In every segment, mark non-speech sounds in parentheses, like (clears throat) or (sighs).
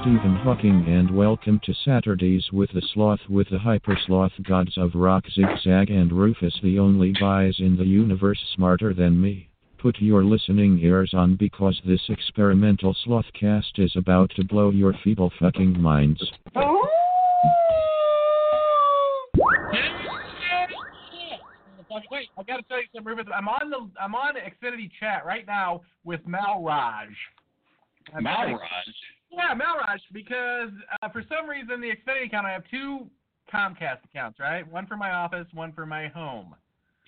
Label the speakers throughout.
Speaker 1: Stephen Hawking and welcome to Saturdays with the Sloth with the Hyper Sloth Gods of Rock Zigzag and Rufus the only guys in the universe smarter than me. Put your listening ears on because this experimental slothcast is about to blow your feeble fucking minds.
Speaker 2: Wait, I gotta tell you something, Rufus. I'm on the I'm on Xfinity chat right now with Malraj.
Speaker 3: Malraj.
Speaker 2: Yeah, Malraj, because uh, for some reason the Xfinity account I have two Comcast accounts, right? One for my office, one for my home.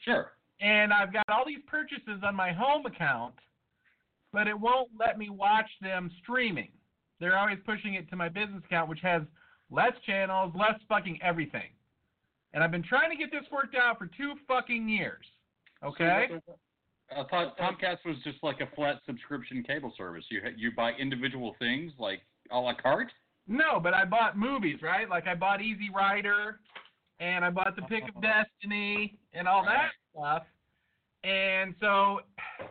Speaker 3: Sure.
Speaker 2: And I've got all these purchases on my home account, but it won't let me watch them streaming. They're always pushing it to my business account, which has less channels, less fucking everything. And I've been trying to get this worked out for two fucking years. Okay.
Speaker 3: So I thought Comcast was just like a flat subscription cable service. You you buy individual things like a la carte.
Speaker 2: No, but I bought movies, right? Like I bought Easy Rider, and I bought The Pick of Destiny, and all that stuff. And so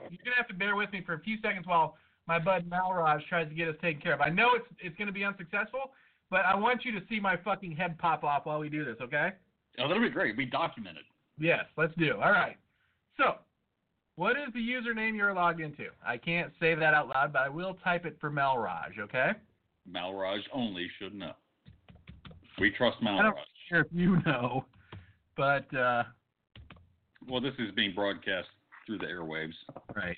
Speaker 2: you're gonna have to bear with me for a few seconds while my bud Malraj tries to get us taken care of. I know it's it's gonna be unsuccessful, but I want you to see my fucking head pop off while we do this, okay?
Speaker 3: Oh, that'll be great. We document it.
Speaker 2: Yes, let's do. All right. So what is the username you're logged into? I can't say that out loud, but I will type it for Malraj, okay?
Speaker 3: Malraj only should know. We trust Malraj. I'm not
Speaker 2: sure if you know, but. Uh,
Speaker 3: well, this is being broadcast through the airwaves.
Speaker 2: Right.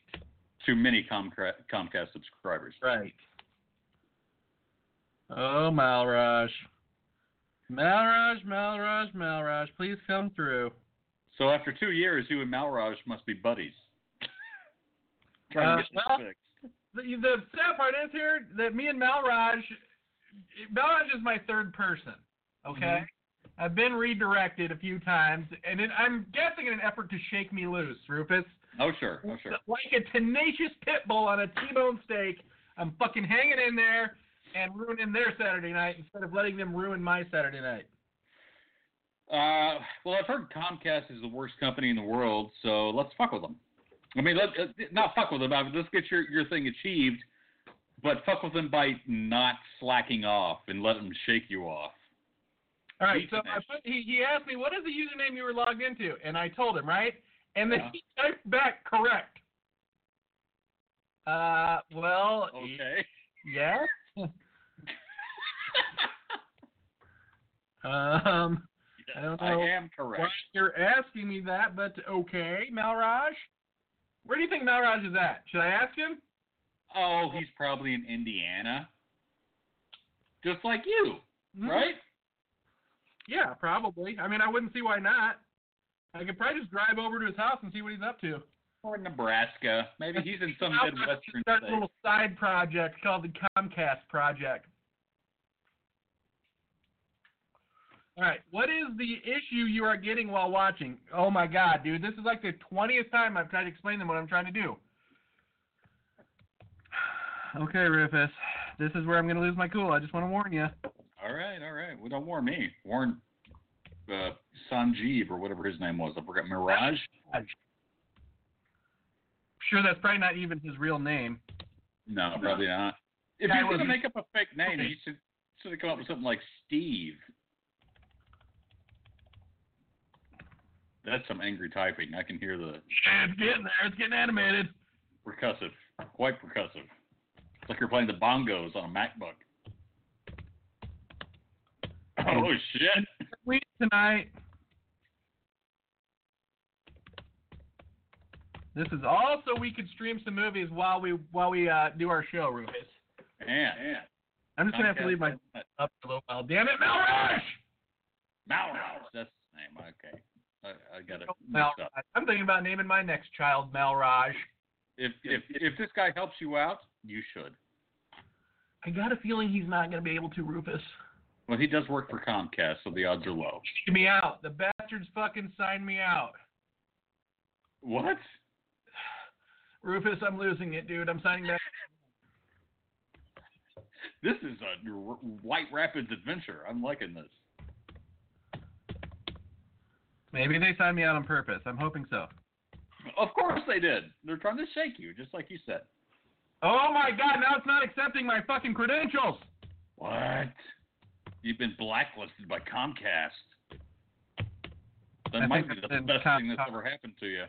Speaker 3: To many Comcast, Comcast subscribers.
Speaker 2: Right. Oh, Malraj. Malraj, Malraj, Malraj, please come through.
Speaker 3: So after two years, you and Malraj must be buddies. (laughs)
Speaker 2: uh, well, the, the sad part is here that me and Malraj, Malraj is my third person. Okay, mm-hmm. I've been redirected a few times, and it, I'm guessing in an effort to shake me loose, Rufus.
Speaker 3: Oh sure, oh sure.
Speaker 2: Like a tenacious pit bull on a T-bone steak, I'm fucking hanging in there and ruining their Saturday night instead of letting them ruin my Saturday night.
Speaker 3: Uh, well, I've heard Comcast is the worst company in the world, so let's fuck with them. I mean, let uh, not fuck with them. I mean, let's get your your thing achieved, but fuck with them by not slacking off and let them shake you off.
Speaker 2: All right. Be so put, he he asked me what is the username you were logged into, and I told him right, and then yeah. he typed back correct. Uh, well.
Speaker 3: Okay.
Speaker 2: Yeah. (laughs) um. I don't know.
Speaker 3: I am correct.
Speaker 2: Why you're asking me that, but okay, Malraj. Where do you think Malraj is at? Should I ask him?
Speaker 3: Oh, he's probably in Indiana. Just like you,
Speaker 2: Hmm?
Speaker 3: mm-hmm. right?
Speaker 2: Yeah, probably. I mean, I wouldn't see why not. I could probably just drive over to his house and see what he's up to.
Speaker 3: Or Nebraska. Maybe he's in
Speaker 2: (laughs)
Speaker 3: some Midwestern
Speaker 2: start a little side project called the Comcast Project. All right. What is the issue you are getting while watching? Oh my God, dude! This is like the twentieth time I've tried to explain them what I'm trying to do. (sighs) okay, Rufus. This is where I'm going to lose my cool. I just want to warn you.
Speaker 3: All right, all right. Well, don't warn me. Warn uh, Sanjeev or whatever his name was. I forgot. Mirage.
Speaker 2: Sure, that's probably not even his real name.
Speaker 3: No, probably not. If
Speaker 2: Guy
Speaker 3: you're going to
Speaker 2: wasn't-
Speaker 3: make up a fake name, you should should have come up with something like Steve. That's some angry typing. I can hear the
Speaker 2: Yeah, it's getting there. It's getting animated.
Speaker 3: percussive, quite percussive. It's like you're playing the bongos on a MacBook. Oh shit!
Speaker 2: We tonight. This is also we could stream some movies while we while we uh, do our show, Rufus.
Speaker 3: Man,
Speaker 2: I'm just gonna have to leave my up for a little while. Damn it, Malrush!
Speaker 3: Malraux. That's his name. Okay, I, I got it. mixed
Speaker 2: Malraj.
Speaker 3: up.
Speaker 2: I'm thinking about naming my next child Malraj.
Speaker 3: If if if this guy helps you out, you should.
Speaker 2: I got a feeling he's not gonna be able to, Rufus.
Speaker 3: Well, he does work for Comcast, so the odds are low.
Speaker 2: Get me out. The bastards fucking signed me out.
Speaker 3: What?
Speaker 2: Rufus, I'm losing it, dude. I'm signing back.
Speaker 3: This is a r- White Rapids adventure. I'm liking this.
Speaker 2: Maybe they signed me out on purpose. I'm hoping so.
Speaker 3: Of course they did. They're trying to shake you, just like you said.
Speaker 2: Oh my god, now it's not accepting my fucking credentials.
Speaker 3: What? You've been blacklisted by Comcast. That
Speaker 2: I
Speaker 3: might
Speaker 2: think
Speaker 3: be the
Speaker 2: that's in
Speaker 3: best
Speaker 2: Com-
Speaker 3: thing that's
Speaker 2: Com-
Speaker 3: ever happened to you.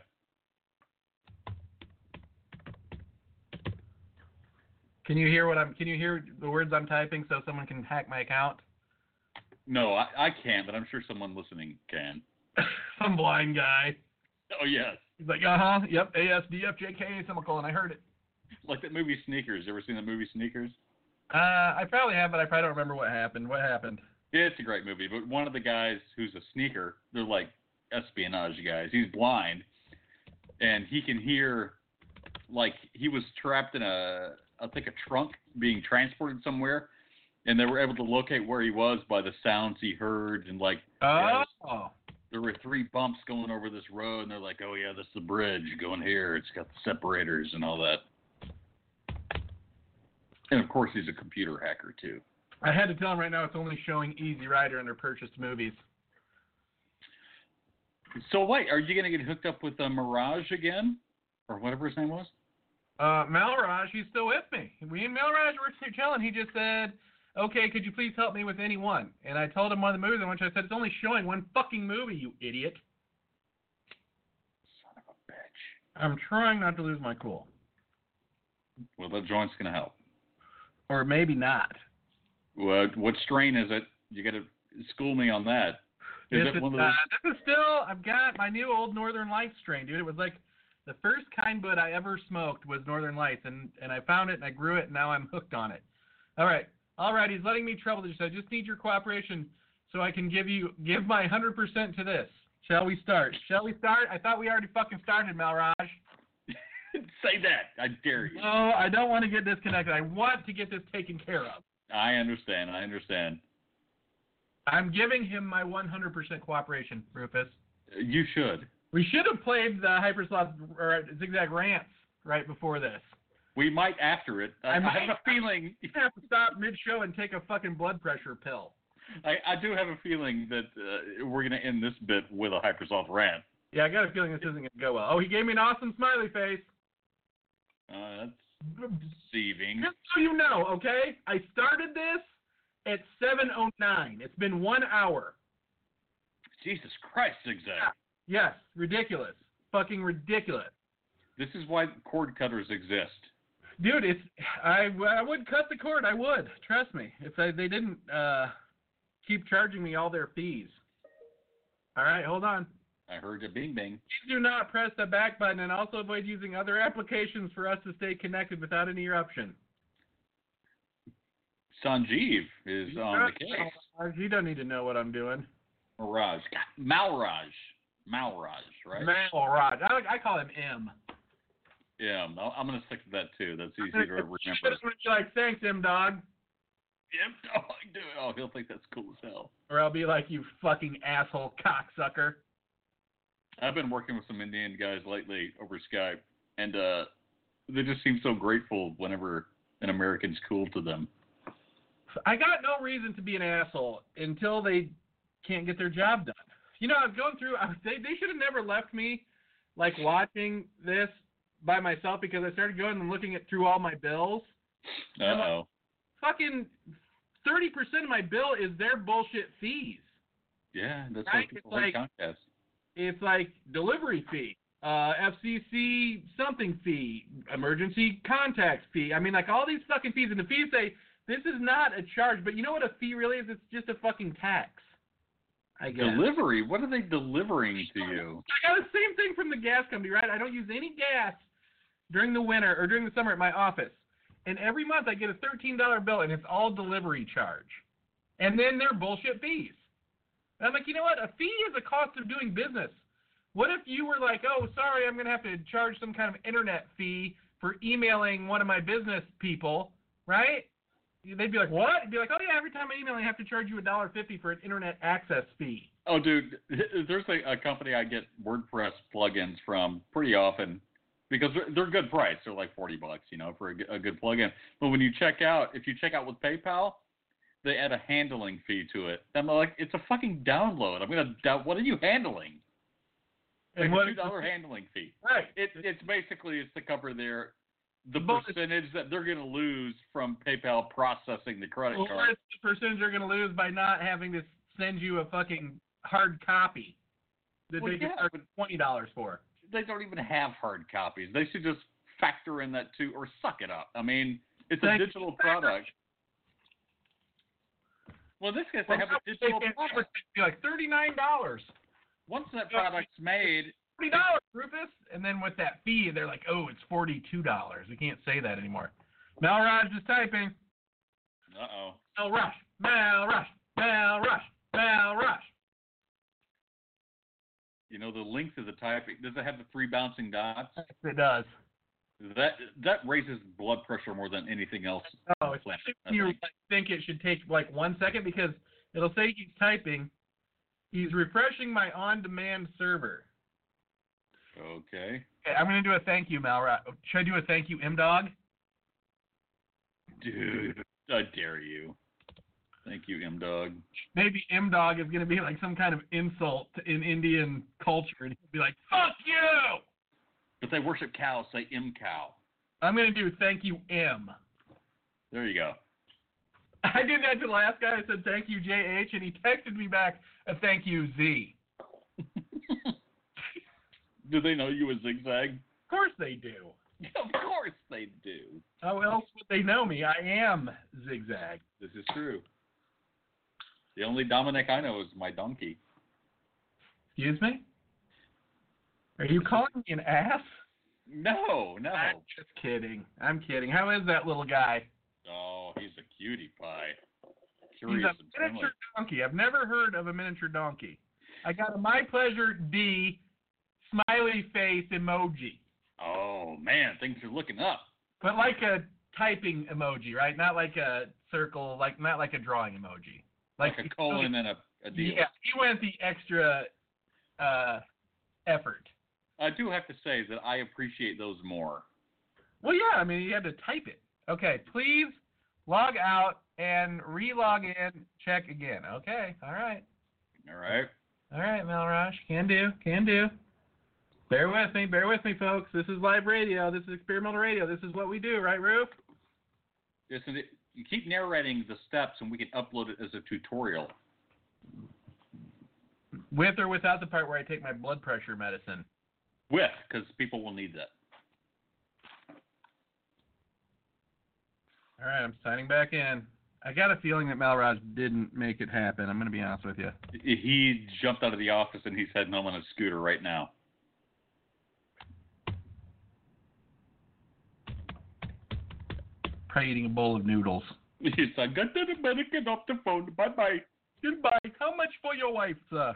Speaker 2: Can you hear what I'm can you hear the words I'm typing so someone can hack my account? (laughs)
Speaker 3: No, I, I can't, but I'm sure someone listening can.
Speaker 2: Some blind guy.
Speaker 3: Oh yes,
Speaker 2: He's like, uh huh, yep, ASDFJK semicolon, I heard it.
Speaker 3: like that movie Sneakers. You ever seen the movie Sneakers?
Speaker 2: Uh I probably have, but I probably don't remember what happened. What happened?
Speaker 3: It's a great movie, but one of the guys who's a sneaker, they're like espionage guys. He's blind, and he can hear, like he was trapped in a, I think a trunk being transported somewhere, and they were able to locate where he was by the sounds he heard, and like
Speaker 2: Oh.
Speaker 3: there were three bumps going over this road, and they're like, oh yeah, that's the bridge going here. It's got the separators and all that. And of course, he's a computer hacker too.
Speaker 2: I had to tell him right now it's only showing Easy Rider under purchased movies.
Speaker 3: So wait, are you gonna get hooked up with uh, Mirage again, or whatever his name was?
Speaker 2: Uh, Malraj, he's still with me. We and Malraj were still chilling. He just said, "Okay, could you please help me with any one?" And I told him one of the movies in which I said, "It's only showing one fucking movie, you idiot."
Speaker 3: Son of a bitch.
Speaker 2: I'm trying not to lose my cool,
Speaker 3: Well, the joint's gonna help.
Speaker 2: or maybe not.
Speaker 3: What what strain is it? You gotta school me on that. Is
Speaker 2: this,
Speaker 3: it one of
Speaker 2: uh,
Speaker 3: those?
Speaker 2: this is still. I've got my new old Northern Lights strain, dude. It was like the first kind bud I ever smoked was Northern Lights, and and I found it and I grew it, and now I'm hooked on it. All right, all right. He's letting me trouble this. I just need your cooperation so I can give you give my hundred percent to this. Shall we start? Shall we start? I thought we already fucking started, Malraj.
Speaker 3: (laughs) Say that. I dare you.
Speaker 2: No, I don't want to get disconnected. I want to get this taken care of.
Speaker 3: I understand. I understand.
Speaker 2: I'm giving him my 100% cooperation, Rufus.
Speaker 3: You should.
Speaker 2: We should have played the Hypersloth or Zigzag Rants right before this.
Speaker 3: We might after it. I,
Speaker 2: I
Speaker 3: I have
Speaker 2: might-
Speaker 3: a feeling.
Speaker 2: You have to stop mid-show and take a fucking blood pressure pill.
Speaker 3: I, I do have a feeling that uh, we're gonna end this bit with a hypersoft rant.
Speaker 2: Yeah, I got a feeling this isn't gonna go well. Oh, he gave me an awesome smiley face.
Speaker 3: Uh, that's deceiving.
Speaker 2: Just so you know, okay? I started this at 7:09. It's been one hour.
Speaker 3: Jesus Christ, Zigzag.
Speaker 2: Yes, ridiculous. Fucking ridiculous.
Speaker 3: This is why cord cutters exist.
Speaker 2: Dude, it's I, I would cut the cord. I would. Trust me. If I, they didn't uh, keep charging me all their fees. All right, hold on.
Speaker 3: I heard a bing bing.
Speaker 2: Please do not press the back button and also avoid using other applications for us to stay connected without an eruption.
Speaker 3: Sanjeev is on the case.
Speaker 2: Oh, You don't need to know what I'm doing.
Speaker 3: Mirage. God, Malraj. Malraj, right?
Speaker 2: Malraj. I, I call him M.
Speaker 3: yeah, I'm- I'm going to stick to that too.
Speaker 2: (laughs)
Speaker 3: That's easy to
Speaker 2: Should
Speaker 3: remember.
Speaker 2: have been like, thanks, M dog.
Speaker 3: Yep, dog, dude. (laughs) Oh, he'll think that's cool as hell.
Speaker 2: Or I'll be like, you fucking asshole cocksucker.
Speaker 3: I've been working with some Indian guys lately over Skype, and uh, they just seem so grateful whenever and Americans cool to them.
Speaker 2: I got no reason to be an asshole until they can't get their job done. You know, I was going through. I, they they should have never left me like watching this by myself because I started going and looking at through all my bills.
Speaker 3: Uh oh.
Speaker 2: Fucking thirty percent of my bill is their bullshit fees.
Speaker 3: Yeah, that's
Speaker 2: Right,
Speaker 3: why
Speaker 2: it's
Speaker 3: people
Speaker 2: like-
Speaker 3: hate contests.
Speaker 2: It's like delivery fee, uh, FCC something fee, emergency contact fee. I mean, like all these fucking fees. And the fees say this is not a charge, but you know what a fee really is? It's just a fucking tax. I guess.
Speaker 3: Delivery. What are they delivering to you?
Speaker 2: I got the same thing from the gas company, right? I don't use any gas during the winter or during the summer at my office. And every month I get a $13 bill and it's all delivery charge. And then they're bullshit fees. And I'm like, you know what? A fee is a cost of doing business. What if you were like, oh, sorry, I'm going to have to charge some kind of internet fee for emailing one of my business people, right? They'd be like, what? It'd be like, oh, yeah, every time I email, I have to charge you $1.50 for an internet access fee.
Speaker 3: Oh, dude, (laughs) there's a, a company I get WordPress plugins from pretty often because they're, they're good price. They're like 40 bucks, you know, for a, g- a good plugin. But when you check out, if you check out with PayPal, they add a handling fee to it. I'm like, it's a fucking download. I'm gonna down. What are you handling? Like
Speaker 2: And
Speaker 3: a
Speaker 2: what
Speaker 3: two
Speaker 2: is the-
Speaker 3: dollar handling fee.
Speaker 2: Right.
Speaker 3: It, it's basically it's to cover their the
Speaker 2: Bonus.
Speaker 3: percentage that they're gonna lose from PayPal processing the credit
Speaker 2: Or
Speaker 3: card.
Speaker 2: it's the percentage they're going to lose by not having to send you a fucking hard copy that
Speaker 3: Well,
Speaker 2: they can
Speaker 3: yeah,
Speaker 2: charge
Speaker 3: but-
Speaker 2: twenty dollars for.
Speaker 3: they don't even have hard copies. They should just factor in that too, or suck it up. I mean, it's a
Speaker 2: Thank you.
Speaker 3: digital product. Well, in this case, they have a
Speaker 2: They
Speaker 3: digital
Speaker 2: can't
Speaker 3: product.
Speaker 2: be like thirty nine dollars,
Speaker 3: Once that
Speaker 2: Yeah.
Speaker 3: product's made,
Speaker 2: forty dollars, Rufus, and then with that fee, they're like, oh, it's forty two dollars. We can't say that anymore. Mel Raj is typing.
Speaker 3: uh oh.
Speaker 2: Mel Rush, Mel Rush, Mel Rush, Mel Rush.
Speaker 3: You know the length of the typing. Does it have the three bouncing dots?
Speaker 2: It does.
Speaker 3: That that raises blood pressure more than anything else.
Speaker 2: Oh, it's
Speaker 3: Planet, I
Speaker 2: when you
Speaker 3: think.
Speaker 2: like, think it should take like one second because it'll say he's typing. He's refreshing my on-demand server.
Speaker 3: Okay.
Speaker 2: Okay, I'm gonna do a thank you, Mal. Ra- Should I do a thank you, M Dog?
Speaker 3: Dude, I dare you. Thank you, M Dog.
Speaker 2: Maybe M Dog is gonna be like some kind of insult in Indian culture, and he'll be like, "Fuck you!"
Speaker 3: But they worship cows. Say M cow.
Speaker 2: I'm gonna do thank you, M. (laughs)
Speaker 3: There you go.
Speaker 2: I did that to the last guy. I said thank you, JH, and he texted me back a thank you, Z.
Speaker 3: Do they know you as zigzag?
Speaker 2: Of course they do.
Speaker 3: (laughs) Of course they do.
Speaker 2: How else would they know me? I am Zigzag.
Speaker 3: This is true. The only Dominic I know is my donkey.
Speaker 2: Excuse me? Are you calling me an ass? Oh.
Speaker 3: No, no.
Speaker 2: I'm just kidding. I'm kidding. How is that little guy?
Speaker 3: Oh, he's a cutie pie.
Speaker 2: He's
Speaker 3: Curious
Speaker 2: a
Speaker 3: and friendly.
Speaker 2: miniature donkey. I've never heard of a miniature donkey. I got a my pleasure D smiley face emoji,
Speaker 3: Oh man, things are looking up.
Speaker 2: but like a typing emoji, right? Not like a circle, like not like a drawing emoji.
Speaker 3: Like, a colon and a, a deal.
Speaker 2: Yeah, he went the extra uh, effort.
Speaker 3: I do have to say that I appreciate those more.
Speaker 2: Well, yeah, I mean, you had to type it. Okay, please log out and re-log in. Check again. Okay, all right.
Speaker 3: All right.
Speaker 2: All right, Malrosh. Can do. Can do. Bear with me. Bear with me, folks. This is live radio. This is experimental radio. This is what we do, right, Roof?
Speaker 3: Listen, to- you keep narrating the steps, and we can upload it as a tutorial.
Speaker 2: With or without the part where I take my blood pressure medicine.
Speaker 3: With, because people will need that.
Speaker 2: All right, I'm signing back in. I got a feeling that Malraj didn't make it happen. I'm going to be honest with you.
Speaker 3: He jumped out of the office and he's heading home on a scooter right now.
Speaker 2: Probably eating a bowl of noodles.
Speaker 3: He's like, I did a American off the phone. Bye bye.
Speaker 2: Goodbye. How much for your wife, sir?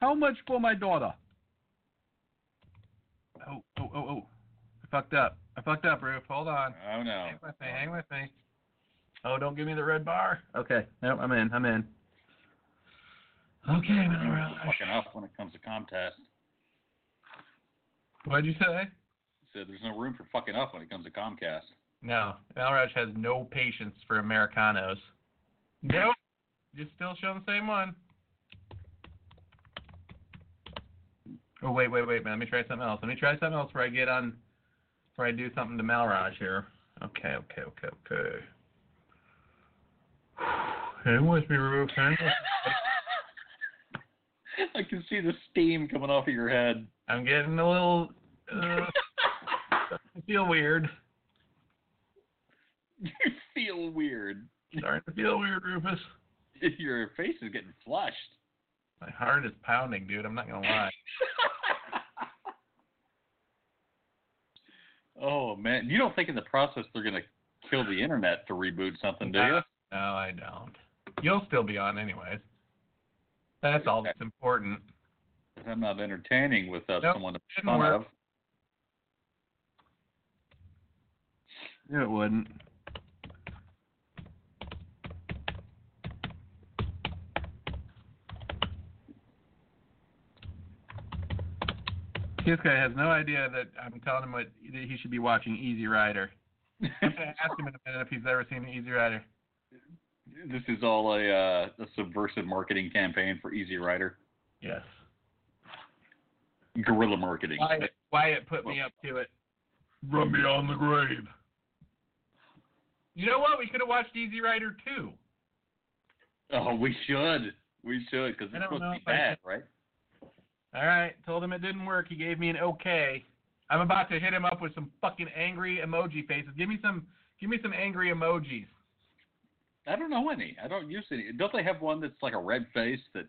Speaker 2: How much for my daughter? Oh, oh, oh, oh. I fucked up. I fucked up, Roof. Hold on.
Speaker 3: oh no.
Speaker 2: Hang with me. Hang with me. Oh, don't give me the red bar. Okay. No, I'm in. I'm in. Okay,
Speaker 3: You're
Speaker 2: Monroe.
Speaker 3: fucking up when it comes to Comcast.
Speaker 2: What'd you say?
Speaker 3: uh, there's no room for fucking up when it comes to Comcast.
Speaker 2: No, Malrausch has no patience for Americanos. Nope. Just still showing the same one. Oh wait, wait, wait, man. Let me try something else. Let me try something else where I get on, where I do something to Malrausch here. Okay, okay, okay, okay. (sighs) Hang with me, Roof. Hang with-
Speaker 3: I can see the steam coming off of your head.
Speaker 2: (laughs)
Speaker 3: (laughs)
Speaker 2: I'm getting a little. Uh, (laughs) I feel weird.
Speaker 3: you feel weird.
Speaker 2: Starting to feel weird, Rufus.
Speaker 3: Your face is getting flushed.
Speaker 2: My heart is pounding, dude. I'm not gonna lie.
Speaker 3: oh man, you don't think in the process they're gonna kill the internet to reboot something, do you?
Speaker 2: No, I don't. You'll still be on anyways. That's all that's important.
Speaker 3: 'Cause I'm not entertaining with uh,
Speaker 2: Nope,
Speaker 3: someone to make
Speaker 2: didn't
Speaker 3: fun
Speaker 2: work.
Speaker 3: of.
Speaker 2: It wouldn't. This guy has no idea that I'm telling him what that he should be watching Easy Rider. (laughs) I'm gonna ask him in a minute if he's ever seen Easy Rider.
Speaker 3: (laughs) this is all a, uh, a subversive marketing campaign for Easy Rider,
Speaker 2: Yes.
Speaker 3: guerrilla marketing.
Speaker 2: Wyatt, Wyatt put me up to it. Run me on the grave. You know what? We could have watched Easy Rider too.
Speaker 3: (laughs) Oh, we should, we should, because
Speaker 2: I
Speaker 3: it's
Speaker 2: don't
Speaker 3: supposed
Speaker 2: know
Speaker 3: to be
Speaker 2: if I
Speaker 3: bad, right?
Speaker 2: All right, told him it didn't work. He gave me an okay. I'm about to hit him up with some fucking angry emoji faces. Give me some, give me some angry emojis.
Speaker 3: I don't know any. I don't use any. Don't they have one that's like a red face that?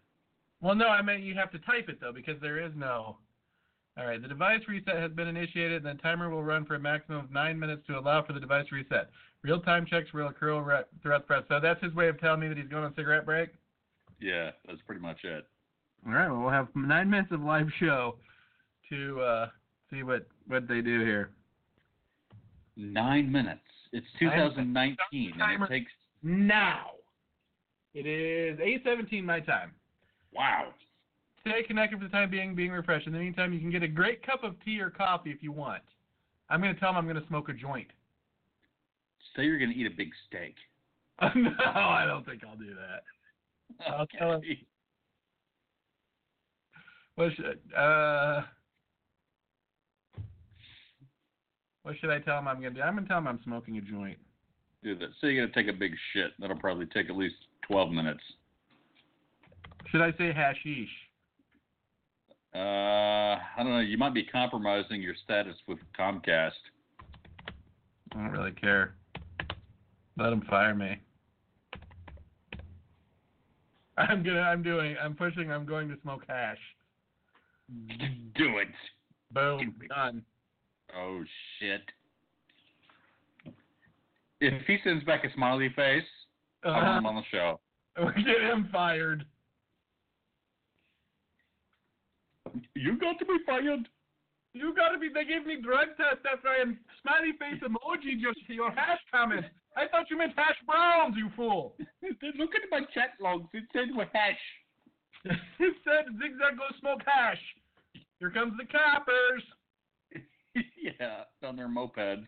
Speaker 2: Well, no, I meant you have to type it though because there is no. All right, the device reset has been initiated, and the timer will run for a maximum of nine minutes to allow for the device reset. Real time checks will occur re- throughout the press. So that's his way of telling me that he's going on a cigarette break.
Speaker 3: Yeah, that's pretty much it.
Speaker 2: All right, well, we'll have nine minutes of live show to uh, see what what they do here.
Speaker 3: Nine minutes. It's 2019, and
Speaker 2: Timer.
Speaker 3: it takes.
Speaker 2: Now, it is 8:17 my time.
Speaker 3: Wow.
Speaker 2: Stay connected for the time being, being refreshed. In the meantime, you can get a great cup of tea or coffee if you want. I'm gonna tell him I'm gonna smoke a joint. (laughs)
Speaker 3: Say you're gonna eat a big steak. (laughs)
Speaker 2: no, I don't think I'll do that. I'll tell him.
Speaker 3: Okay.
Speaker 2: What should uh, what should I tell him I'm gonna do? I'm gonna tell him I'm smoking a joint.
Speaker 3: Do that. Say you're gonna take a big shit. That'll probably take at least 12 minutes.
Speaker 2: Should I say hashish?
Speaker 3: Uh, I don't know. You might be compromising your status with Comcast.
Speaker 2: I don't really care. Let him fire me. I'm gonna. I'm doing. I'm pushing. I'm going to smoke hash.
Speaker 3: D-
Speaker 2: Mm.
Speaker 3: (laughs) Do it.
Speaker 2: Boom. (laughs) Done.
Speaker 3: Oh shit. If he sends back a smiley face, I want him on the show.
Speaker 2: Get him fired.
Speaker 3: You got to be fired.
Speaker 2: You gotta be. They gave me drug test after I am smiley face emoji just your hash comment. I thought you meant hash browns, you (laughs) fool.
Speaker 3: Look at my chat logs. It said we're hash. (laughs)
Speaker 2: it said zigzag go smoke hash. Here comes the coppers.
Speaker 3: yeah, on their mopeds.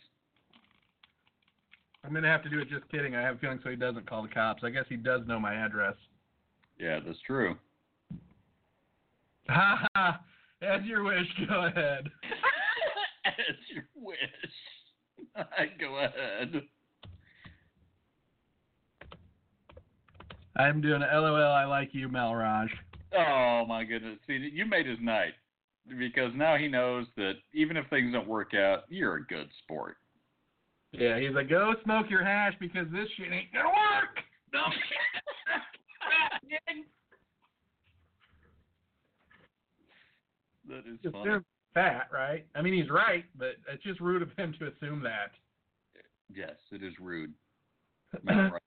Speaker 2: I'm gonna have to do it. Just kidding. I have a feeling so he doesn't call the cops. I guess he does know my address.
Speaker 3: Yeah, that's true. (laughs)
Speaker 2: Ha ha. (laughs) As your wish. Go ahead.
Speaker 3: As your wish. (laughs) Go ahead.
Speaker 2: I'm doing a LOL. I like you, Malraj.
Speaker 3: Oh my goodness! See, you made his night because now he knows that even if things don't work out, you're a good sport.
Speaker 2: Yeah, he's like, go smoke your hash because this shit ain't gonna work. Dumb shit.
Speaker 3: that is
Speaker 2: Just
Speaker 3: funny.
Speaker 2: assume fat, right? I mean, he's right, but it's just rude of him to assume that.
Speaker 3: Yes, it is rude. Matt Rush.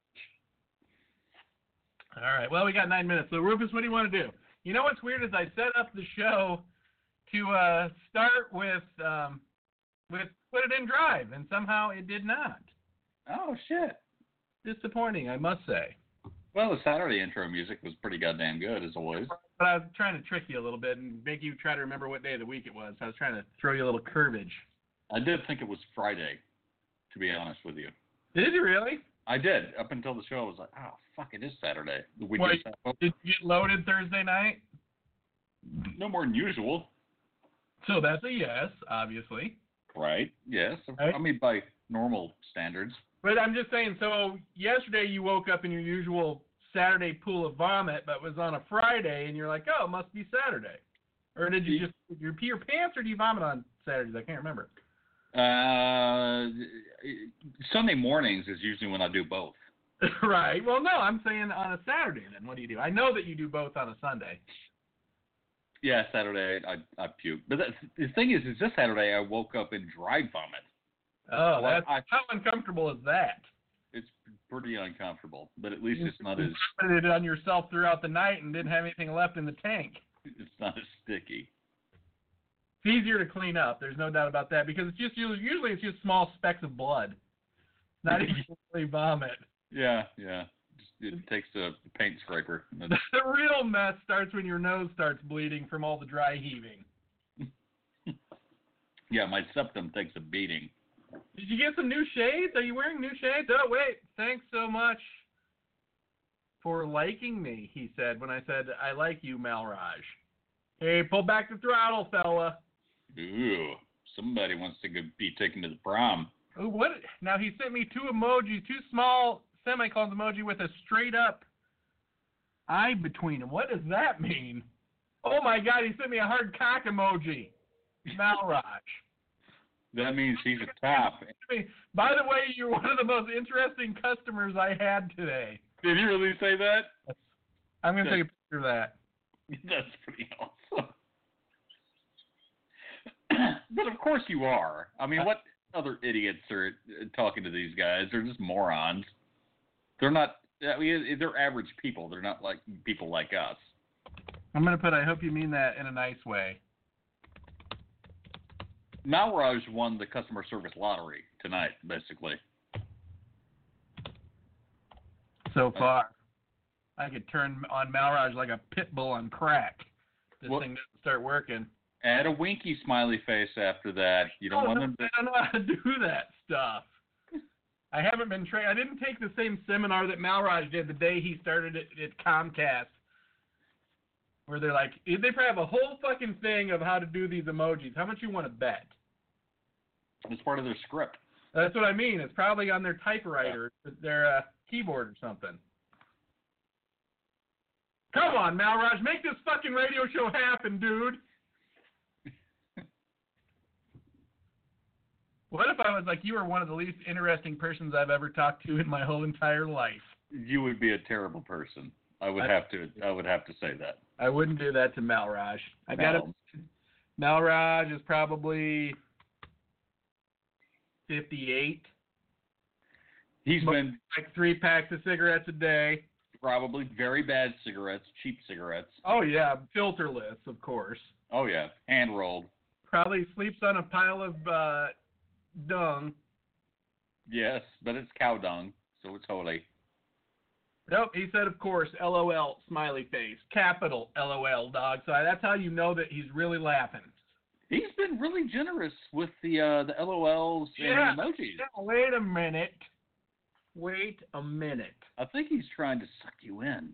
Speaker 2: All right. Well, we got nine minutes. So, Rufus, what do you want to do? You know what's weird is I set up the show to uh, start with um, with put it in drive, and somehow it did not.
Speaker 3: Oh shit!
Speaker 2: Disappointing, I must say.
Speaker 3: Well, the Saturday intro music was pretty goddamn good as always.
Speaker 2: But I was trying to trick you a little bit and make you try to remember what day of the week it was. I was trying to throw you a little curvage.
Speaker 3: I did think it was Friday, to be honest with you.
Speaker 2: Did you really?
Speaker 3: I did. Up until the show, I was like, oh, fuck, it is Saturday. We
Speaker 2: Wait.
Speaker 3: just have hope.
Speaker 2: Did you get loaded Thursday night?
Speaker 3: no more than usual,
Speaker 2: So that's a yes, obviously.
Speaker 3: right? Yes. I
Speaker 2: Right.
Speaker 3: mean, by normal standards.
Speaker 2: But I'm just saying, so yesterday you woke up in your usual Saturday pool of vomit, but it was on a Friday, and you're like, oh, it must be Saturday. Or did you just did you pee your pants, or do you vomit on Saturdays? I can't (laughs) remember.
Speaker 3: Uh, Sunday mornings is usually when I do both.
Speaker 2: right. Well, no, I'm saying on a Saturday. Then what do you do? I know that you do both on a Sunday.
Speaker 3: Yeah, Saturday I I puke. But that's, the thing is, is this Saturday I woke up in dry vomit.
Speaker 2: Oh, that's
Speaker 3: I-
Speaker 2: how uncomfortable is that?
Speaker 3: It's pretty uncomfortable, but at least it's not as
Speaker 2: Put it on yourself throughout the night and didn't have anything left in the tank.
Speaker 3: it's not as sticky.
Speaker 2: It's easier to clean up. There's no doubt about that because it's just usually, usually it's just small specks of blood, not even really vomit. (laughs)
Speaker 3: Yeah, yeah. Just, it takes a paint scraper. and
Speaker 2: The
Speaker 3: it's-
Speaker 2: real mess starts when your nose starts bleeding from all the dry heaving.
Speaker 3: yeah, my septum takes a beating.
Speaker 2: Did you get some new shades? Are you wearing new shades? Oh, wait. Thanks so much for liking me, he said when I said, I like you, Malraj. Hey, pull back the throttle, fella.
Speaker 3: Ooh, somebody wants to go be taken to the prom.
Speaker 2: Ooh, what? Now, he sent me two emojis, two small semicolons emoji with a straight up eye between them. What does that mean? Oh, my God. He sent me a hard cock emoji. Malraj.
Speaker 3: That means he's a top.
Speaker 2: By the way, you're one of the most interesting customers I had today.
Speaker 3: Did he really say that? (laughs)
Speaker 2: I'm going to take a picture of that.
Speaker 3: That's pretty awesome. (coughs) but of course you are. I mean, what other idiots are uh, talking to these guys? They're just morons. They're not. I mean, they're average people. They're not like people like us.
Speaker 2: I'm gonna put I hope you mean that in a nice way.
Speaker 3: Malraj won the customer service lottery tonight, basically.
Speaker 2: So far, I could turn on Malraj like a pit bull on crack. This
Speaker 3: What-
Speaker 2: thing doesn't start working.
Speaker 3: Add a winky smiley face after that. You don't
Speaker 2: Oh,
Speaker 3: want
Speaker 2: no,
Speaker 3: them to.
Speaker 2: I don't know how to do that stuff. I haven't been trained. I didn't take the same seminar that Malraj did the day he started at, at Comcast, where they're like, they probably have a whole fucking thing of how to do these emojis. How much you want to bet?
Speaker 3: It's part of their script.
Speaker 2: That's what I mean. It's probably on their typewriter, their uh, keyboard or something. Come on, Malraj, make this fucking radio show happen, dude. (laughs) what if I was like, you are one of the least interesting persons I've ever talked to in my whole entire life?
Speaker 3: You would be a terrible person. I would
Speaker 2: I-
Speaker 3: have to. I would have to say that. Um,
Speaker 2: I wouldn't do that to Malraj. I got to
Speaker 3: No.
Speaker 2: Malraj is probably 58,
Speaker 3: He's been
Speaker 2: like three packs of cigarettes a day.
Speaker 3: probably very bad cigarettes, cheap cigarettes.
Speaker 2: Oh yeah, filterless, of course.
Speaker 3: Oh yeah, hand rolled.
Speaker 2: Probably sleeps on a pile of uh, dung.
Speaker 3: Yes, but it's cow dung, so it's holy.
Speaker 2: Nope, he said, of course, LOL, smiley face, capital LOL, dog. So that's how you know that he's really laughing.
Speaker 3: He's been really generous with the uh, the LOLs
Speaker 2: Yeah.
Speaker 3: and emojis.
Speaker 2: Now, wait a minute. Wait a minute.
Speaker 3: I think he's trying to suck you in.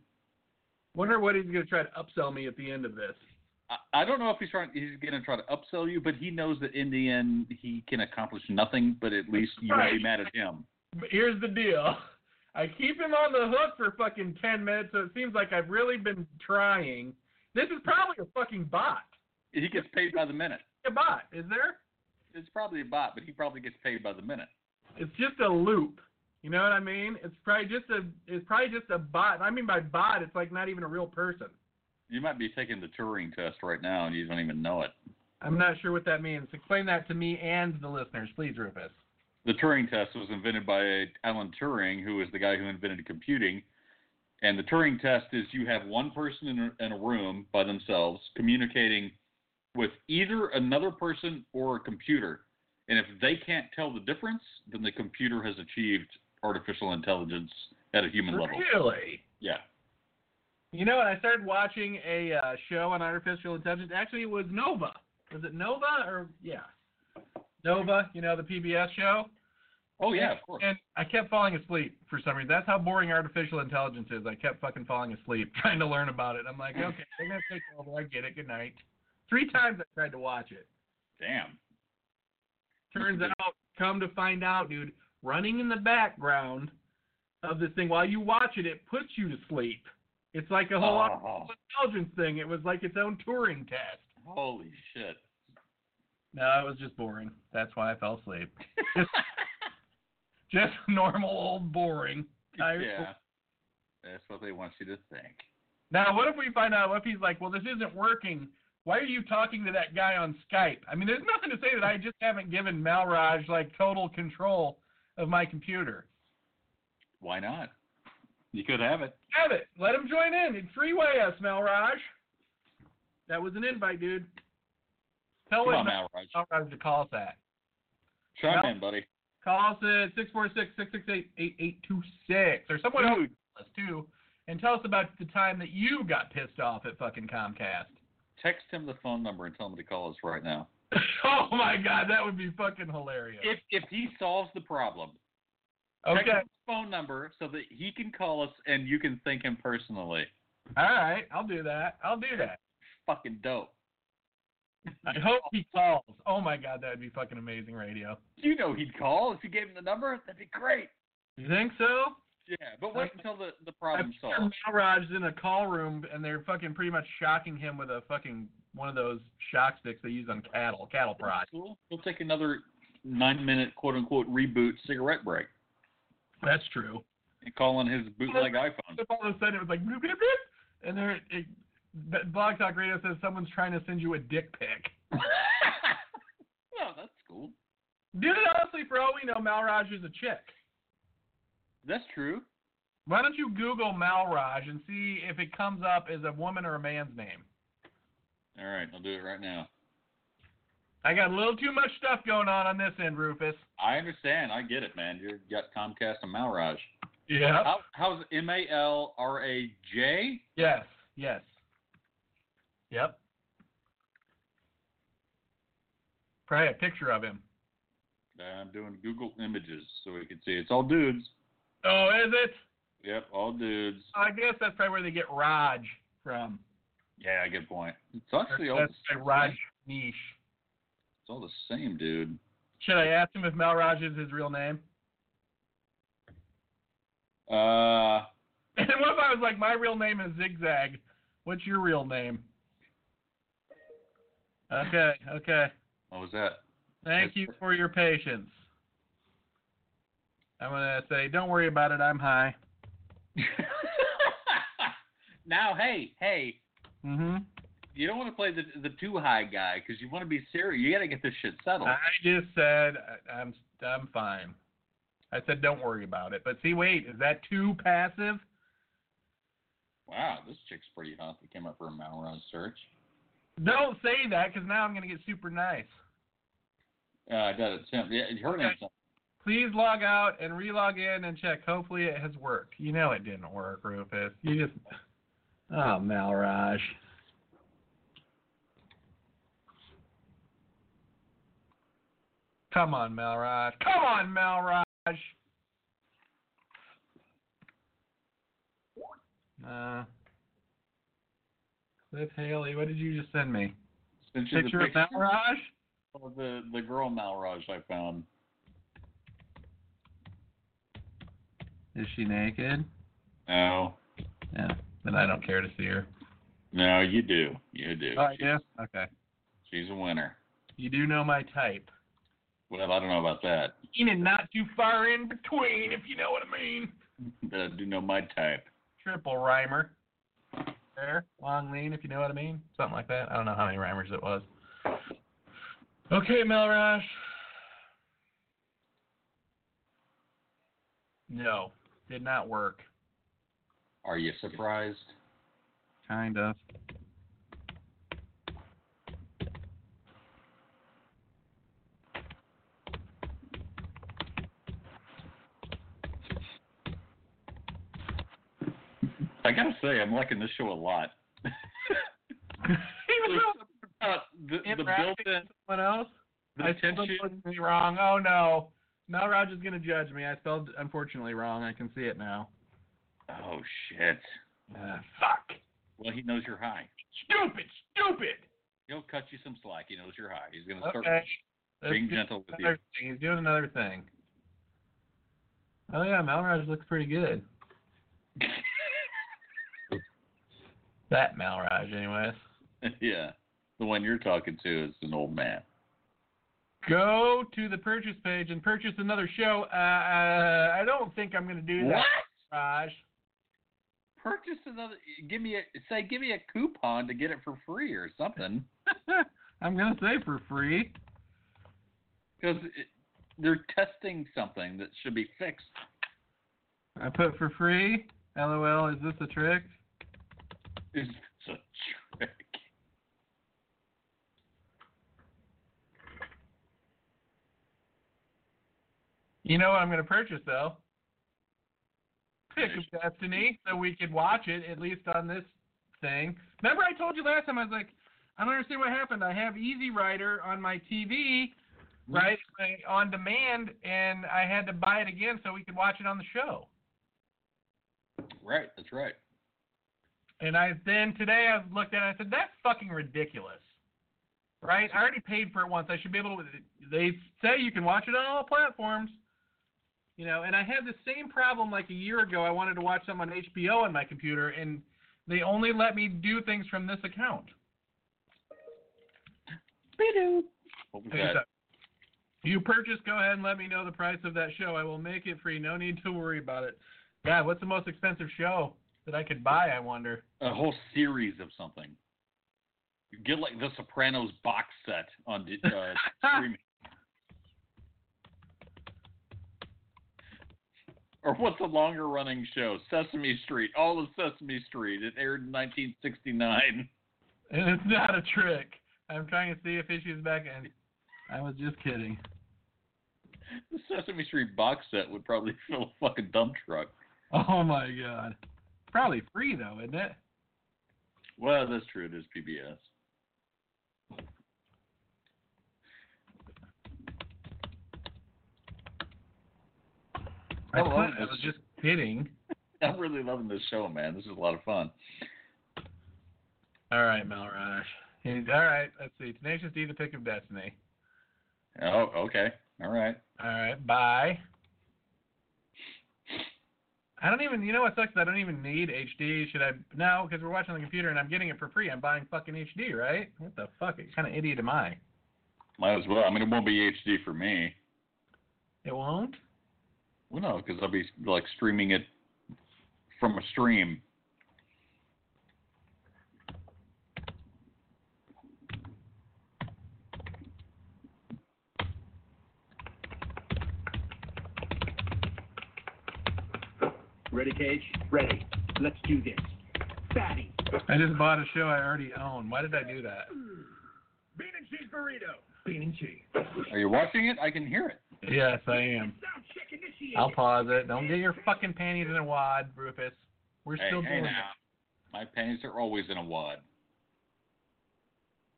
Speaker 2: Wonder what he's gonna try to upsell me at the end of this.
Speaker 3: I, I don't know if he's trying. He's going to try to upsell you, but he knows that in the end he can accomplish nothing. But at least you won't
Speaker 2: Right.
Speaker 3: be mad at him.
Speaker 2: But here's the deal. (laughs) I keep him on the hook for fucking ten minutes, so it seems like I've really been trying. This is probably a fucking bot.
Speaker 3: He gets paid by the minute.
Speaker 2: A bot, is there?
Speaker 3: It's probably a bot, but he probably gets paid by the minute.
Speaker 2: it's just a loop. You know what I mean? It's probably just a it's probably just a bot. I mean by bot, it's like not even a real person.
Speaker 3: You might be taking the Turing test right now, and you don't even know it.
Speaker 2: I'm not sure what that means. Explain that to me and the listeners, please, Rufus.
Speaker 3: the Turing test was invented by Alan Turing, who was the guy who invented computing. And the Turing test is you have one person in a, in a room by themselves communicating with either another person or a computer. And if they can't tell the difference, then the computer has achieved artificial intelligence at a human level.
Speaker 2: Really?
Speaker 3: Yeah.
Speaker 2: You know, I started watching a uh, show on artificial intelligence. Actually, it was Nova. Was it Nova or yeah? Nova, you know, the PBS show.
Speaker 3: Oh yeah, of course.
Speaker 2: And I kept falling asleep for some reason. That's how boring artificial intelligence is. I kept fucking falling asleep (laughs) trying to learn about it. I'm like, okay, they're gonna take over. I get it. Good night. Three times I tried to watch it.
Speaker 3: Damn.
Speaker 2: Turns out, come to find out, dude, running in the background of this thing while you watch it, it puts you to sleep. It's like a whole
Speaker 3: Oh,
Speaker 2: intelligence thing. It was like its own Turing test.
Speaker 3: holy shit.
Speaker 2: No, it was just boring. That's why I fell asleep. (laughs) Just normal old boring. I-
Speaker 3: (laughs) yeah. That's what they want you to think.
Speaker 2: Now, what if we find out? What if he's like, well, this isn't working? Why are you talking to that guy on Skype? I mean, there's nothing to say that I just haven't given Malraj like total control of my computer.
Speaker 3: Why not? You could have it.
Speaker 2: Have it. Let him join in and freeway us, Malraj. That was an invite, dude. Tell
Speaker 3: Come
Speaker 2: him
Speaker 3: on, Malraj.
Speaker 2: Malraj to call us at.
Speaker 3: Try
Speaker 2: Mal-
Speaker 3: in, buddy.
Speaker 2: Call us at 646 668 8826 or someone else us too, and tell us about the time that you got pissed off at fucking Comcast.
Speaker 3: Text him the phone number and tell him to call us right now.
Speaker 2: (laughs) oh my god, that would be fucking hilarious.
Speaker 3: If if he solves the problem, text
Speaker 2: okay,
Speaker 3: him his phone number so that he can call us and you can thank him personally.
Speaker 2: all right, I'll do that. I'll do that.
Speaker 3: Fucking dope.
Speaker 2: I hope he calls. Oh my god, that would be fucking amazing radio.
Speaker 3: (laughs) You know he'd call if you gave him the number. That'd be great.
Speaker 2: You think so?
Speaker 3: Yeah, but wait until the the
Speaker 2: I'm
Speaker 3: problem's
Speaker 2: sure
Speaker 3: solved.
Speaker 2: Malraj's in a call room and they're fucking pretty much shocking him with a fucking one of those shock sticks they use on cattle, cattle prod.
Speaker 3: Cool. We'll take another nine minute quote unquote reboot cigarette break
Speaker 2: That's true.
Speaker 3: and call on his
Speaker 2: (laughs)
Speaker 3: bootleg iPhone. (laughs)
Speaker 2: If all of a sudden it was like bloop, bloop, bloop, and there it, but Blog Talk Radio says someone's trying to send you a dick pic.
Speaker 3: well, that's cool.
Speaker 2: Dude, honestly, for all we know, Malraj is a chick.
Speaker 3: That's true.
Speaker 2: Why don't you Google Malraj and see if it comes up as a woman or a man's name?
Speaker 3: All right, I'll do it right now.
Speaker 2: I got a little too much stuff going on on this end, Rufus.
Speaker 3: I understand. I get it, man. You got Comcast and Malraj.
Speaker 2: Yeah.
Speaker 3: How, how's M A L R A J?
Speaker 2: Yes. Yes. Yep. Probably a picture of him.
Speaker 3: I'm doing Google Images so we can see. It's all dudes.
Speaker 2: Oh, is it?
Speaker 3: Yep, all dudes.
Speaker 2: I guess that's probably where they get Raj from.
Speaker 3: Yeah, good point. It's actually all,
Speaker 2: That's
Speaker 3: the-
Speaker 2: probably Raj Nish.
Speaker 3: it's all the same, dude.
Speaker 2: Should I ask him if Malraj is his real name?
Speaker 3: Uh,
Speaker 2: (laughs) And what if I was like, my real name is Zigzag. What's your real name? Okay, okay.
Speaker 3: what was that? (laughs)
Speaker 2: Thank you for your patience. I'm gonna say, don't worry about it. I'm high.
Speaker 3: now, hey, hey,
Speaker 2: Mm-hmm.
Speaker 3: you don't want to play the the too high guy because you want to be serious. You got to get this shit settled.
Speaker 2: I just said I- I'm I'm fine. I said don't worry about it. But see, wait, is that too passive?
Speaker 3: Wow, this chick's pretty hot. That came up for a Malraj search.
Speaker 2: Don't say that, because now I'm gonna get super nice.
Speaker 3: Uh, I got it. Tim. Yeah, her name's
Speaker 2: Please log out and relog in and check. Hopefully it has worked. You know it didn't work, Rufus. You just Oh Malraj. Come on, Malraj. Come on, Malraj. Uh Cliff Haley, what did you just send me?
Speaker 3: sent you the
Speaker 2: Picture of
Speaker 3: picture
Speaker 2: Malraj?
Speaker 3: of the the girl Malraj I found.
Speaker 2: Is she naked?
Speaker 3: No,
Speaker 2: Yeah. Then I don't care to see her.
Speaker 3: no, you do, you do.
Speaker 2: Oh yeah? Okay.
Speaker 3: She's a winner.
Speaker 2: You do know my type.
Speaker 3: Well, I don't know about that,
Speaker 2: And not too far in between, if you know what I mean.
Speaker 3: but I do know my type.
Speaker 2: Triple rhymer. There, long lean, if you know what I mean. Something like that. I don't know how many rhymers it was. Okay, Melrash. No, did not work.
Speaker 3: Are you surprised?
Speaker 2: Kind (laughs) of.
Speaker 3: I gotta say, I'm liking this show
Speaker 2: (laughs)
Speaker 3: a lot.
Speaker 2: Even
Speaker 3: There's
Speaker 2: though
Speaker 3: something about Uh, the, the
Speaker 2: Interacting.
Speaker 3: built-in
Speaker 2: someone else.
Speaker 3: The
Speaker 2: I spelled
Speaker 3: tension.
Speaker 2: unfortunately wrong. Oh no. Now Roger's gonna judge me. I spelled unfortunately wrong. I can see it now.
Speaker 3: Oh shit.
Speaker 2: Ah, fuck.
Speaker 3: Well, he knows you're high.
Speaker 2: Stupid. Stupid.
Speaker 3: He'll cut you some slack. He knows you're high. He's gonna start
Speaker 2: Okay. Let's
Speaker 3: being
Speaker 2: do
Speaker 3: gentle with you.
Speaker 2: another thing. He's doing another thing. Oh yeah, Malraj looks pretty (laughs) good. That Malraj, anyways.
Speaker 3: (laughs) yeah. The one you're talking to is an old man.
Speaker 2: Go to the purchase page and purchase another show. Uh, uh, I don't think I'm gonna do that, Raj. (laughs)
Speaker 3: Purchase another. Give me a say. Give me a coupon to get it for free or something.
Speaker 2: I'm gonna say for free.
Speaker 3: Because they're testing something that should be fixed.
Speaker 2: I put for free. LOL, is this a trick?
Speaker 3: It's a trick.
Speaker 2: You know what I'm going to purchase, though? Pick of Destiny, so we could watch it, at least on this thing. Remember, I told you last time, I was like, I don't understand what happened. I have Easy Rider on my TV,
Speaker 3: Mm-hmm.
Speaker 2: right? like, On demand, and I had to buy it again so we could watch it on the show.
Speaker 3: Right. That's right.
Speaker 2: And I then today I looked at it and I said, that's fucking ridiculous. Right? I already paid for it once. I should be able to. They say you can watch it on all platforms. You know, and I had the same problem like a year ago. I wanted to watch some on HBO on my computer, and they only let me do things from this account.
Speaker 3: What was
Speaker 2: Hey,
Speaker 3: that?
Speaker 2: so- You purchase, go ahead and let me know the price of that show. I will make it free. No need to worry about it. God, what's the most expensive show that I could buy, I wonder?
Speaker 3: A whole series of something. You get like the Sopranos box set on di- uh, streaming. Or what's a longer running show? Sesame Street. All of Sesame Street. It aired in 1969.
Speaker 2: And it's not a trick. I'm trying to see if issues back in. I was just kidding.
Speaker 3: (laughs)
Speaker 2: (laughs)
Speaker 3: The Sesame Street box set would probably (laughs) fill a fucking dump truck.
Speaker 2: Oh my god. Probably free though, isn't it?
Speaker 3: Well, that's true. It is PBS.
Speaker 2: I,
Speaker 3: Oh,
Speaker 2: thought
Speaker 3: I-
Speaker 2: I was just kidding.
Speaker 3: I'm really loving this show, man. This is a lot of fun.
Speaker 2: All right, Malraj. And- All right, let's see. Tenacious D, the pick of destiny.
Speaker 3: Oh, okay. All right.
Speaker 2: All right, bye. I don't even. You know what sucks? is I don't even need HD. Should I? No, because we're watching on the computer and I'm getting it for free. I'm buying fucking HD, right? What the fuck? What kind of idiot am I?
Speaker 3: Might as well. I mean, it won't be HD for me.
Speaker 2: It won't.
Speaker 3: Well, no, because I'll be like streaming it from a stream.
Speaker 4: Ready, Cage? Ready. Let's do this. Fatty.
Speaker 2: I just bought a show I already own. Why did I do that?
Speaker 4: Bean and cheese burrito. Bean and cheese.
Speaker 3: Are you watching it? I can hear it.
Speaker 2: Yes, I am.
Speaker 4: Sound check initiated.
Speaker 2: I'll pause it. Don't get your fucking panties in a wad, Rufus. We're
Speaker 3: Hey,
Speaker 2: still
Speaker 3: hey
Speaker 2: doing
Speaker 3: now. My panties are always in a wad.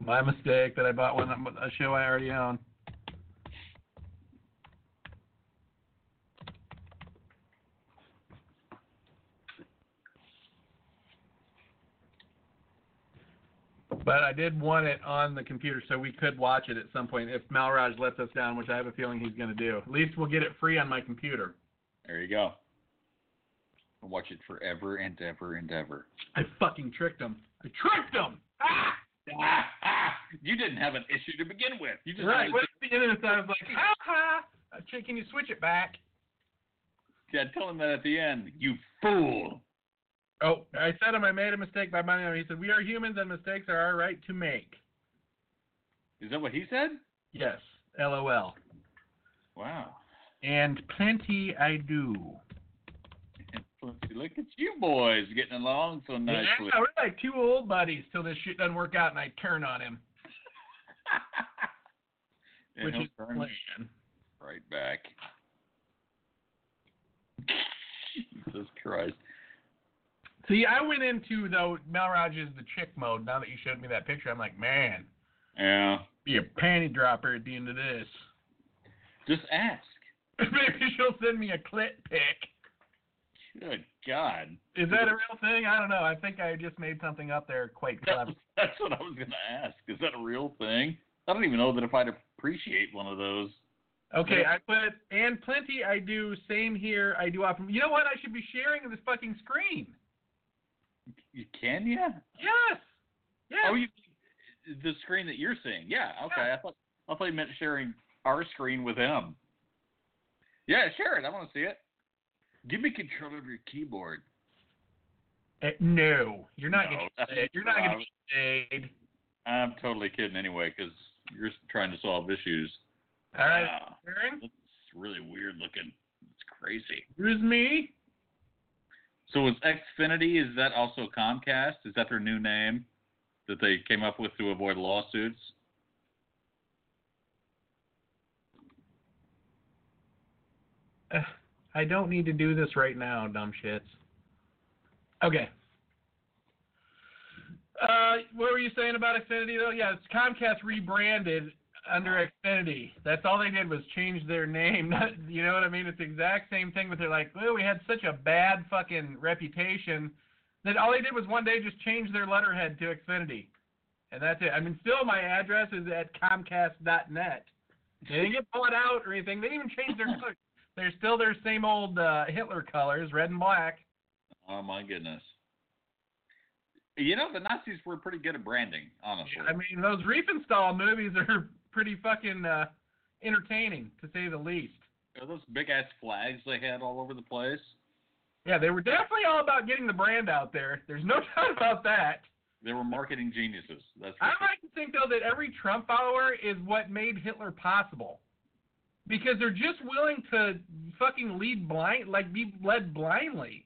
Speaker 2: it. My mistake that I bought one a show I already own. But I did want it on the computer so we could watch it at some point if Malraj lets us down, which I have a feeling he's going to do. At least we'll get it free on my computer.
Speaker 3: There you go. I'll watch it forever and ever and ever. (laughs)
Speaker 2: I fucking tricked him. I tricked him! Ah!
Speaker 3: Ah, ah, you didn't have an issue to begin with. You just
Speaker 2: Right.
Speaker 3: had
Speaker 2: What at the end of this, I was like, ha ha. Uh, Chick, Can you switch it back?
Speaker 3: yeah, tell him that at the end. You fool.
Speaker 2: Oh, I said him I made a mistake by buying him. He said, "We are humans, and mistakes are our right to make."
Speaker 3: Is that what he said?
Speaker 2: Yes. LOL.
Speaker 3: Wow. (laughs)
Speaker 2: And plenty I do.
Speaker 3: Look at you boys getting along so nicely.
Speaker 2: Yeah, we're like two old buddies till this shit doesn't work out, and I turn on him,
Speaker 3: And
Speaker 2: which
Speaker 3: he'll
Speaker 2: is the
Speaker 3: turn
Speaker 2: plan.
Speaker 3: right back. Jesus Christ.
Speaker 2: See, I went into though Melraj is the chick mode. Now that you showed me that picture, I'm like, man,
Speaker 3: Yeah.
Speaker 2: Be a panty dropper at the end of this. (laughs)
Speaker 3: Just ask.
Speaker 2: Maybe she'll send me a clit pic.
Speaker 3: Good God.
Speaker 2: Is that a real thing? I don't know. I think I just made something up there quite
Speaker 3: That's,
Speaker 2: clever.
Speaker 3: that's what I was going to ask. Is that a real thing? I don't even know that if I'd appreciate one of those.
Speaker 2: Okay, I put and plenty. I do same here. I do often. You know what? I should be sharing this fucking screen.
Speaker 3: You can, yeah?
Speaker 2: Yes. Yes.
Speaker 3: Oh, you the screen that you're seeing. Yeah, okay. I thought I thought you meant sharing our screen with him. Yeah, share it. I want to see it. Give me control of your keyboard.
Speaker 2: Uh, no, you're not
Speaker 3: No.
Speaker 2: getting paid. You're not getting paid.
Speaker 3: I'm totally kidding anyway, because you're trying to solve issues.
Speaker 2: All right,
Speaker 3: Ah,
Speaker 2: Aaron,
Speaker 3: that's really weird looking. It's crazy.
Speaker 2: excuse me.
Speaker 3: So is Xfinity? Is that also Comcast? Is that their new name that they came up with to avoid lawsuits?
Speaker 2: Ugh, I don't need to do this right now, dumb shits. Okay. Uh, what were you saying about Xfinity though? Yeah, it's Comcast rebranded under Xfinity. That's all they did was change their name. (laughs) Not, you know what I mean? It's the exact same thing, but they're like, well, we had such a bad fucking reputation that all they did was one day just change their letterhead to Xfinity, and that's it. I mean, still my address is at Comcast.net. They didn't get bought out or anything. They didn't even change their colors. They're still their same old uh, Hitler colors, red and black.
Speaker 3: Oh my goodness. You know the Nazis were pretty good at branding, honestly.
Speaker 2: I mean, those Riefenstahl movies are (laughs) pretty fucking uh, entertaining, to say the least.
Speaker 3: Are those big ass flags they had all over the place?
Speaker 2: Yeah, they were definitely all about getting the brand out there. There's no (laughs) doubt about that.
Speaker 3: They were marketing geniuses. That's for
Speaker 2: I
Speaker 3: sure.
Speaker 2: like to think though that every Trump follower is what made Hitler possible, because they're just willing to fucking lead blind, like be led blindly.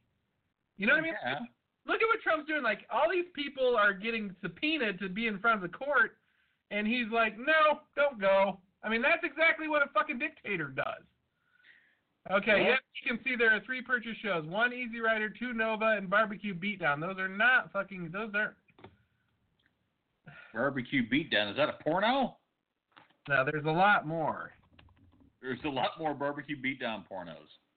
Speaker 2: You know what I mean?
Speaker 3: Yeah.
Speaker 2: look at what Trump's doing. Like all these people are getting subpoenaed to be in front of the court, and he's like, no, don't go. I mean, that's exactly what a fucking dictator does. Okay,
Speaker 3: Yeah.
Speaker 2: yep, you can see there are three purchase shows: one Easy Rider, two Nova, and Barbecue Beatdown. Those are not fucking. Those aren't.
Speaker 3: Barbecue beatdown. Is that a porno?
Speaker 2: No, there's a lot more.
Speaker 3: There's a lot more barbecue beatdown pornos. (clears throat)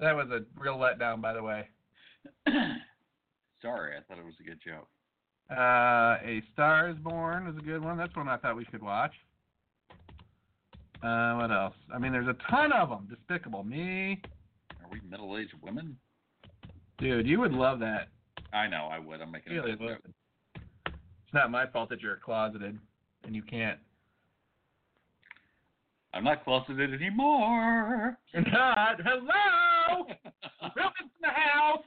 Speaker 2: That was a real letdown, by the way.
Speaker 3: Sorry, I thought it was a good joke.
Speaker 2: Uh, a Star is Born is a good one. That's one I thought we should watch. Uh, what else? I mean, there's a ton of them. Despicable Me.
Speaker 3: Are we middle aged women?
Speaker 2: Dude, you would love that.
Speaker 3: I know I would. I'm making
Speaker 2: Really
Speaker 3: a bad
Speaker 2: would.
Speaker 3: joke.
Speaker 2: It's not my fault that you're closeted and you can't.
Speaker 3: I'm not closeted
Speaker 2: (laughs)
Speaker 3: anymore.
Speaker 2: You're not. (laughs) Hello! Wilkins in the house!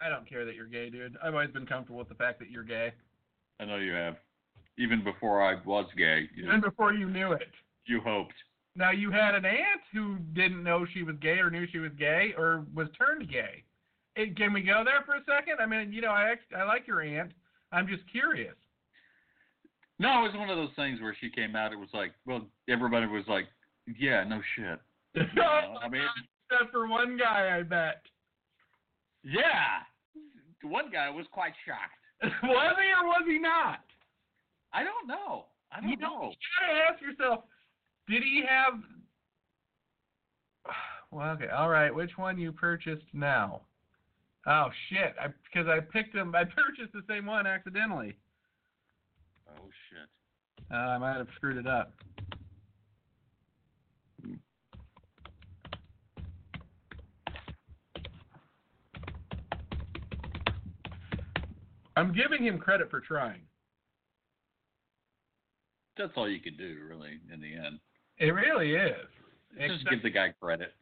Speaker 2: I don't care that you're gay, dude. I've always been comfortable with the fact that you're gay.
Speaker 3: I know you have. Even before I was gay, you,
Speaker 2: Even before you knew it.
Speaker 3: you hoped.
Speaker 2: Now, you had an aunt who didn't know she was gay or knew she was gay or was turned gay. It, can we go there for a second? I mean, you know, I, act- I like your aunt. I'm just (laughs) curious.
Speaker 3: No, it was one of those things where she came out. It was like, well, everybody was like, yeah, no shit.
Speaker 2: No,
Speaker 3: I mean-
Speaker 2: except for one guy, I bet.
Speaker 3: Yeah. One guy was quite shocked.
Speaker 2: (laughs) was he or was he not?
Speaker 3: I don't know. I don't
Speaker 2: You don't-
Speaker 3: know.
Speaker 2: You gotta ask yourself, did he have? (sighs) Well, okay, all right. Which one you purchased now? Oh shit! I because I picked them. I (laughs) purchased the same one accidentally.
Speaker 3: Oh shit.
Speaker 2: Uh, I might have screwed it up. I'm giving him credit for trying.
Speaker 3: That's all you can do, really, in the end.
Speaker 2: It really is.
Speaker 3: Just give the guy credit.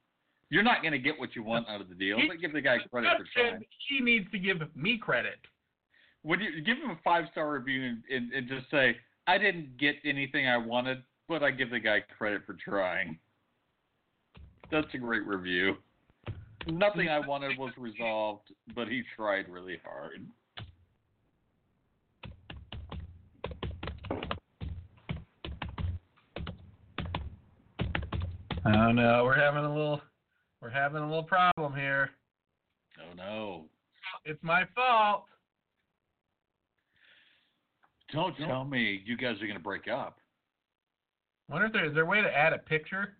Speaker 3: You're not going to get what you want out of the deal, but give the guy credit for trying.
Speaker 2: He needs to give me credit.
Speaker 3: When you give him a five star review and, and, and just say, "I didn't get anything I wanted, but I give the guy credit for trying." That's a great review. Nothing I wanted was resolved, but he tried really hard.
Speaker 2: Oh no, we're having a little, we're having a little problem here.
Speaker 3: Oh no.
Speaker 2: It's my fault.
Speaker 3: Don't tell me you guys are gonna break up.
Speaker 2: Wonder if there is there a way to add a picture?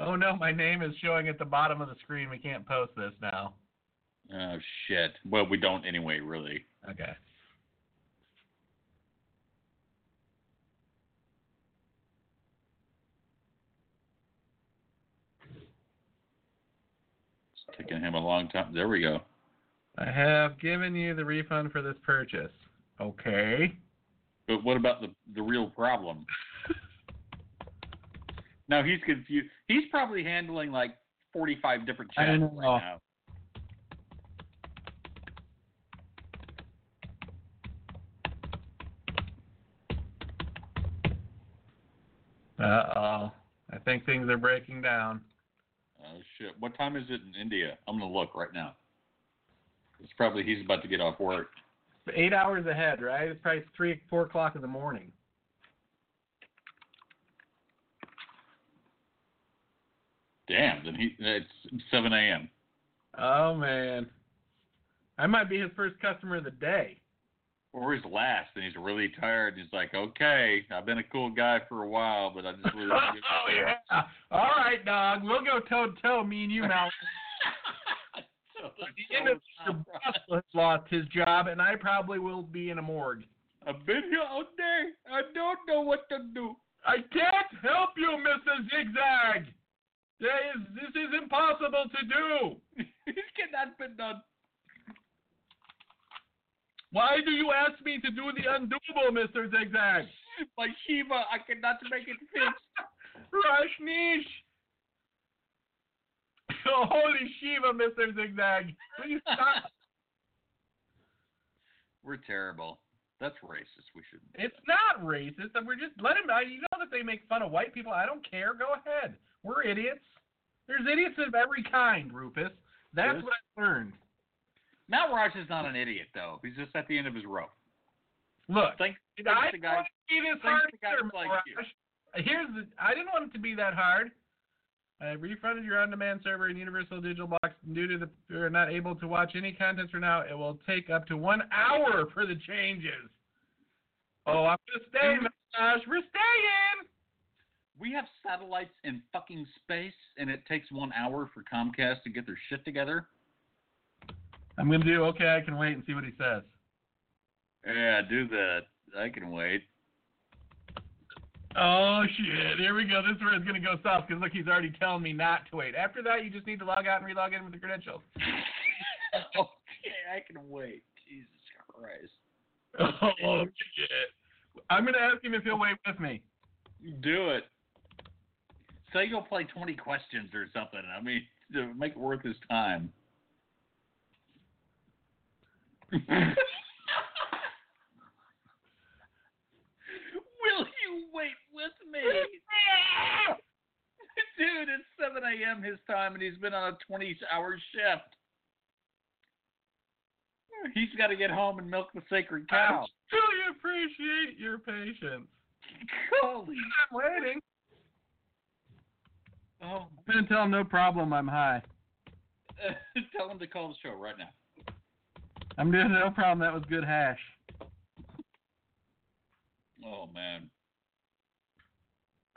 Speaker 2: Oh no, my name is showing at the bottom of the screen. We can't post this now.
Speaker 3: Oh shit. Well, we don't anyway, really.
Speaker 2: Okay.
Speaker 3: It's taking him a long time. There we go.
Speaker 2: I have given you the refund for this purchase. Okay.
Speaker 3: But what about the the real
Speaker 2: (laughs)
Speaker 3: problem? now he's confused. He's probably handling like forty five different
Speaker 2: I
Speaker 3: chats
Speaker 2: know.
Speaker 3: right now.
Speaker 2: Uh oh. I think things are breaking down.
Speaker 3: Oh shit! What time is it in India? I'm gonna look right now. It's probably he's about to get off work.
Speaker 2: Eight hours ahead, right? It's probably three, four o'clock in the morning.
Speaker 3: Damn! Then he it's seven a.m.
Speaker 2: Oh man. I might be his first customer of the day.
Speaker 3: Or he's last, and he's really tired. He's like, "Okay, I've been a cool guy for a while, but I
Speaker 2: (laughs)
Speaker 3: just really." wanna get-
Speaker 2: (laughs) oh
Speaker 3: (laughs)
Speaker 2: yeah. All right, dog. We'll go toe to toe, me and you, (laughs)
Speaker 3: (laughs)
Speaker 2: Mal. At the end of the year, Bus has lost his job, and I probably will be in a morgue.
Speaker 3: I've been here all day. I don't know what to do. (laughs)
Speaker 2: I can't help you, Mr. Zigzag. There is, this is impossible to do.
Speaker 3: it cannot be done.
Speaker 2: Why do you ask me to do the undoable, Mr. Zigzag?
Speaker 3: My Shiva, I cannot make it fixed.
Speaker 2: Rajneesh! (laughs) Holy Shiva, Mr. Zigzag! Please stop.
Speaker 3: (laughs) We're terrible. That's racist. We should.
Speaker 2: it's not racist. We're just let him. I- You know that they make fun of white people. I don't care. Go ahead. We're idiots. There's idiots of every kind, Rufus. That's
Speaker 3: Yes.
Speaker 2: what I learned.
Speaker 3: Matt Raj is not an idiot though. He's just at the end of his rope.
Speaker 2: Look,
Speaker 3: Thanks,
Speaker 2: I
Speaker 3: thanks to
Speaker 2: didn't
Speaker 3: guys.
Speaker 2: want it to be this
Speaker 3: thanks
Speaker 2: hard
Speaker 3: to guys
Speaker 2: either,
Speaker 3: like
Speaker 2: Mirage.
Speaker 3: you.
Speaker 2: Here's the, I didn't want it to be that hard. I refunded your on-demand server and Universal Digital Box due to the you're not able to watch any content for now. It will take up to one hour for the changes. Oh, I'm gonna stay,
Speaker 3: Mm-hmm.
Speaker 2: Mirage. We're staying.
Speaker 3: We have satellites in fucking space, and it takes one hour for Comcast to get their shit together.
Speaker 2: I'm gonna do okay. I can wait and see what he says.
Speaker 3: Yeah, do that. I can (laughs) wait.
Speaker 2: Oh shit! Here we go. This is where it's gonna go south because look, he's already telling me not to wait. After that, you just need to log out and relog in with the credentials. (laughs)
Speaker 3: okay, I can wait. Jesus Christ.
Speaker 2: Oh shit! I'm gonna ask him if he'll wait with me.
Speaker 3: Do it. Say you'll play 20 questions or something. I mean, to make it worth his (laughs) time. Will you wait with me? (laughs) Dude, it's 7 a.m. his time, and he's been on a 20 hour shift. He's got to get home and milk the sacred cow.
Speaker 2: I really appreciate your patience.
Speaker 3: (laughs) Holy.
Speaker 2: I'm waiting.
Speaker 3: Oh,
Speaker 2: I'm gonna tell him no problem. I'm high.
Speaker 3: uh, tell him to call the show right now.
Speaker 2: I'm doing no problem. That was good hash.
Speaker 3: Oh, man.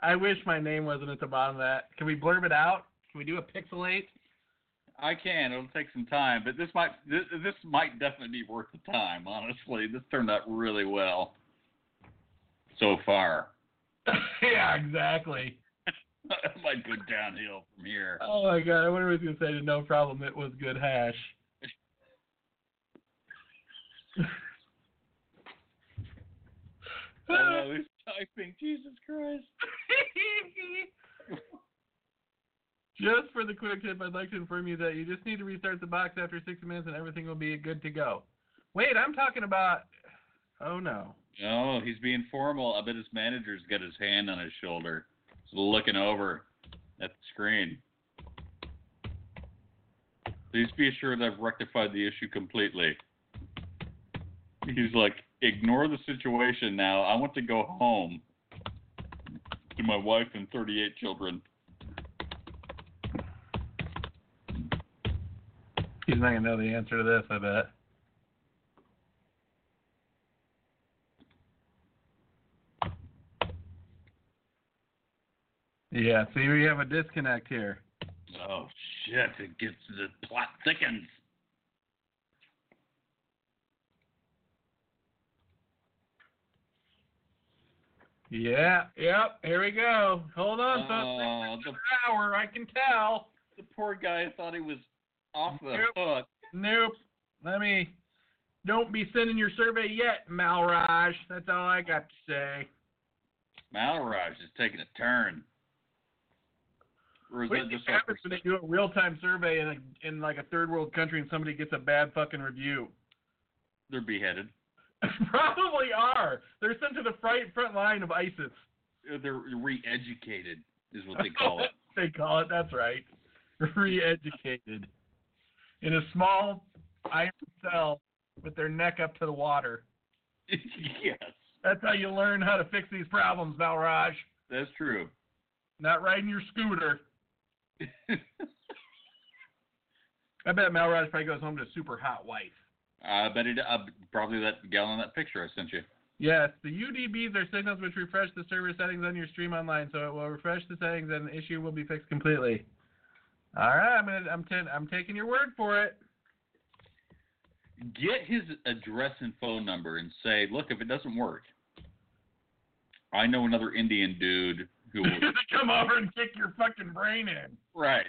Speaker 2: I wish my name wasn't at the bottom of that. Can we blurb it out? Can we do a pixelate? (laughs)
Speaker 3: I can. It'll take some time, but this might this, this might definitely be worth the time. Honestly, this turned out really well so far. (laughs)
Speaker 2: yeah, exactly.
Speaker 3: it might go downhill from here.
Speaker 2: Oh my god, I wonder what he's gonna say to no problem. It was good hash.
Speaker 3: Oh, he's typing. Jesus Christ.
Speaker 2: just for the quick tip, I'd like to inform you that you just need to restart the box after 60 minutes and everything will be good to go. Wait, I'm talking about. Oh no.
Speaker 3: Oh, he's being formal. I bet his manager's got his hand on his shoulder. He's looking over at the screen. Please be assured I've rectified the issue completely. He's like, ignore the situation now. I want to go home to my wife and 38 children.
Speaker 2: He's not gonna know the answer to this, I bet. Yeah, see, we have a disconnect here.
Speaker 3: Oh shit! It gets the plot thickens.
Speaker 2: Yeah, yep, here we go. Hold on,
Speaker 3: Oh,
Speaker 2: folks. Another hour, I can tell.
Speaker 3: The poor guy thought he was off the
Speaker 2: Yep.
Speaker 3: hook.
Speaker 2: Nope. Let me. Don't be sending your survey yet, Malraj. That's all I got to say.
Speaker 3: Malraj is taking a turn. Or is
Speaker 2: What do
Speaker 3: that
Speaker 2: you think
Speaker 3: just our
Speaker 2: happens when they do a real-time survey in a, in like a third-world country and somebody gets a bad fucking review?
Speaker 3: they're beheaded?
Speaker 2: (laughs) Probably are. They're sent to the front front line of ISIS.
Speaker 3: Uh, They're re-educated, is what they call it.
Speaker 2: they call it. That's right. Re-educated in a small iron cell with their neck up to the water.
Speaker 3: (laughs) yes,
Speaker 2: That's how you learn how to fix these problems, Balraj.
Speaker 3: that's true. (laughs)
Speaker 2: Not riding your scooter. I bet Malraj probably goes home to a super hot wife.
Speaker 3: I bet it. Uh, probably that gal in that picture I sent you.
Speaker 2: Yes, the UDBs are signals which refresh the server settings on your stream online, so it will refresh the settings and the issue will be fixed completely. All right, I'm gonna, I'm, i I'm taking your word for it.
Speaker 3: Get his address and phone number and say, look, if it doesn't work, I know another Indian dude
Speaker 2: (laughs)
Speaker 3: who will.
Speaker 2: Come over and kick your fucking brain in.
Speaker 3: right.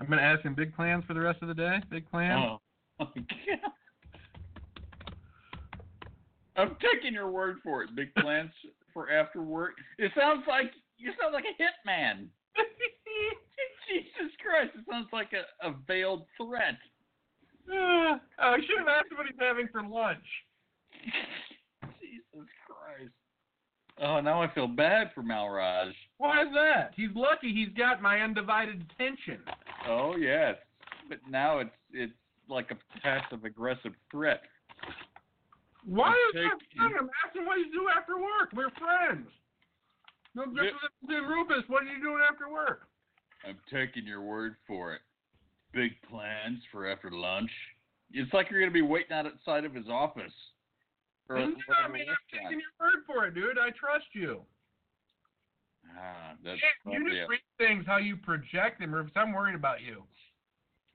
Speaker 2: I'm gonna ask him big plans for the rest of the day. Big (laughs) plans.
Speaker 3: Oh. (laughs) I'm taking your word for it. Big plans for after work. It sounds like you sound like a hitman. (laughs) Jesus Christ! It sounds like a, a veiled threat.
Speaker 2: Uh, I should have asked him what he's having for lunch.
Speaker 3: Jesus Christ! Oh, now I feel bad for Malraj.
Speaker 2: Why is that? He's lucky he's got my undivided attention.
Speaker 3: Oh yes, but now it's it's like a passive aggressive threat.
Speaker 2: Why is
Speaker 3: Take-
Speaker 2: that fun? I'm asking what you do after work. We're friends. No, just
Speaker 3: Yeah.
Speaker 2: as in Rufus, what are you doing after work?
Speaker 3: I'm taking your word for it. Big plans for after lunch. It's like you're gonna be waiting out outside of his office. Or
Speaker 2: No, I
Speaker 3: whatever
Speaker 2: mean, I'm taking
Speaker 3: restaurant.
Speaker 2: your word for it, dude. I trust you.
Speaker 3: Ah, that's
Speaker 2: Yeah, you
Speaker 3: probably
Speaker 2: just
Speaker 3: it.
Speaker 2: read things how you project them, Rufus. I'm worried about you.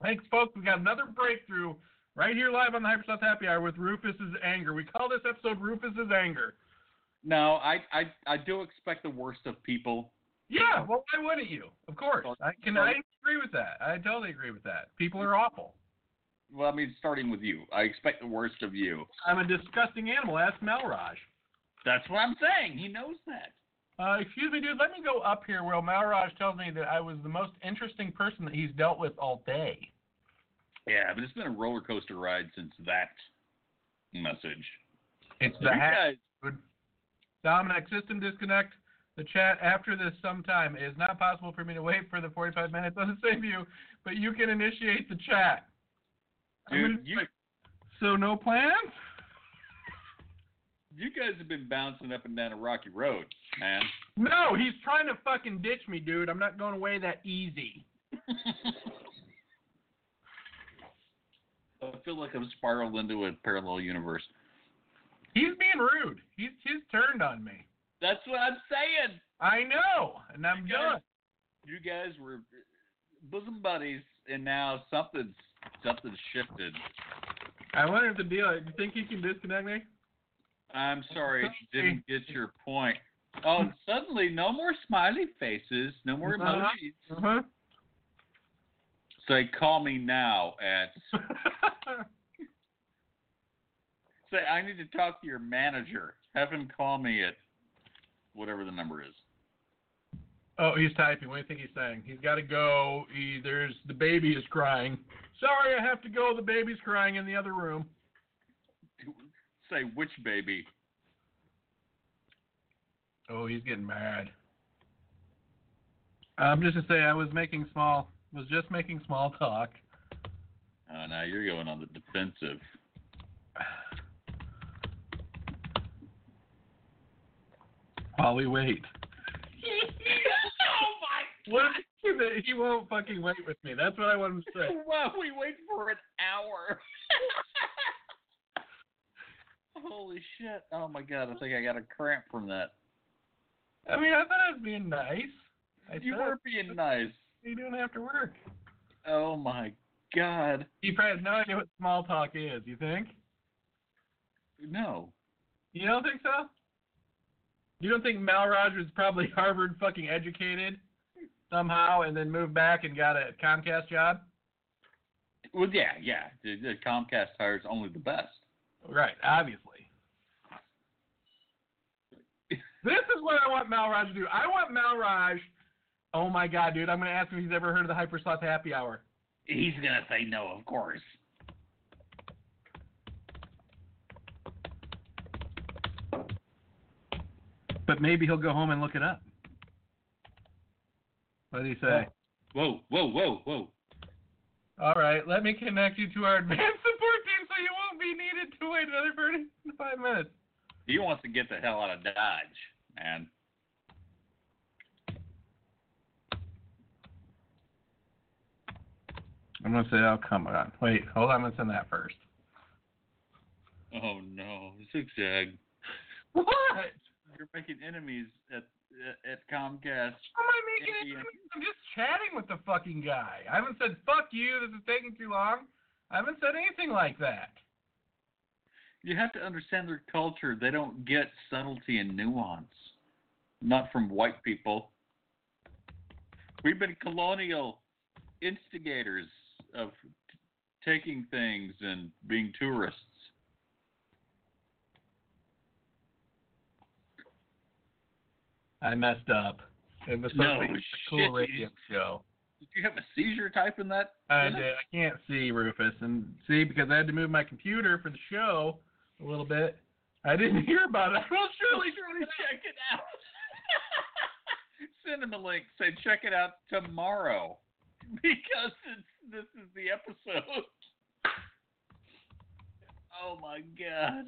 Speaker 2: Thanks, folks. We got another breakthrough right here live on the Hypersoft Happy Hour with Rufus's anger. We call this episode Rufus's anger.
Speaker 3: No, I, I I do expect the worst of people.
Speaker 2: Yeah, well, why wouldn't you? Of course, I can. I agree with that. I totally agree with that. People are awful.
Speaker 3: Well, I mean, starting with you, I expect the worst of you.
Speaker 2: I'm a disgusting animal. Ask Melraj.
Speaker 3: That's what I'm saying. He knows that.
Speaker 2: Uh, excuse me, dude. Let me go up here where Malraj tells me that I was the most interesting person that he's dealt with all day.
Speaker 3: Yeah, but it's been a roller coaster ride since that message.
Speaker 2: It's
Speaker 3: You
Speaker 2: the hack.
Speaker 3: guys-
Speaker 2: Dominic, system disconnect. The chat after this sometime. It is not possible for me to wait for the 45 minutes on the same view, but you can initiate the chat. I'm
Speaker 3: dude,
Speaker 2: gonna-
Speaker 3: you
Speaker 2: so no plans?
Speaker 3: you guys have been bouncing up and down a rocky road, man.
Speaker 2: No, he's trying to fucking ditch me, dude. I'm not going away that easy.
Speaker 3: I feel like I'm spiraled into a parallel universe.
Speaker 2: He's being rude. He's he's turned on me.
Speaker 3: That's what I'm saying.
Speaker 2: I know, and I'm
Speaker 3: You guys-
Speaker 2: done.
Speaker 3: You guys were bosom buddies, and now something's something's shifted.
Speaker 2: I wonder if the deal. Do you think he can disconnect me?
Speaker 3: I'm
Speaker 2: (laughs)
Speaker 3: sorry, didn't get your point. Oh, and suddenly no more smiley faces, no more
Speaker 2: Uh-huh.
Speaker 3: emojis.
Speaker 2: (laughs) Uh
Speaker 3: Say, call me now at. (laughs)
Speaker 2: huh.
Speaker 3: Say, I need to talk to your manager. Have him call me at whatever the number is.
Speaker 2: oh, he's typing. What do you think he's saying? He's got to go. He, there's the baby is crying. Sorry, I have to go. The baby's crying in the other room.
Speaker 3: Say, which baby?
Speaker 2: Oh, he's getting mad. I'm just gonna say I was making small was just making small talk.
Speaker 3: Oh, now you're going on the defensive.
Speaker 2: While we wait.
Speaker 3: (laughs) oh my
Speaker 2: What? He won't fucking wait with me. That's what I want him to say.
Speaker 3: (laughs) Wow, we wait for an hour. (laughs) Holy shit. Oh my god, I think I got a cramp from that.
Speaker 2: I mean, I thought I was being nice. I
Speaker 3: you
Speaker 2: said,
Speaker 3: were being nice.
Speaker 2: What are you doing after work?
Speaker 3: Oh my god.
Speaker 2: He probably has no idea what small talk is. You think?
Speaker 3: No.
Speaker 2: You don't think so? You don't think Mal Rogers probably (laughs) Harvard fucking educated somehow and then moved back and got a Comcast job?
Speaker 3: Well, yeah, yeah. The, the Comcast hires only the best.
Speaker 2: Right, obviously. this is what I want Mal Raj to do. I want Mal Raj. Oh my god, dude! I'm gonna ask him if he's ever heard of the Hypersloth Happy Hour.
Speaker 3: He's gonna say no, of course.
Speaker 2: But maybe he'll go home and look it up. What did he say?
Speaker 3: Whoa, whoa, whoa, whoa.
Speaker 2: All right, let me connect you to our advanced (laughs) support team so you won't be needed to wait another 35 minutes.
Speaker 3: He wants to get the hell out of Dodge, man.
Speaker 2: I'm gonna say, oh come on, wait, hold on, I'm gonna send that first.
Speaker 3: Oh no, zigzag.
Speaker 2: What?
Speaker 3: You're making enemies at at- at Comcast.
Speaker 2: How am I making it? I'm just chatting with the fucking guy. I haven't said fuck you. This is taking too long. I haven't said anything like that.
Speaker 3: You have to understand their culture. They don't get subtlety and nuance. Not from white people. We've been colonial instigators of t- taking things and being tourists.
Speaker 2: I messed up. It was
Speaker 3: No,
Speaker 2: something
Speaker 3: shit,
Speaker 2: cool
Speaker 3: you
Speaker 2: radio
Speaker 3: just-
Speaker 2: show.
Speaker 3: Did you have a seizure type in that?
Speaker 2: I
Speaker 3: minute?
Speaker 2: did. I can't see Rufus, and see because I had to move my computer for the show a little bit. I didn't hear about it. (laughs) Well, surely, surely.
Speaker 3: check it out. (laughs) Send him a link. Say check it out tomorrow (laughs) because it's, this is the episode. (laughs) Oh my god.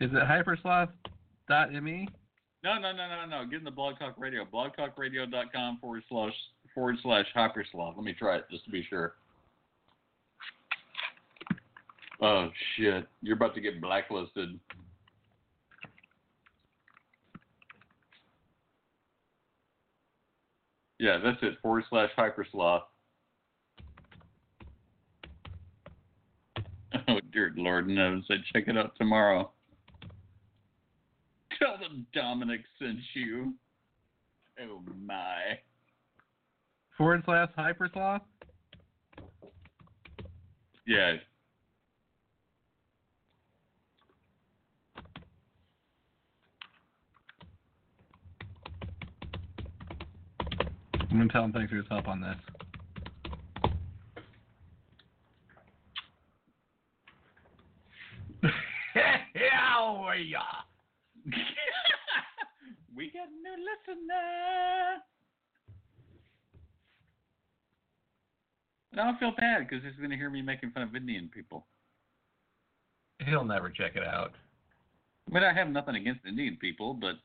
Speaker 2: Is it hypersloth.me?
Speaker 3: No, no, no, no, no. Get in the Blog Talk Radio. BlogTalkRadio.com forward slash forward slash hyperslot. Let me try it just to be sure. Oh shit! You're about to get blacklisted. Yeah, that's it. Forward slash hypersloth. (laughs) Oh dear Lord knows. I check it out tomorrow. (laughs) Tell them Dominic sent you. Oh my.
Speaker 2: Forward slash hypersloth?
Speaker 3: Yeah.
Speaker 2: I'm going to tell him thanks for his help on this. (laughs) Hell yeah!
Speaker 3: (laughs) we got a new listener. And I don't feel bad because he's going to hear me making fun of Indian people.
Speaker 2: He'll never check it out.
Speaker 3: I mean, I have nothing against Indian people, but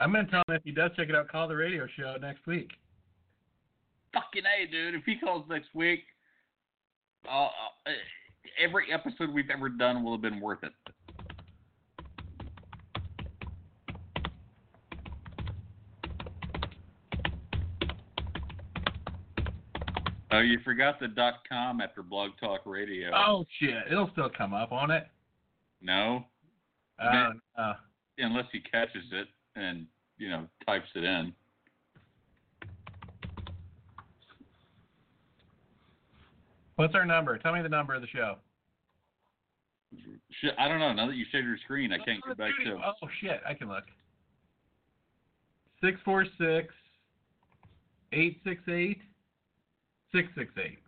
Speaker 2: I'm going to tell him if he does check it out, call the radio show next week.
Speaker 3: fucking A, dude. If he calls next week, uh, uh, every episode we've ever done will have been worth it. Oh, you forgot the dot com after Blog Talk Radio.
Speaker 2: Oh, shit. It'll still come up, won't it?
Speaker 3: No,
Speaker 2: Oh, no.
Speaker 3: unless he catches it and you know types it in.
Speaker 2: What's our number? Tell me the number of the show.
Speaker 3: Shit, I don't know. Now that you shared your screen, I can't go back to.
Speaker 2: Oh, shit. I can look. 646 868 668.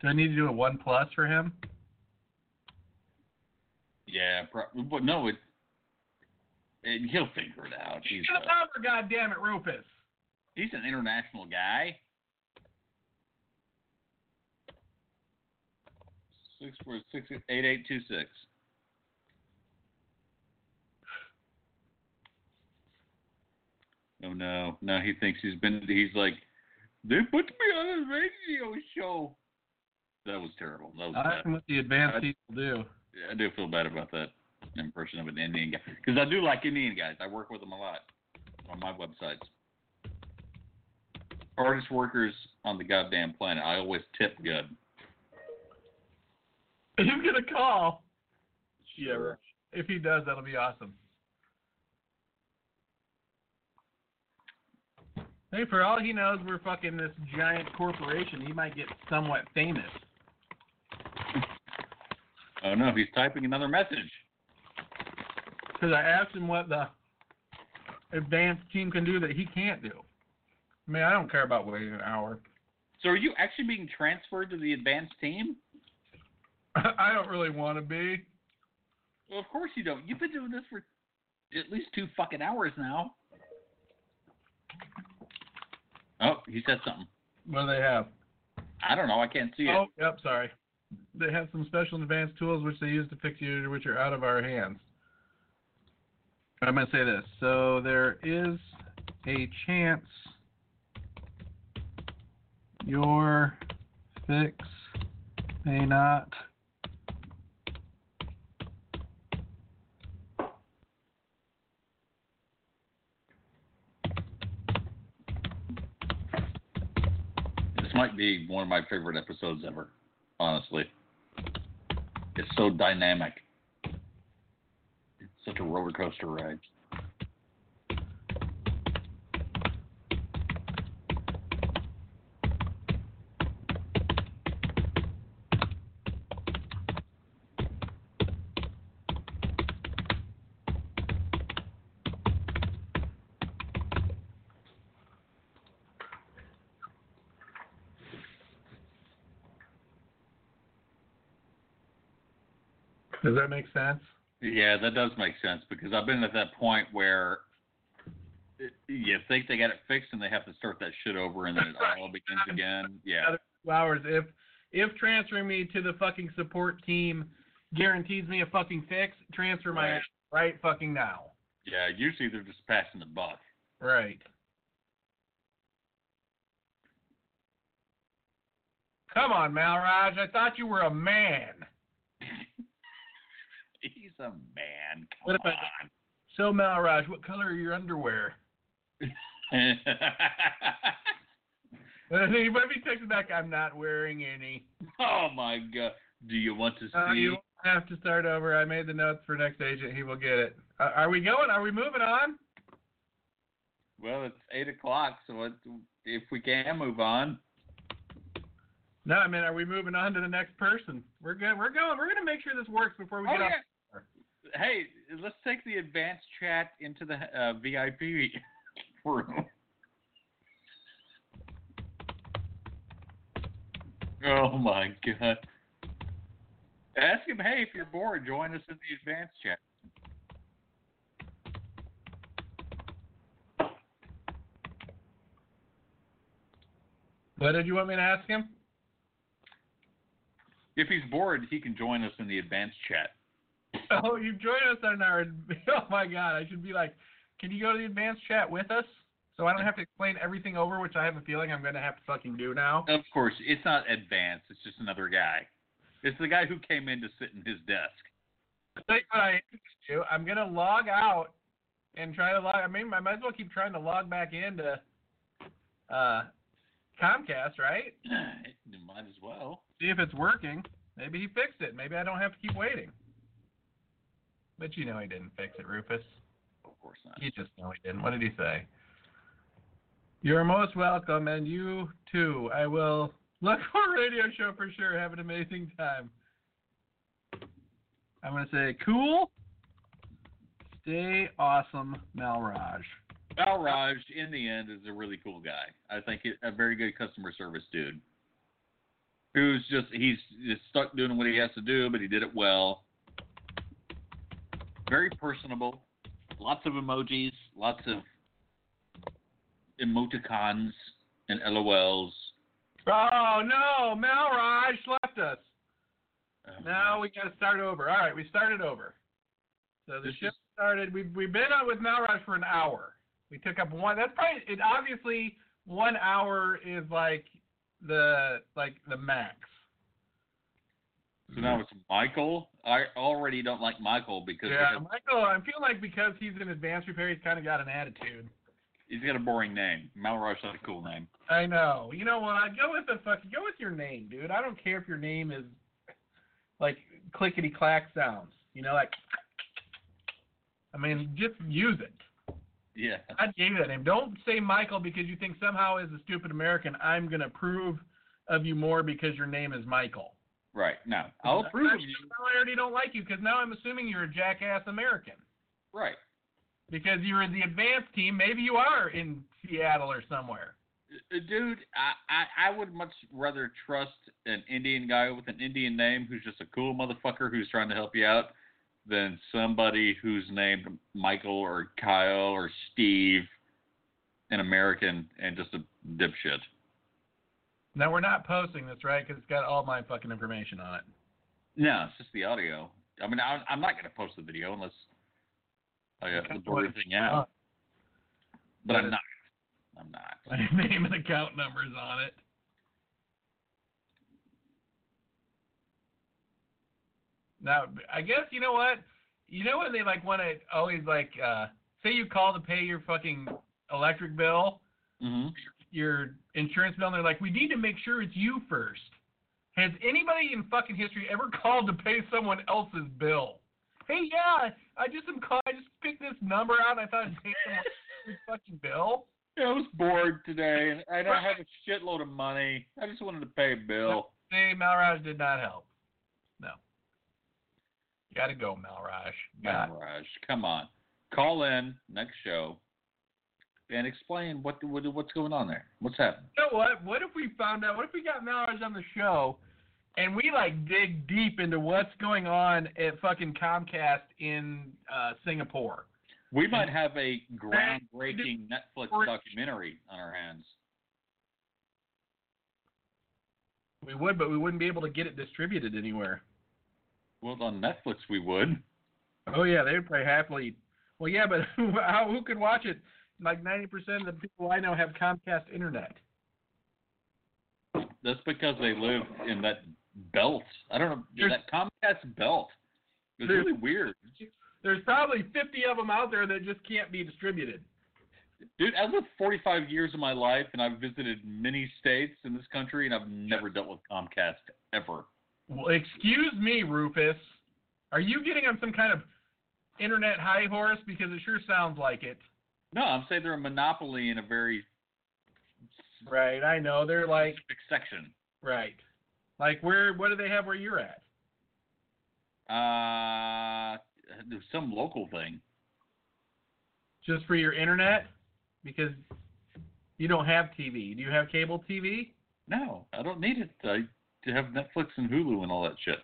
Speaker 2: Do I need to do a 1 plus for him?
Speaker 3: Yeah, pro- but no, it, it. He'll figure it out. He's
Speaker 2: Get
Speaker 3: a-
Speaker 2: a number, goddamn it, Rufus.
Speaker 3: He's an international guy. Six four six eight eight two six. Oh no, now he thinks he's been. He's like, they put me on a radio show. That was terrible. That was bad.
Speaker 2: That's what the advanced
Speaker 3: I-
Speaker 2: people do.
Speaker 3: I do feel bad about that impression of an Indian guy because I do like Indian guys. I work with them a lot on my websites. Hardest workers on the goddamn planet. I always tip good.
Speaker 2: He's gonna call.
Speaker 4: Yeah, right.
Speaker 2: If he does, that'll be awesome. Hey, for all he knows, we're fucking this giant corporation. He might get somewhat famous.
Speaker 3: Oh no, he's typing another message.
Speaker 2: Because I asked him what the advanced team can do that he can't do. I mean, I don't care about waiting an hour. (laughs)
Speaker 3: So are you actually being transferred to the advanced team?
Speaker 2: I don't really want to be.
Speaker 3: Well, of course you don't. You've been doing this for at least two fucking hours now. Oh, he said something.
Speaker 2: What do they have?
Speaker 3: I don't know. I can't see it.
Speaker 2: Oh, yep, sorry. They have some special and advanced tools which they use to fix you, which are out of our hands. I'm going to say this. So there is a chance your fix may not
Speaker 3: This might be one of my favorite episodes ever, honestly. It's so dynamic. It's such a roller coaster ride.
Speaker 2: Does that make sense?
Speaker 3: Yeah, that does make sense because I've been at that point where it- you think they got it fixed and they have to start that shit over and then it all begins again. Yeah.
Speaker 2: Two hours. If if transferring me to the fucking support team guarantees me a fucking fix, transfer my
Speaker 3: Right.
Speaker 2: ass right fucking now.
Speaker 3: Yeah, usually they're just passing the buck.
Speaker 2: Right. Come on, Malraj. I thought you were a man.
Speaker 3: He's a man. Come
Speaker 2: What if I-
Speaker 3: on.
Speaker 2: So, Malraj, what color are your underwear? (laughs) he might be texting back, I'm not wearing any.
Speaker 3: (laughs) oh my god. Do you want to see?
Speaker 2: Uh, you have to start over. I made the notes for next agent. He will get it. Uh, are we going? Are we moving on?
Speaker 3: Well, it's eight o'clock, so it, if we can move on,
Speaker 2: No, I mean, are we moving on to the next person? We're good. We're going. We're going to make sure this works before we
Speaker 3: Oh,
Speaker 2: get off.
Speaker 3: Hey, let's take the advanced chat into the uh, VIP (laughs) room. Oh my god! Ask him, hey, if you're bored, join us in the advanced chat.
Speaker 2: What did you want me to ask him?
Speaker 3: If he's bored, he can join us in the advanced chat.
Speaker 2: Oh, you joined us on our. (laughs) Oh my God, I should be like, can you go to the advanced chat with us? So I don't have to explain everything over, which I have a feeling I'm gonna have to fucking do (laughs) now.
Speaker 3: Of course, it's not advanced. It's just another guy. It's the guy who came in to sit in his desk.
Speaker 2: Tell you what I am gonna do. I'm gonna log out and try to log. I mean, I might as well keep trying to log back into uh, Comcast, right?
Speaker 3: you (clears throat) might as well.
Speaker 2: See if it's working. Maybe he fixed it. Maybe I don't have to keep waiting. But you know he didn't fix it, Rufus.
Speaker 3: Of course not.
Speaker 2: You just know he didn't. What did he say? You're most welcome, and you too. I will look (laughs) for a radio show for sure. Have an amazing time. I'm going to say, cool. Stay awesome, Malraj.
Speaker 3: Balraj, in the end, is a really cool guy. I think he- a very good customer service dude. Who's just he's just stuck doing what he has to do, but he did it well. Very personable. Lots of emojis, lots of emoticons and LOLs.
Speaker 2: Oh, no. Malraj left us.
Speaker 3: Um,
Speaker 2: Now we got to start over. All right, we started over. So the
Speaker 3: This
Speaker 2: show
Speaker 3: is-
Speaker 2: started. We've, we've been on with Malraj for an hour. We took up one. That's probably it. Obviously, one hour is like the like the max.
Speaker 3: So now it's Michael. I already don't like Michael because
Speaker 2: Yeah,
Speaker 3: because
Speaker 2: Michael. I feel like because he's in advanced repair, he's kind of got an attitude.
Speaker 3: he's got a boring name. Malrosh has a cool name.
Speaker 2: I know. You know what? I go with the fucking go with your name, dude. I don't care if your name is like clickety clack sounds. You know, like I mean, just use it.
Speaker 3: Yeah.
Speaker 2: I gave you that name. Don't say Michael because you think somehow as a stupid American I'm gonna approve of you more because your name is Michael.
Speaker 3: Right. No. I'll approve of
Speaker 2: Actually,
Speaker 3: you.
Speaker 2: now I already don't like you because now I'm assuming you're a jackass American
Speaker 3: Right.
Speaker 2: because you're in the advanced team. Maybe you are in Seattle or somewhere.
Speaker 3: Uh, Dude, I, I, I would much rather trust an Indian guy with an Indian name who's just a cool motherfucker who's trying to help you out than somebody who's named Michael or Kyle or Steve, an American and just a dipshit.
Speaker 2: Now we're not posting this right because it's got all my fucking information on it.
Speaker 3: No, it's just the audio. I mean, I, I'm not going to post the video unless I uh,
Speaker 2: Okay.
Speaker 3: blur everything out. But
Speaker 2: But-
Speaker 3: I'm not. I'm not.
Speaker 2: (laughs) My name and account numbers on it. Now, I guess you know what? You know when they like want to always like uh say you call to pay your fucking electric bill,
Speaker 3: Mm-hmm.
Speaker 2: your insurance bill, and they're like, we need to make sure it's you first. Has anybody in fucking history ever (laughs) called to pay someone else's bill? Hey, yeah, I just am call- I just picked this number out and I thought I'd pay someone's fucking bill.
Speaker 3: I was bored today, and I don't have a shitload of money. I just wanted to pay a bill.
Speaker 2: See, Malraj did not help. No. Gotta go, Malraj. God.
Speaker 3: Raj, come on, call in next show and explain what, what what's going on there. What's happening?
Speaker 2: You know what? What if we found out? What if we got Malraj on the show and we like dig deep into what's going on at fucking Comcast in uh, Singapore?
Speaker 3: We might have a groundbreaking Netflix documentary on our hands.
Speaker 2: We would, but we wouldn't be able to get it distributed anywhere.
Speaker 3: Well, on Netflix we would.
Speaker 2: Oh yeah, they would probably happily. Well, yeah, but (laughs) who, how, who could watch it? Like ninety percent of the people I know have Comcast internet.
Speaker 3: That's because they live in that belt. I don't know
Speaker 2: There's-
Speaker 3: that Comcast belt. It's
Speaker 2: There's-
Speaker 3: really weird,
Speaker 2: There's probably fifty of them out there that just can't be distributed.
Speaker 3: dude. I lived 45 years of my life, and I've visited many states in this country, and I've never dealt with Comcast ever.
Speaker 2: Well, excuse me, Rufus. Are you getting on some kind of internet high horse? Because it sure sounds like it.
Speaker 3: No, I'm saying they're a monopoly in a very
Speaker 2: Right, I know. They're like
Speaker 3: specific section.
Speaker 2: right. Like where what do they have where you're at?
Speaker 3: Uh, there's some local thing.
Speaker 2: Just for your internet? Because you don't have TV. Do you have cable TV?
Speaker 3: No, I don't need it. I to have Netflix and Hulu and all that shit.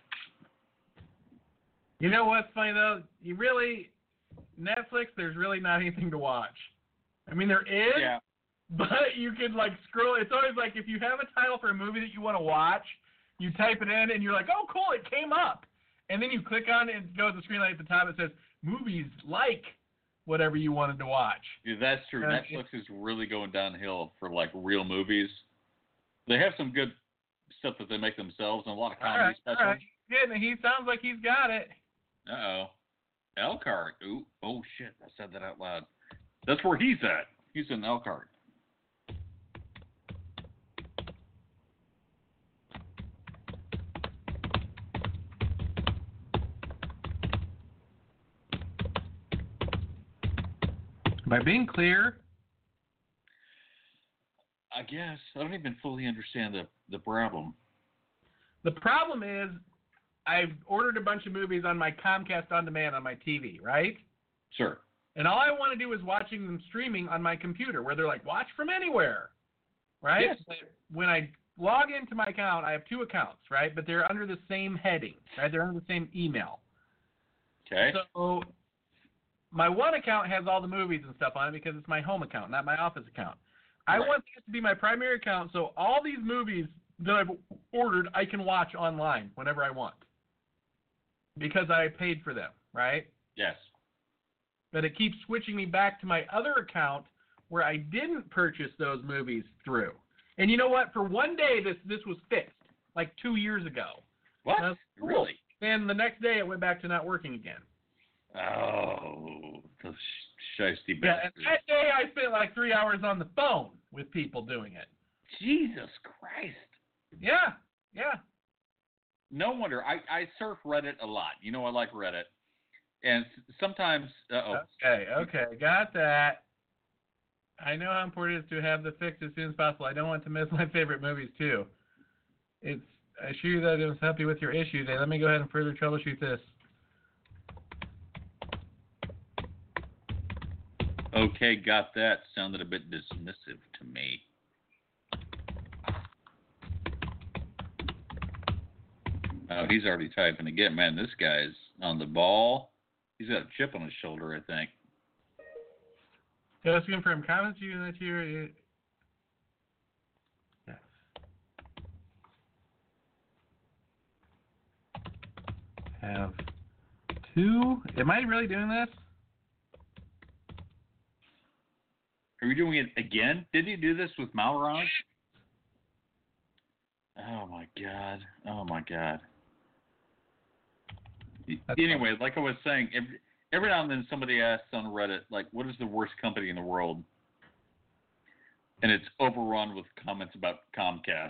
Speaker 2: You know what's funny though? You really Netflix there's really not anything to watch. I mean there is (laughs) But you can like scroll. It's always like if you have a title for a movie that you want to watch, you type it in and you're like, oh, cool, it came up. And then you click on it and it goes to the screen light at the top. It says movies like whatever you wanted to watch.
Speaker 3: Yeah, that's true.
Speaker 2: Uh,
Speaker 3: Netflix is really going downhill for like real movies. They have some good stuff that they make themselves and a lot of
Speaker 2: All
Speaker 3: comedy
Speaker 2: right, all
Speaker 3: specials.
Speaker 2: right. Yeah, and he sounds like he's got it.
Speaker 3: Uh oh. Elkhart. Ooh, oh shit, I said that out loud. That's where he's at. He's in Elkhart.
Speaker 2: By being clear,
Speaker 3: I guess. I don't even fully understand the, the problem.
Speaker 2: the problem is I've ordered a bunch of movies on my Comcast On Demand on my TV, right?
Speaker 3: Sure.
Speaker 2: And all I want to do is watching them streaming on my computer, where they're like, watch from anywhere, right?
Speaker 3: Yes.
Speaker 2: But When I log into my account, I have two accounts, right? But they're under the same heading, right? They're under the same email.
Speaker 3: Okay.
Speaker 2: So my one account has all the movies and stuff on it because it's my home account, not my office account. I
Speaker 3: Right.
Speaker 2: want this to be my primary account, so all these movies that I've ordered, I can watch online whenever I want because I paid for them, right?
Speaker 3: yes.
Speaker 2: but it keeps switching me back to my other account where I didn't purchase those movies through. And you know what? For one day, this this was fixed, like two years ago.
Speaker 3: What?
Speaker 2: That's cool.
Speaker 3: Really?
Speaker 2: Then the next day, it went back to not working again.
Speaker 3: Oh, those sh- shiesty
Speaker 2: Yeah, and
Speaker 3: bastards.
Speaker 2: that day, I spent like three hours on the phone with people doing it.
Speaker 3: Jesus Christ.
Speaker 2: Yeah, yeah.
Speaker 3: No wonder. I, I surf Reddit a lot. You know, I like Reddit. And s- sometimes, uh oh.
Speaker 2: Okay, okay, got that. I know how important it is to have the fix as soon as possible. I don't want to miss my favorite movies too. It's I assure you that it will help you with your issues. And let me go ahead and further troubleshoot this.
Speaker 3: Okay, got that. Sounded a bit dismissive to me. Oh, he's already typing again. Man, this guy's on the ball. He's got a chip on his shoulder, I think.
Speaker 2: Just confirm comments you that you. Have two? Am I really doing this?
Speaker 3: Are you doing it again? Did you do this with Malraj? Oh my god. Oh my god.
Speaker 2: That's
Speaker 3: anyway, like I was saying, every, every now and then somebody asks on Reddit, like, what is the worst company in the world? And it's overrun with comments about Comcast,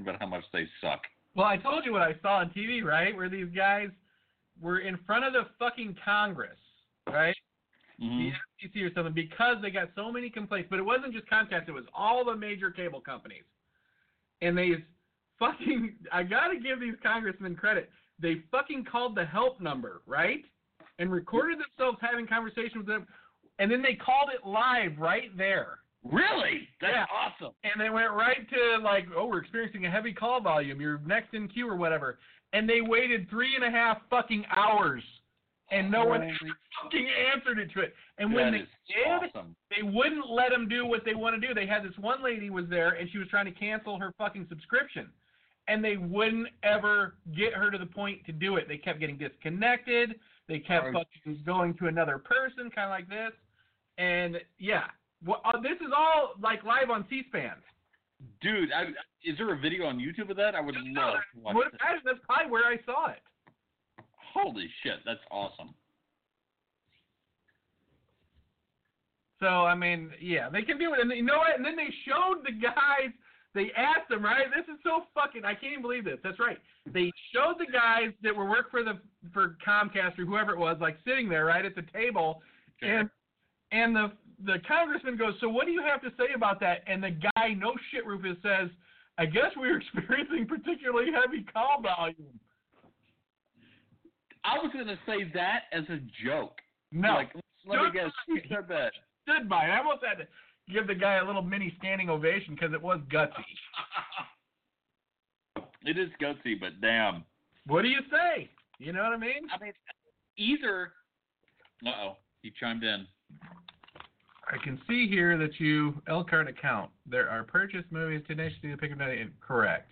Speaker 3: about how much they suck.
Speaker 2: Well, I told you what I saw on TV, right? Where these guys were in front of the fucking Congress, right? Mm-hmm.
Speaker 3: Mhm.
Speaker 2: The FCC or something, because they got so many complaints. But it wasn't just Comcast; it was all the major cable companies. And they fucking, (laughs) I gotta give these congressmen credit. They fucking called the help number, right? And recorded themselves having conversations with them, and then they called it live right there.
Speaker 3: Really? That's
Speaker 2: Yeah.
Speaker 3: awesome.
Speaker 2: And they went right to like, oh, we're experiencing a heavy call volume. You're next in queue or whatever. And they waited three and a half fucking hours, and no one fucking answered it to it. And when
Speaker 3: That
Speaker 2: they
Speaker 3: is
Speaker 2: did,
Speaker 3: awesome.
Speaker 2: they wouldn't let them do what they want to do. They had this one lady was there, and she was trying to cancel her fucking subscription, and they wouldn't ever get her to the point to do it. They kept getting disconnected. They kept
Speaker 3: Oh.
Speaker 2: fucking going to another person, kind of like this. And yeah, well, uh, this is all like live on C-SPAN.
Speaker 3: Dude, I, is there a video on YouTube of that? I would
Speaker 2: Just know
Speaker 3: love
Speaker 2: that.
Speaker 3: to watch
Speaker 2: Would
Speaker 3: that.
Speaker 2: imagine that's probably where I saw it.
Speaker 3: Holy shit, that's awesome.
Speaker 2: So I mean, yeah, they can do it. And you know what? And then they showed the guys. They asked them, right? This is so fucking. I can't even believe this. That's right. They showed the guys that were work for the for Comcast or whoever it was, like sitting there, right, at the table, and and the the congressman goes, so what do you have to say about that? And the guy, no shit, Rufus says, I guess we are (laughs) experiencing particularly heavy call volume.
Speaker 3: I was gonna say that as a joke.
Speaker 2: No,
Speaker 3: Like, let me
Speaker 2: Don't-
Speaker 3: guess. Who said that?
Speaker 2: stood by it. I almost had to give the guy a little mini standing ovation because it was gutsy.
Speaker 3: It is gutsy, but damn.
Speaker 2: What do you say? You know what I mean?
Speaker 3: I mean, either. Uh oh, he chimed in.
Speaker 2: I can see here that you Elkhart account. There are purchased movies tenaciously the pick up night. Correct.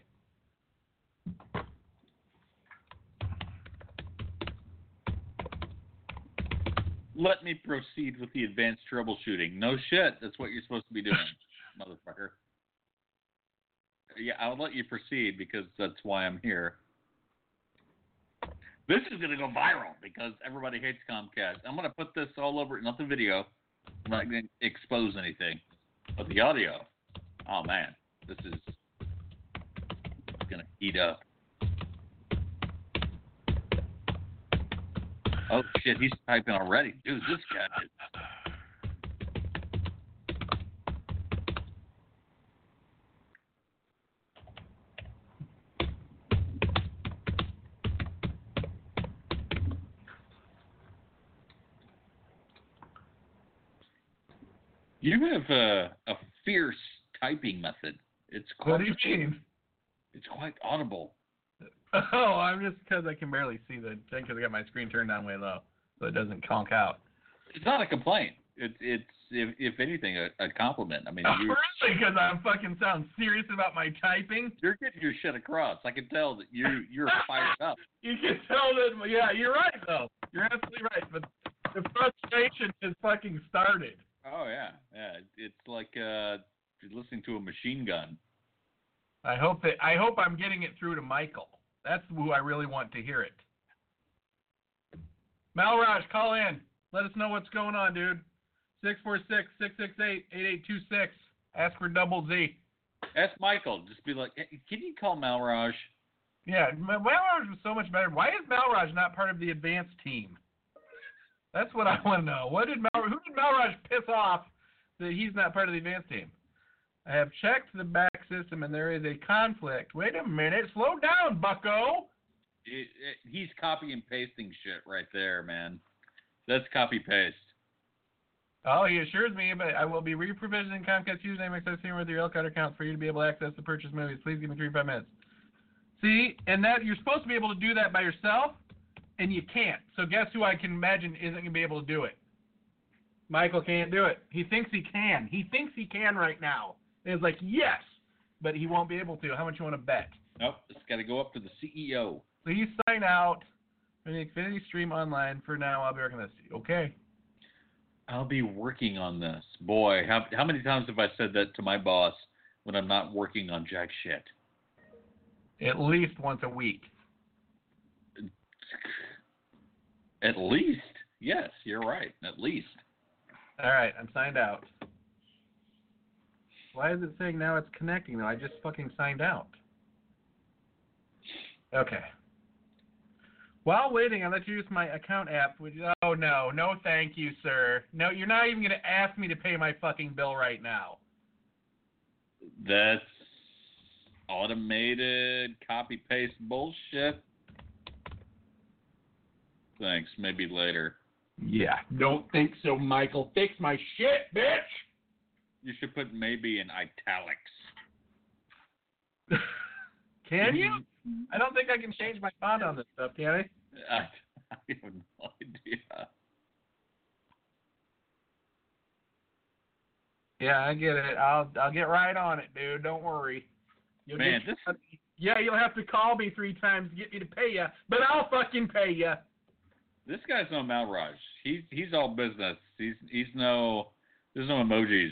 Speaker 3: Let me proceed with the advanced troubleshooting. No shit, that's what you're supposed to be doing, motherfucker. Yeah, I'll let you proceed because that's why I'm here. This is gonna go viral because everybody hates Comcast. I'm gonna put this all over, not the video. I'm not gonna expose anything, but the audio. Oh man, this is gonna heat up. Oh shit, he's typing already. Dude, this guy is. You have a, a fierce typing method. It's quite
Speaker 2: What do you mean? (laughs)
Speaker 3: it's quite audible.
Speaker 2: Oh, I'm just because I can barely see the thing because I got my screen turned down way low, so it doesn't conk out.
Speaker 3: It's not a complaint. It's it's if, if anything a, a compliment. I mean,
Speaker 2: (laughs) Oh,
Speaker 3: you,
Speaker 2: really? Because I fucking sound serious about my typing.
Speaker 3: you're getting your shit across. I can tell that you you're fired up.
Speaker 2: You can tell that. Yeah, you're right though. You're absolutely right. But the frustration has fucking started.
Speaker 3: Oh yeah, yeah. It, it's like uh, you're listening to a machine gun.
Speaker 2: I hope that I hope I'm getting it through to Michael. That's who I really want to hear it. Malraj, call in. Let us know what's going on, dude. 646-668-8826. Ask for double Z.
Speaker 3: Ask Michael. Just be like, "Hey, can you call Malraj?
Speaker 2: Yeah, Ma- Malraj was so much better. Why is Malraj not part of the advanced team? That's what I want to know. What did Mal- who did Malraj piss off that he's not part of the advanced team? I have checked the back system and there is a conflict. Wait a minute, slow down, Bucko.
Speaker 3: It, it, eh, he's copy and pasting shit right there, man. That's copy paste.
Speaker 2: Oh, he assures me, but I will be re-provisioning Comcast username access here with your L-Cut account for you to be able to access the purchase movies. Please give me three to five minutes. See, and that you're supposed to be able to do that by yourself, and you can't. So guess who I can imagine isn't going to be able to do it? Michael can't do it. He thinks he can. He thinks he can right now. And it's like yes, but he won't be able to. How much you want to bet?
Speaker 3: Nope, it's got to go up to the E CEO.
Speaker 2: Please sign out for the Xfinity Stream Online. For now, I'll be working this. Okay.
Speaker 3: I'll be working on this. Boy, how how many times have I said that to my boss when I'm not working on jack shit?
Speaker 2: At least once a week.
Speaker 3: At least, yes, you're right. At least.
Speaker 2: All right, I'm signed out. Why is it saying now it's connecting though? I just fucking signed out. Okay. While waiting, I let you use my account app. Which, oh no, no, thank you, sir. No, you're not even gonna ask me to pay my fucking bill right now. (laughs)
Speaker 3: That's automated copy paste bullshit. Thanks. Maybe later.
Speaker 4: Yeah, don't think so, Michael. Fix my shit, bitch!
Speaker 3: You should put maybe in italics.
Speaker 2: Can you? I don't think I can change my font on this stuff, can I?
Speaker 3: (laughs) I, I have no idea.
Speaker 2: Yeah, I get it. I'll I'll get right on it, dude. Don't worry. You'll
Speaker 3: Man,
Speaker 2: get-
Speaker 3: this
Speaker 2: yeah, you'll have to call me three times to get me to pay you, but I'll fucking pay you.
Speaker 3: this guy's no Malraj. He's he's all business. He's he's no there's no emojis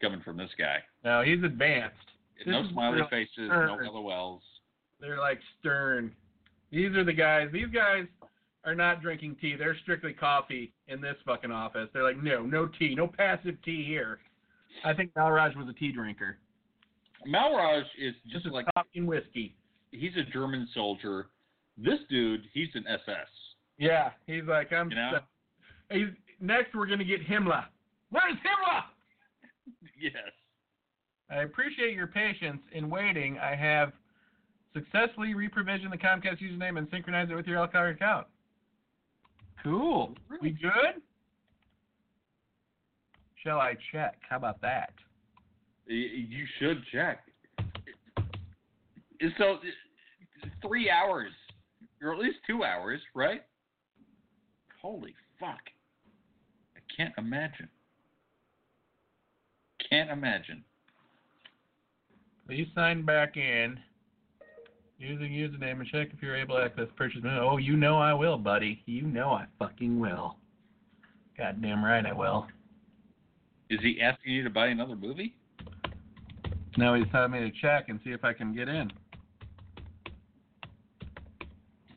Speaker 3: coming from this guy.
Speaker 2: No, he's advanced. This
Speaker 3: no
Speaker 2: is
Speaker 3: smiley
Speaker 2: real
Speaker 3: faces,
Speaker 2: nerd.
Speaker 3: no LOLs.
Speaker 2: They're like stern. These are the guys. These guys are not drinking tea. They're strictly coffee in this fucking office. They're like, no, no tea, no passive tea here. I think Malraj was a tea drinker.
Speaker 3: Malraj is just
Speaker 2: This is
Speaker 3: like
Speaker 2: coffee and whiskey.
Speaker 3: he's a German soldier. This dude, he's an SS.
Speaker 2: Yeah, he's like, I'm.
Speaker 3: You know?
Speaker 2: stuck. He's, next, we're gonna get Himmler. Where's Himmler?
Speaker 3: Yes.
Speaker 2: I appreciate your patience in waiting. I have successfully reprovisioned the Comcast username and synchronized it with your Elkhart account. Cool. We good? Shall I check? How about that?
Speaker 3: Y- You should check. It's So it's three hours, or at least two hours, right? Holy fuck! I can't imagine. Can't imagine.
Speaker 2: Please sign back in using username and check if you're able to access purchase. menu. Oh, you know I will, buddy. You know I fucking will. Goddamn right I will.
Speaker 3: Is he asking you to buy another movie?
Speaker 2: Now he's telling me to check and see if I can get in.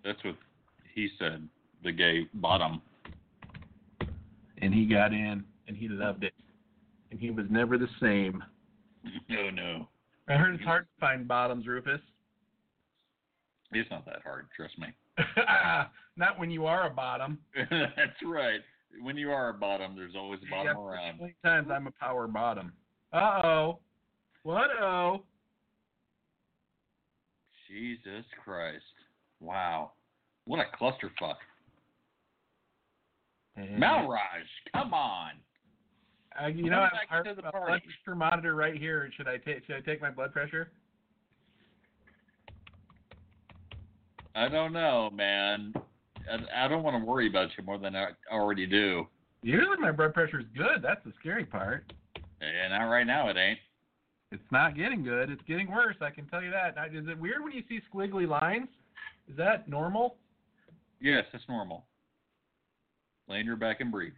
Speaker 3: That's what he said. The gay bottom.
Speaker 2: and he got in and he loved it and he was never the same
Speaker 3: No, no,
Speaker 2: i heard it's hard to find bottoms rufus (laughs)
Speaker 3: it's not that hard. Trust me. (laughs)
Speaker 2: not when you are a bottom
Speaker 3: That's right. When you are a bottom, there's always a bottom
Speaker 2: Yeah,
Speaker 3: around.
Speaker 2: many times i'm a power bottom uh-oh what oh
Speaker 3: Jesus Christ. Wow. What a clusterfuck.
Speaker 2: Mm-hmm.
Speaker 3: Malraj, come on.
Speaker 2: I, you know, I
Speaker 3: Come back
Speaker 2: have
Speaker 3: to
Speaker 2: a
Speaker 3: the
Speaker 2: blood
Speaker 3: party.
Speaker 2: pressure monitor right here. Should I take? Should I take my blood pressure?
Speaker 3: I don't know, man. I, I don't want to worry about you more than I already do.
Speaker 2: Usually my blood pressure is good. That's the scary part.
Speaker 3: And not right now, it ain't.
Speaker 2: It's not getting good. It's getting worse. I can tell you that. Now, Is it weird when you see squiggly lines? Is that normal?
Speaker 3: Yes, that's normal. Lay on your back and breathe.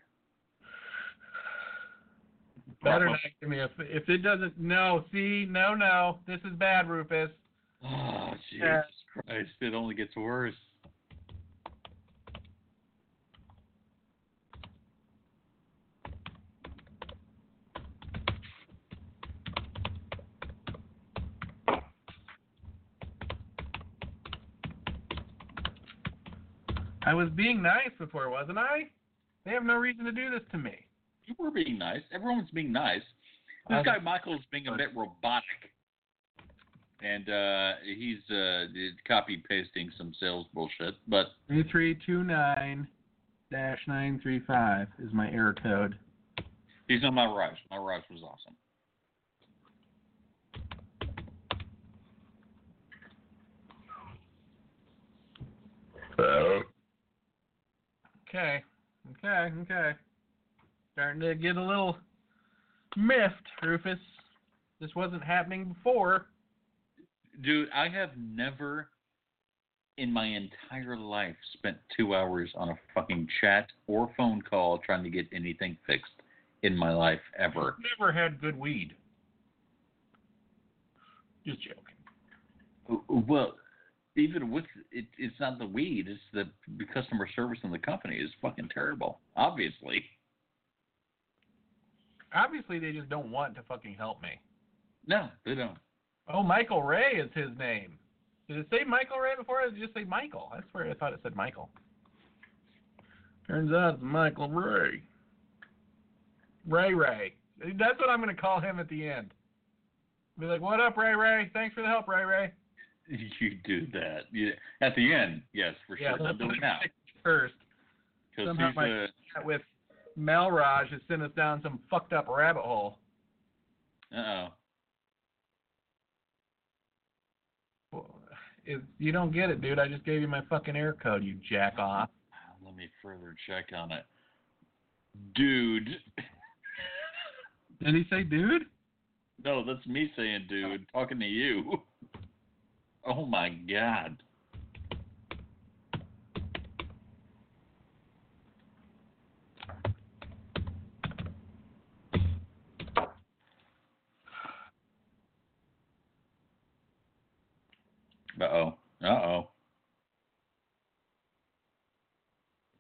Speaker 2: Better not give me a. If it doesn't, no. See, no, no. This is bad, Rufus.
Speaker 3: (sighs) Oh, Jesus
Speaker 2: Yeah.
Speaker 3: Christ. It only gets worse.
Speaker 2: I was being nice before, wasn't I? They have no reason to do this to me.
Speaker 3: You were being nice. Everyone's being nice. This
Speaker 2: I-
Speaker 3: guy Michael's being a bit robotic. And uh, he's uh, copy pasting some sales bullshit, but
Speaker 2: Three three two nine dash nine three five is my error code.
Speaker 3: he's on my rush. My rush was awesome.
Speaker 2: Okay, okay, okay. Starting to get a little miffed, Rufus. This wasn't happening before.
Speaker 3: Dude, I have never in my entire life spent two hours on a fucking chat or phone call trying to get anything fixed in my life ever.
Speaker 2: Never had good weed. Just joking.
Speaker 3: Well, even with it, it's not the weed, it's the customer service in the company is fucking terrible, obviously.
Speaker 2: Obviously, they just don't want to fucking help me.
Speaker 3: No, they don't. (laughs)
Speaker 2: Oh, Michael Ray is his name. Did it say Michael Ray before? Or did it just say Michael? I swear I thought it said Michael. Turns out it's Michael Ray. Ray Ray. That's what I'm going to call him at the end. Be like, what up, Ray Ray? Thanks for the help, Ray Ray.
Speaker 3: You do that. Yeah. At the end, yes, for
Speaker 2: Yeah,
Speaker 3: sure. I'm doing now.
Speaker 2: (laughs) First, (laughs)
Speaker 3: Because
Speaker 2: Somehow
Speaker 3: he's
Speaker 2: my-
Speaker 3: a,
Speaker 2: That with Malraj has sent us down some fucked up rabbit hole.
Speaker 3: uh-oh.
Speaker 2: If you don't get it, dude, I just gave you my fucking air code, you jack off.
Speaker 3: Let me further check on it. Dude.
Speaker 2: Did he say dude?
Speaker 3: No, that's me saying dude, talking to you. Oh my god. Uh oh. Uh oh.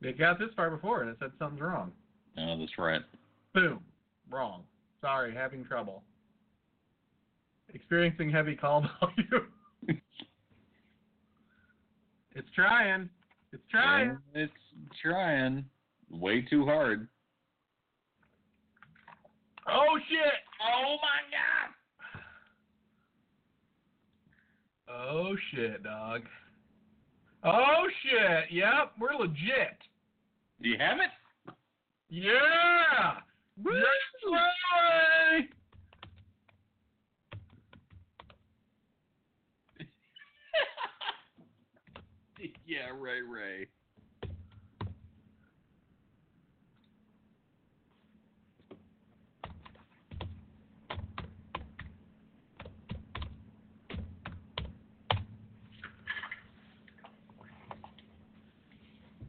Speaker 2: They got this far before and it said something's wrong.
Speaker 3: No, that's right.
Speaker 2: Boom. Wrong. Sorry, having trouble. Experiencing heavy (laughs) call volume. it's trying. It's trying.
Speaker 3: It's trying. Way too hard.
Speaker 2: Oh shit.
Speaker 3: Oh my god.
Speaker 2: Oh shit, dog. Oh shit. Yep, we're legit.
Speaker 3: Do you have it? (laughs)
Speaker 2: Yeah. Yes, way!
Speaker 3: yeah, Ray Ray.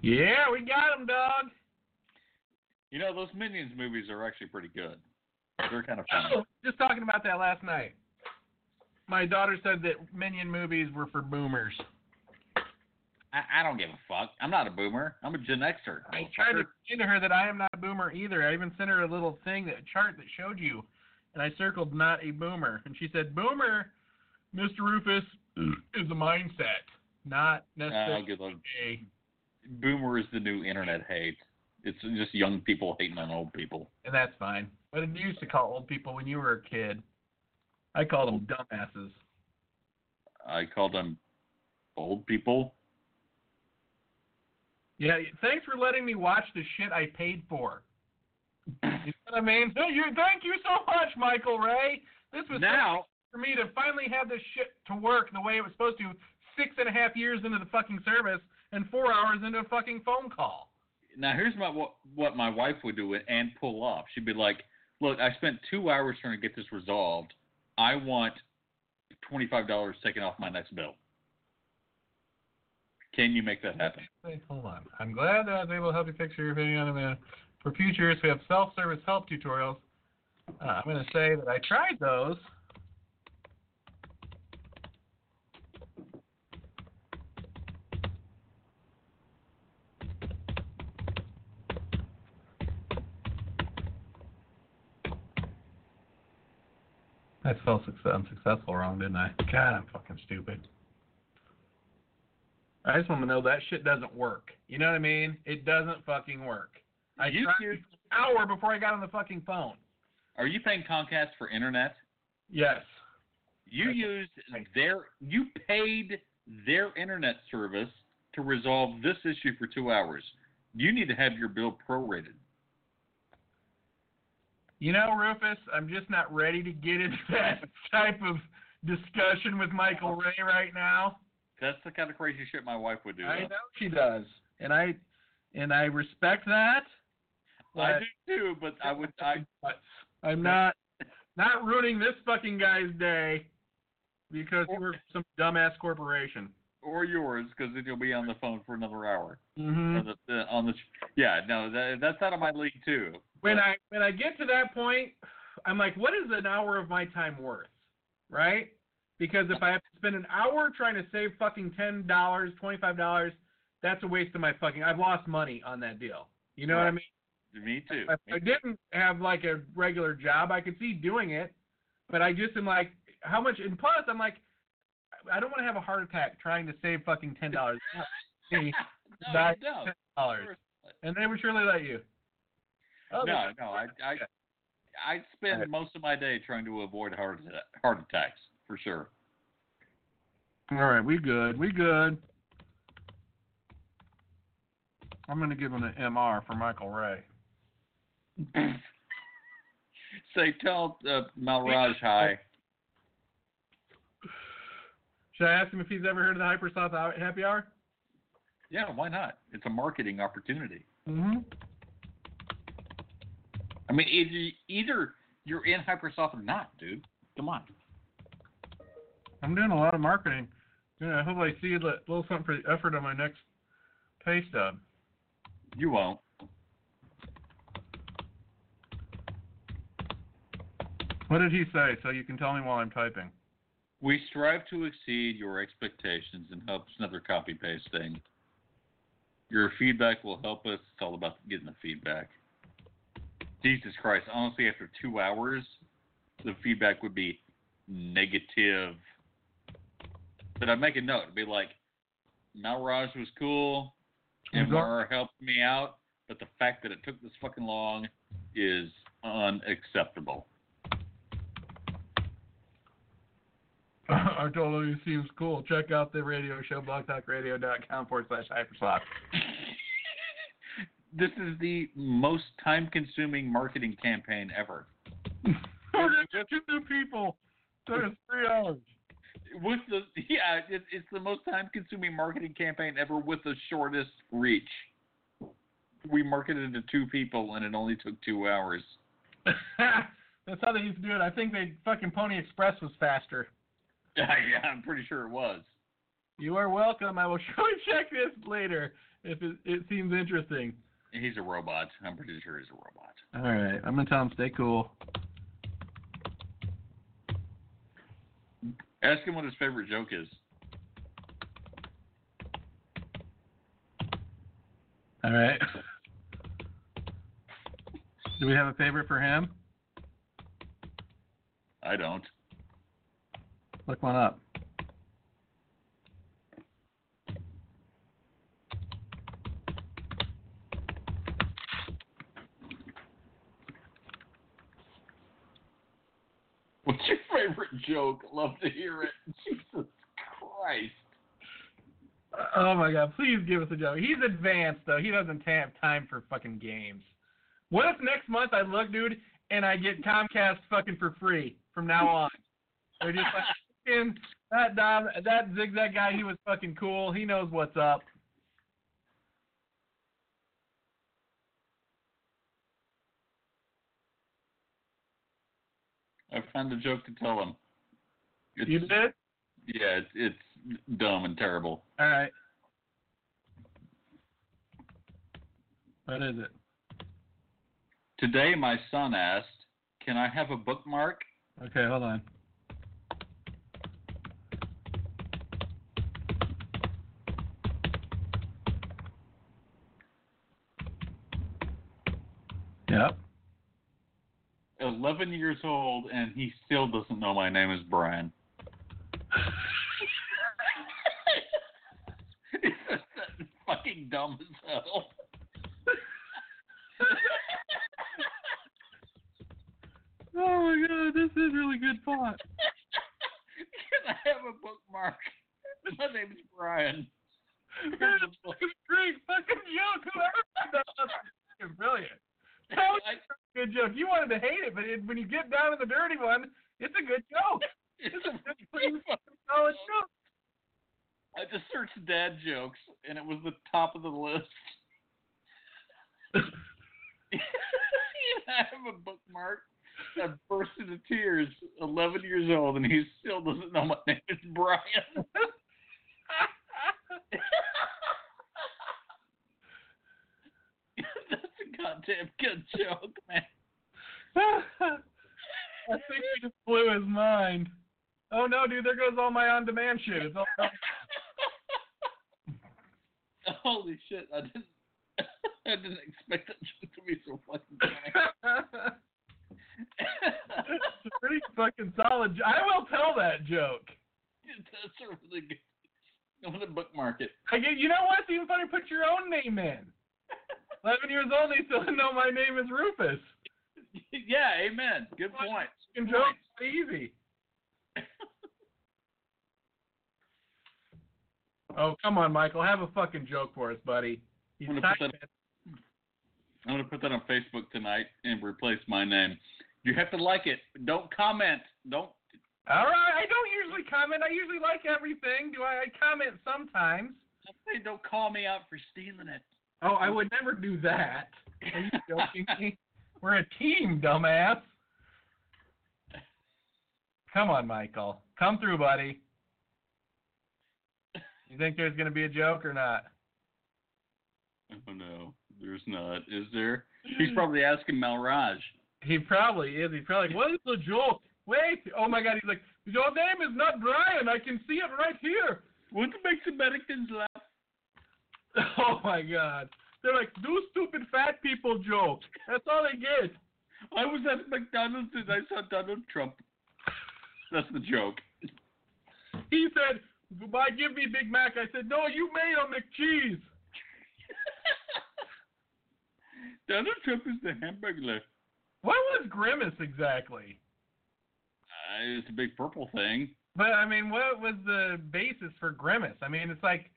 Speaker 2: Yeah, we got him, dog.
Speaker 3: You know, those Minions movies are actually pretty good. They're kind of
Speaker 2: Oh,
Speaker 3: fun.
Speaker 2: just talking about that last night. My daughter said that Minion movies were for boomers.
Speaker 3: I, I don't give a fuck. I'm not a boomer. I'm a Gen Xer. Uh,
Speaker 2: I tried to explain to her that I am not a boomer either. I even sent her a little thing, that a chart that showed you, and I circled not a boomer. And she said, "Boomer, Mr. Rufus, (clears throat) is a mindset, not
Speaker 3: Uh,
Speaker 2: necessarily
Speaker 3: good luck.
Speaker 2: a
Speaker 3: Boomer is the new internet hate. It's just young people hating on old people.
Speaker 2: and that's fine. What did you used to call old people when you were a kid? I called them dumbasses.
Speaker 3: I call them old people.
Speaker 2: Yeah, thanks for letting me watch the shit I paid for. You know what I mean? Thank you, thank you so much, Michael Ray. This was
Speaker 3: Now,
Speaker 2: for me to finally have this shit to work the way it was supposed to six and a half years into the fucking service and four hours into a fucking phone call.
Speaker 3: now here's my what, what my wife would do and pull off. She'd be like, "Look, I spent two hours trying to get this resolved. I want twenty five dollars taken off my next bill. Can you make that happen?"
Speaker 2: Wait, hold on. I'm glad that I was able to help you fix your video on demand. For future, so we have self-service help tutorials Uh, I'm going to say that I tried those. I spelled success, unsuccessful wrong, didn't I? God, I'm fucking stupid. I just want to know that shit doesn't work. You know what I mean? It doesn't fucking work. I
Speaker 3: You
Speaker 2: tried
Speaker 3: two-
Speaker 2: an hour before I got on the fucking phone.
Speaker 3: Are you paying Comcast for internet?
Speaker 2: Yes.
Speaker 3: You
Speaker 2: Right.
Speaker 3: used
Speaker 2: Right.
Speaker 3: their you paid their internet service to resolve this issue for two hours. You need to have your bill prorated.
Speaker 2: You know, Rufus, I'm just not ready to get into (laughs) that type of discussion with Michael Ray right now.
Speaker 3: That's the kind of crazy shit my wife would do.
Speaker 2: I
Speaker 3: though.
Speaker 2: know she does, and I and I respect that.
Speaker 3: I
Speaker 2: But
Speaker 3: do too, but I would I
Speaker 2: I'm not not ruining this fucking guy's day because he works for some dumbass corporation.
Speaker 3: or yours because then you'll be on the phone for another hour.
Speaker 2: Mm-hmm.
Speaker 3: On the, the- on the yeah no that, that's out of my league too.
Speaker 2: When I when I get to that point, I'm like, what is an hour of my time worth, right? Because if I have to spend an hour trying to save fucking ten dollars, twenty five dollars, that's a waste of my fucking. I've lost money on that deal. You know what I
Speaker 3: Right.
Speaker 2: mean?
Speaker 3: me too.
Speaker 2: If I didn't have like a regular job, I could see doing it, but I just am like, how much? And plus, I'm like, I don't want to have a heart attack trying to save fucking ten
Speaker 3: (laughs)
Speaker 2: dollars.
Speaker 3: no, you
Speaker 2: Back-
Speaker 3: don't.
Speaker 2: ten dollars, and they would surely let you. Oh, they-
Speaker 3: No, no, I, I, I spend most of my day trying to avoid heart atta- heart attacks for sure.
Speaker 2: All right, we good. We good. I'm gonna give him an MR for Michael Ray.
Speaker 3: Say, tell uh, Malraj hi.
Speaker 2: Should I ask him if he's ever heard of the Hypersoft Hou- Happy Hour?
Speaker 3: Yeah, why not? It's a marketing opportunity.
Speaker 2: Mm-hmm.
Speaker 3: I mean, either, either you're in Hypersoft or not, dude. Come on.
Speaker 2: I'm doing a lot of marketing. Yeah, I hope I see a li- little something for the effort on my next pay stub.
Speaker 3: You won't.
Speaker 2: What did he say? So you can tell me while I'm typing. (laughs)
Speaker 3: We strive to exceed your expectations and help another copy paste thing. Your feedback will help us. It's all about getting the feedback. Jesus Christ, honestly, after two hours, the feedback would be negative. But I'd make a note. It'd be like, Malraj was cool.
Speaker 2: Mhm.
Speaker 3: MR helped me out. But the fact that it took this fucking long is unacceptable.
Speaker 2: Artolo seems cool. Check out the radio show blogtalkradio.com forward slash hypersoft.
Speaker 3: (laughs) this is the most time consuming marketing campaign ever.
Speaker 2: We're just two new people. There's three hours.
Speaker 3: With the yeah, it, it's the most time consuming marketing campaign ever with the shortest reach. We marketed it to two people and it only took two hours. (laughs)
Speaker 2: That's how they used to do it. I think they fucking Pony Express was faster.
Speaker 3: yeah, I'm pretty sure it was.
Speaker 2: You are welcome. I will (laughs) surely check this later if it, it seems interesting.
Speaker 3: He's a robot. I'm pretty sure he's a robot.
Speaker 2: All right, I'm gonna tell him stay cool.
Speaker 3: Ask him what his favorite joke is.
Speaker 2: All right. Do we have a favorite for him?
Speaker 3: I don't. (laughs)
Speaker 2: Look one up.
Speaker 3: What's your favorite joke? Love to hear it. (laughs) Jesus Christ.
Speaker 2: Oh my god, please give us a joke. He's advanced though. He doesn't have time for fucking games. What if next month I look, dude, and I get Comcast fucking for free from now on? They're just like fucking that Dom, that zigzag guy. He was fucking cool. He knows what's up.
Speaker 3: I found a joke to tell him. It's,
Speaker 2: You did?
Speaker 3: Yeah, it's, it's dumb and terrible.
Speaker 2: All right. What is it?
Speaker 3: Today, my son asked, Can I have a bookmark?
Speaker 2: Okay, hold on. Yep.
Speaker 3: 11 years old, and he still doesn't know my name is Brian. (laughs) It's just fucking dumb as hell.
Speaker 2: Oh my god, this is really good font.
Speaker 3: Can I have a bookmark? My name is Brian. (laughs) Here's a book.
Speaker 2: Great fucking joke. Whoever said that was fucking brilliant. That was
Speaker 3: I-
Speaker 2: a good joke. You wanted to hate it, but it, when you get down to the dirty one, it's a good joke. (laughs)
Speaker 3: it's
Speaker 2: It's a
Speaker 3: a-
Speaker 2: good,
Speaker 3: (laughs)
Speaker 2: clean, solid joke. (laughs)
Speaker 3: I just searched dad jokes, and it was the top of the list. (laughs) Can I have a bookmark. I burst into tears, 11 years old, and he still doesn't know my name is Brian. (laughs) That's a goddamn good joke, man.
Speaker 2: I think we just blew his mind. Oh no, dude, there goes all my on-demand shit. It's all
Speaker 3: Holy shit! I didn't, (laughs) I didn't expect that joke to be so fucking funny. (laughs)
Speaker 2: It's a pretty fucking solid. jo- I will tell that joke.
Speaker 3: That's a really good. I'm gonna bookmark it.
Speaker 2: I get, you know what? It's even funny. Put your own name in. Eleven years old, they still didn't know my name is Rufus.
Speaker 3: yeah, amen. Good point.
Speaker 2: Fucking joke's easy. Oh come on, Michael, have a fucking joke for us, buddy. He's
Speaker 3: I'm gonna put
Speaker 2: typing.
Speaker 3: I'm gonna put that on Facebook tonight and replace my name. You have to like it. Don't comment. Don't.
Speaker 2: All right, I don't usually comment. I usually like everything. Do I? I comment sometimes.
Speaker 3: Hey, don't call me out for stealing it.
Speaker 2: Oh, I would never do that. Are you joking me? (laughs) We're a team, dumbass. Come on, Michael. Come through, buddy. You think there's going to be a joke or not?
Speaker 3: (laughs) Oh no, there's not. Is there? He's probably asking Malraj.
Speaker 2: He probably is. He's probably like, what is the joke? Wait. Oh, my God. He's like, your name is not Brian. I can see it right here.
Speaker 3: What makes Americans laugh?
Speaker 2: (laughs) Oh, my God. They're like, do stupid fat people jokes. That's all they get.
Speaker 3: I was at McDonald's and I saw Donald Trump. That's the joke.
Speaker 2: He said, "Why give me Big Mac?" I said, "No, you made a McCheese."
Speaker 3: Donald Trump is the hamburger.
Speaker 2: What was Grimace exactly?
Speaker 3: Uh, it's a big purple thing. (laughs)
Speaker 2: But I mean, what was the basis for Grimace? I mean, it's like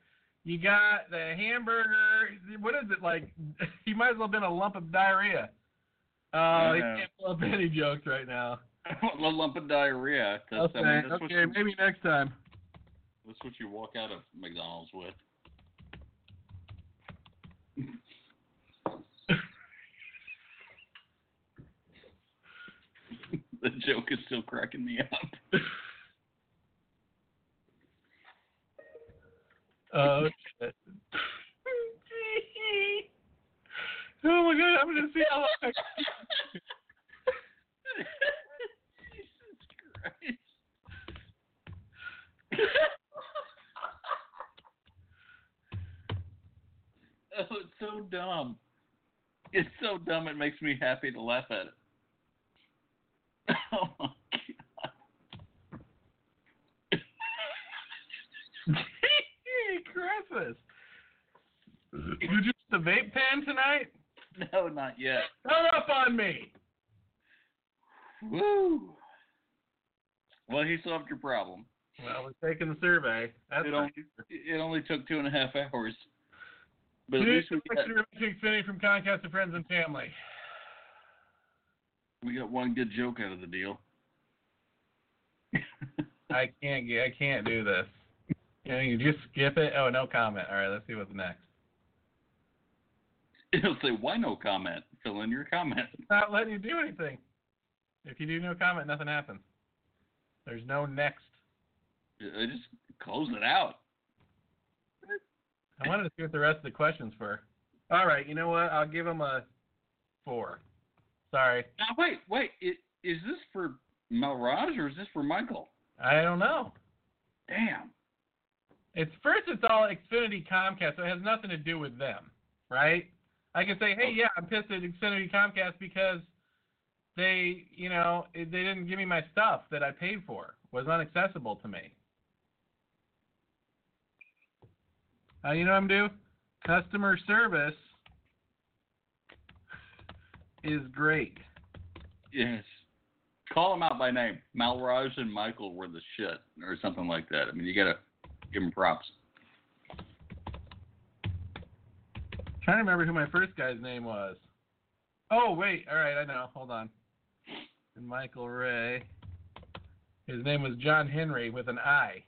Speaker 2: you got the hamburger. What is it like? (laughs) He might as well have been a lump of diarrhea. Oh, he
Speaker 3: know.
Speaker 2: can't pull up any jokes right now.
Speaker 3: A lump of diarrhea. That's,
Speaker 2: okay,
Speaker 3: I mean, that's, what
Speaker 2: okay,
Speaker 3: you,
Speaker 2: maybe next time.
Speaker 3: that's what you walk out of McDonald's with. (laughs) the joke is still cracking me up.
Speaker 2: Uh, okay. oh my god, I'm gonna see how long I can
Speaker 3: Jesus Christ. (laughs) oh, it's so dumb. It's so dumb it makes me happy to laugh at it. (laughs) Oh my god.
Speaker 2: Christmas. Did you use the vape pen tonight?
Speaker 3: No, not yet.
Speaker 2: Hung up on me.
Speaker 3: Woo. Well, he solved your problem.
Speaker 2: Well, we're taking the survey. That's
Speaker 3: It only, it only took two and a half hours. But at
Speaker 2: Dude,
Speaker 3: least we
Speaker 2: thanks
Speaker 3: got,
Speaker 2: to Magic City from Comcast to friends and family.
Speaker 3: we got one good joke out of the deal. (laughs)
Speaker 2: I can't get. I can't do this. Can you just skip it? Oh, no comment. All right, let's see what's next.
Speaker 3: It'll say, why no comment? Fill in your comment.
Speaker 2: It's not letting you do anything. If you do no comment, nothing happens. There's no next.
Speaker 3: I just close it out.
Speaker 2: I wanted to see what the rest of the questions were. All right, you know what? I'll give them a four. Sorry.
Speaker 3: Now, wait, wait. It, is this for Melraj or is this for Michael?
Speaker 2: I don't know.
Speaker 3: Damn.
Speaker 2: It's first, it's all Xfinity Comcast, so it has nothing to do with them, right? I can say, hey, yeah, I'm pissed at Xfinity Comcast because they, you know, they didn't give me my stuff that I paid for, was unaccessible to me. Uh, you know what I'm doing? Customer service is great.
Speaker 3: Yes. Call them out by name. Malraj and Michael were the shit, or something like that. I mean, you gotta give them props.
Speaker 2: trying to remember who my first guy's name was. Oh wait, all right, I know. Hold on. And Michael Ray. His name was John Henry with an I.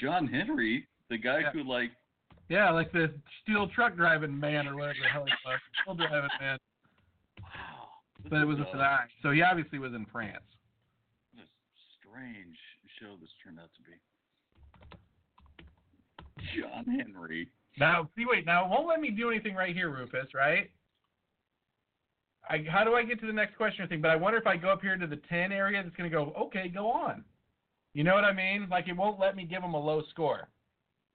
Speaker 3: John Henry, the guy
Speaker 2: Yeah.
Speaker 3: who like,
Speaker 2: Yeah, like the steel truck driving man or whatever the hell he was. Steel driving man,
Speaker 3: wow. this
Speaker 2: but it was
Speaker 3: is
Speaker 2: with an
Speaker 3: a-
Speaker 2: I. So he obviously was in France.
Speaker 3: What a strange show this turned out to be. John Henry.
Speaker 2: Now, see, wait, now it won't let me do anything right here, Rufus, right? I, how do I get to the next question or thing? But I wonder if I go up here to the 10 area, it's going to go, okay, go on. You know what I mean? Like, it won't let me give him a low score.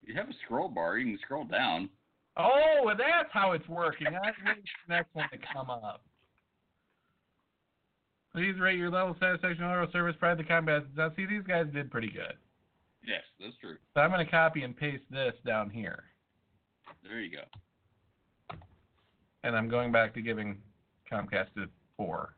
Speaker 3: You have a scroll bar. You can scroll down.
Speaker 2: Oh, well, that's how it's working. I wait for the next one to come up. Please rate your level of satisfaction overall service prior to the combat. Now, see, these guys did pretty good.
Speaker 3: Yes, that's true.
Speaker 2: So I'm going to copy and paste this down here.
Speaker 3: There you go.
Speaker 2: And I'm going back to giving Comcast a four.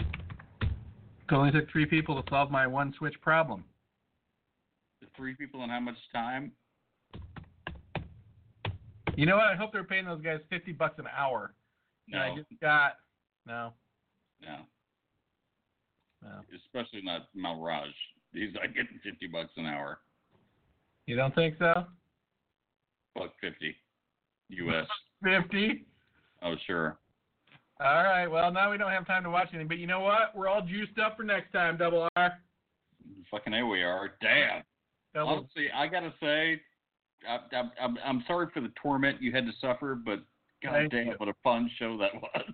Speaker 2: It only took three people to solve my one switch problem.
Speaker 3: The three people and how much time?
Speaker 2: You know what? I hope they're paying those guys fifty bucks an hour. And I
Speaker 3: No,
Speaker 2: just got no,
Speaker 3: no.
Speaker 2: no.
Speaker 3: Especially not Malraj. He's not getting fifty bucks an hour.
Speaker 2: You don't think so?
Speaker 3: Buck fifty,
Speaker 2: (laughs)
Speaker 3: U.S.
Speaker 2: Fifty?
Speaker 3: oh sure.
Speaker 2: All right. Well, now we don't have time to watch anything, but you know what? We're all juiced up for next time, Double R.
Speaker 3: Fucking A we are. Damn.
Speaker 2: Double.
Speaker 3: Honestly, I gotta say, I, I, I'm I'm sorry for the torment you had to suffer, but
Speaker 2: Thank
Speaker 3: goddamn,
Speaker 2: you.
Speaker 3: what a fun show that (laughs) was.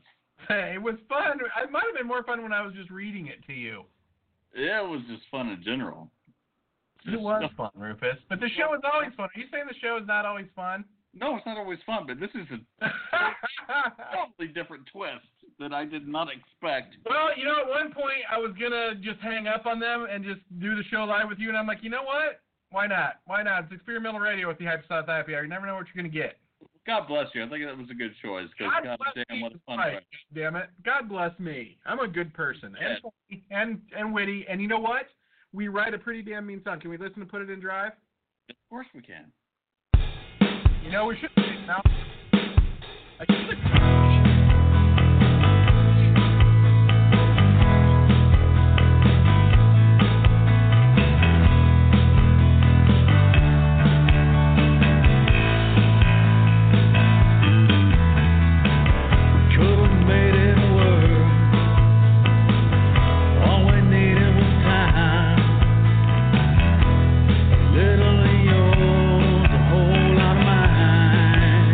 Speaker 2: Hey, (laughs) it was fun. It might have been more fun when I was just reading it to you.
Speaker 3: Yeah, it was just fun in general.
Speaker 2: It was (laughs) fun, Rufus. But the show is always fun. Are you saying the show is not always fun? (laughs)
Speaker 3: No, it's not always fun, but this is a totally different twist that I did not expect.
Speaker 2: well, you know, at one point I was gonna just hang up on them and just do the show live with you, and I'm like, you know what? Why not? Why not? It's experimental radio with the Hypersonic Happy Hour. You never know what you're gonna get.
Speaker 3: God bless you. I think that was a good choice because
Speaker 2: God bless
Speaker 3: goddamn, what a
Speaker 2: Jesus
Speaker 3: fun
Speaker 2: Christ,
Speaker 3: ride.
Speaker 2: God damn it. God bless me. I'm a good person.
Speaker 3: Yeah.
Speaker 2: And funny and and witty. And you know what? We write a pretty damn mean song. Can we listen to Put It in Drive?
Speaker 3: Of course we can.
Speaker 2: You know we should now. I
Speaker 5: Could've made it work. All we needed was time. A little of yours, a whole lot of mine.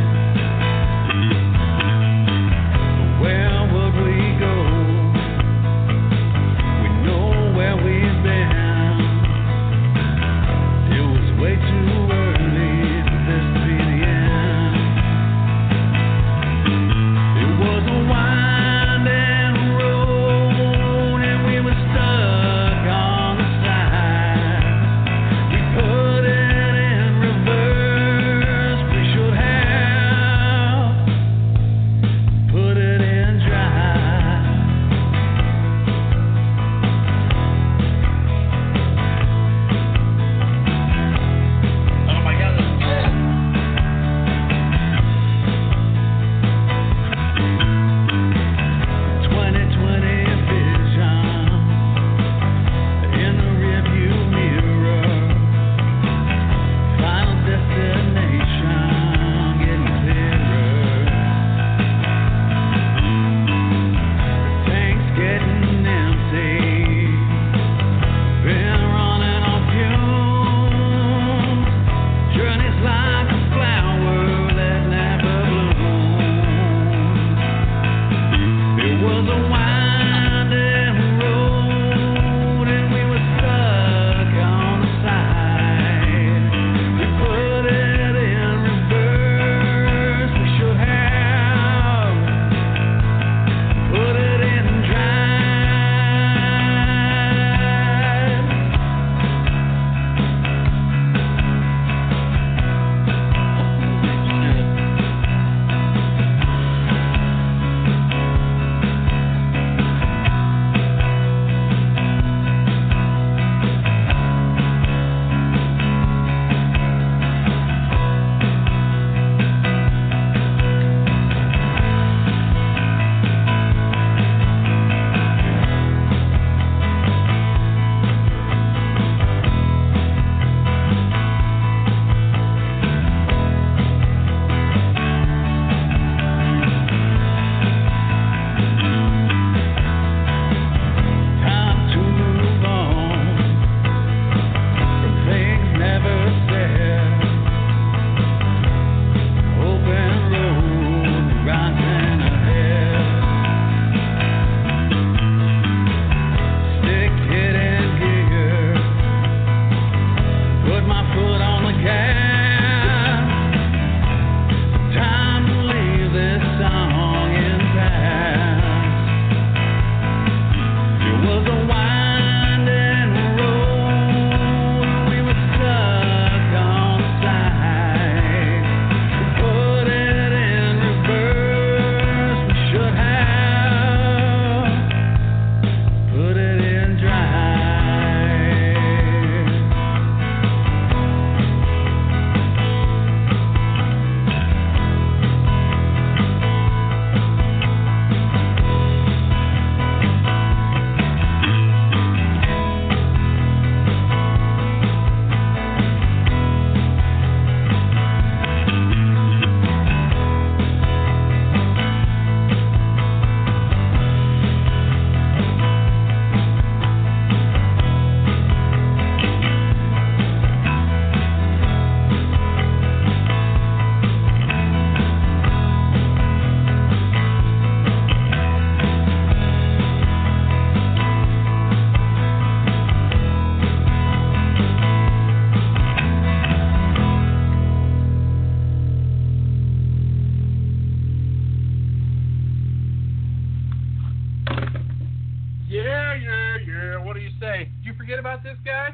Speaker 6: Yeah, yeah, yeah. What do you say? Did you forget about this guy?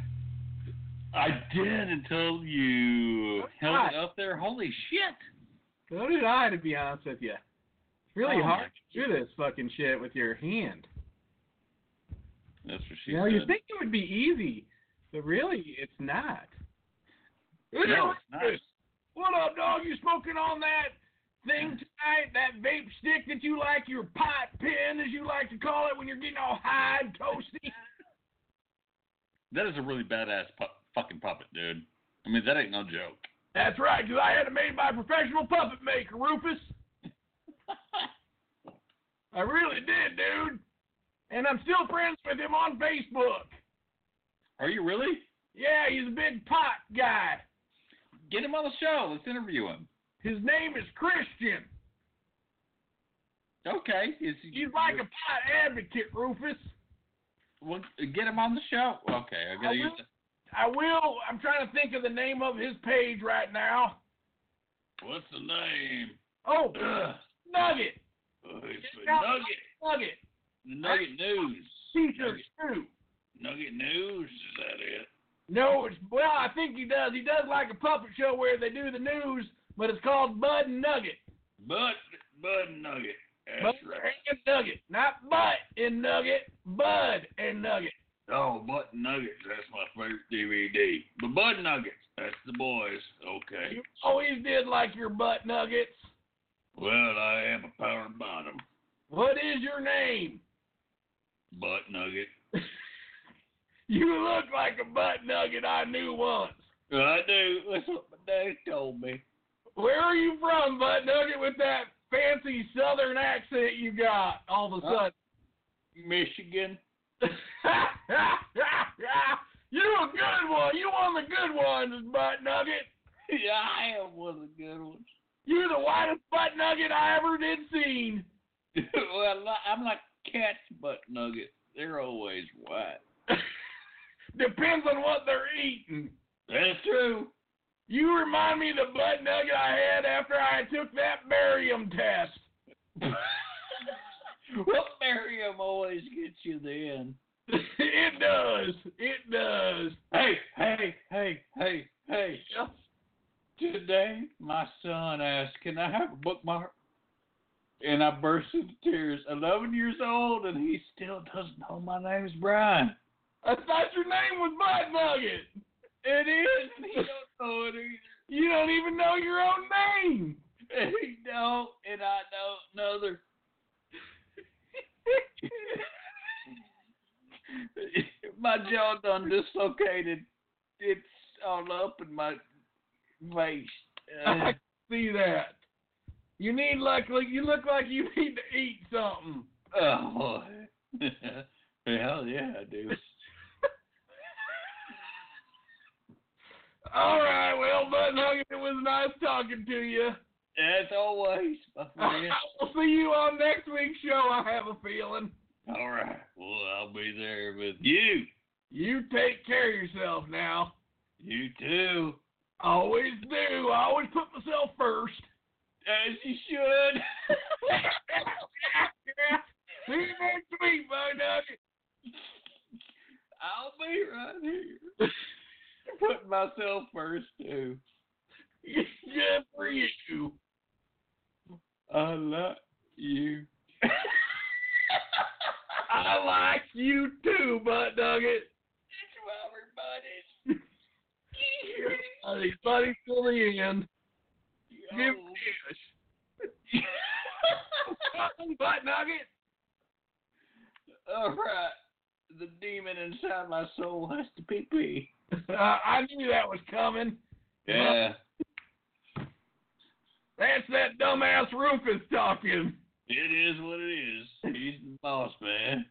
Speaker 3: I did until you
Speaker 6: Oh,
Speaker 3: held
Speaker 6: God.
Speaker 3: it up there. Holy shit!
Speaker 6: So did I, to be honest with you. It's really
Speaker 3: Oh,
Speaker 6: hard to do this fucking shit with your hand.
Speaker 3: That's what she
Speaker 6: You know, you
Speaker 3: said.
Speaker 6: think it would be easy, but really, it's not.
Speaker 3: no, it's not.
Speaker 6: What up, dog? You smoking on that thing tonight? That vape stick that you like, your pot pen, as you like to call it, when you're getting all high and toasty?
Speaker 3: That is a really badass pu- fucking puppet, dude. I mean, that ain't no joke.
Speaker 6: That's right, 'cause I had it made by a professional puppet maker, Rufus. I really did, dude. And I'm still friends with him on Facebook.
Speaker 3: Are you really?
Speaker 6: Yeah, he's a big pot guy.
Speaker 3: Get him on the show. Let's interview him.
Speaker 6: His name is Christian.
Speaker 3: Okay. Is he-
Speaker 6: He's like a pot advocate, Rufus.
Speaker 3: Well, get him on the show. Okay, I
Speaker 6: I
Speaker 3: gotta use
Speaker 6: will.
Speaker 3: that.
Speaker 6: I will. I'm trying to think of the name of his page right now.
Speaker 3: What's the name?
Speaker 6: Oh,
Speaker 3: Ugh. Oh,
Speaker 6: Nugget.
Speaker 3: It's the
Speaker 6: out-
Speaker 3: Nugget.
Speaker 6: Nugget.
Speaker 3: Nugget News.
Speaker 6: T-shirts
Speaker 3: Nugget,
Speaker 6: too.
Speaker 3: Nugget News. Is that it?
Speaker 6: No, it's well, I think he does. He does like a puppet show where they do the news, but it's called Bud and Nugget.
Speaker 3: Bud Bud Nugget. That's
Speaker 6: Bud
Speaker 3: right.
Speaker 6: and Nugget, not Butt and Nugget. Bud and Nugget.
Speaker 3: Oh, Bud Nuggets. That's my favorite DVD. The Bud Nuggets. That's the boys. Okay.
Speaker 6: You always did like your butt nuggets.
Speaker 3: Well, I am a power bottom.
Speaker 6: What is your name?
Speaker 3: Butt Nugget.
Speaker 6: (laughs) You look like a butt nugget I knew once.
Speaker 3: I do. That's what my dad told me.
Speaker 6: Where are you from, butt nugget, with that fancy southern accent you got all of a sudden?
Speaker 3: Uh, Michigan.
Speaker 6: (laughs) you a good one. You one of the good ones, butt nugget.
Speaker 3: (laughs) yeah, I am one of the good ones.
Speaker 6: You the whitest butt nugget I ever did seen.
Speaker 3: well, I- I'm like cat's butt nugget. They're always white.
Speaker 6: Depends on what they're eating.
Speaker 3: That's true.
Speaker 6: You remind me of the butt nugget I had after I took that barium test.
Speaker 3: well, barium always gets you then.
Speaker 6: it does. It does.
Speaker 3: Hey, hey, hey, hey, hey. Today, my son asked, Can I have a bookmark? And I burst into tears. 11 years old, and he still doesn't know my name is Brian.
Speaker 6: I thought your name was Butt Nugget.
Speaker 3: It is, and (laughs) he don't know it either.
Speaker 6: You don't even know your own name.
Speaker 3: And he don't, and I don't know their (laughs) my jaw done dislocated. It's all up in my uh, face.
Speaker 6: I see that. You need like, like you look like you (laughs) need to eat something.
Speaker 3: oh, (laughs) hell yeah, I do.
Speaker 6: All right, well, Butt Nugget, it was nice talking to you.
Speaker 3: As always, my friend.
Speaker 6: I will see you on next week's show. I have a feeling.
Speaker 3: all right, well, I'll be there with you.
Speaker 6: You take care of yourself now.
Speaker 3: You too,
Speaker 6: Always do. I always put myself first.
Speaker 3: as you should.
Speaker 6: (laughs) See you next week, Butt Nugget.
Speaker 3: I'll be right here. (laughs) Put myself first too.
Speaker 6: (laughs) Good for you.
Speaker 3: I love you. (laughs)
Speaker 6: I like you too, Butt Nugget.
Speaker 3: It's
Speaker 6: Uh, (laughs) He's buddy till the end.
Speaker 3: Robert
Speaker 6: Give
Speaker 3: Buddies.
Speaker 6: me a (laughs) butt nugget.
Speaker 3: All right. The demon inside my soul has to pee pee.
Speaker 6: Uh, (laughs) I knew that was coming.
Speaker 3: Yeah.
Speaker 6: That's that dumbass Rufus talking.
Speaker 3: It is what it is. He's the boss, man.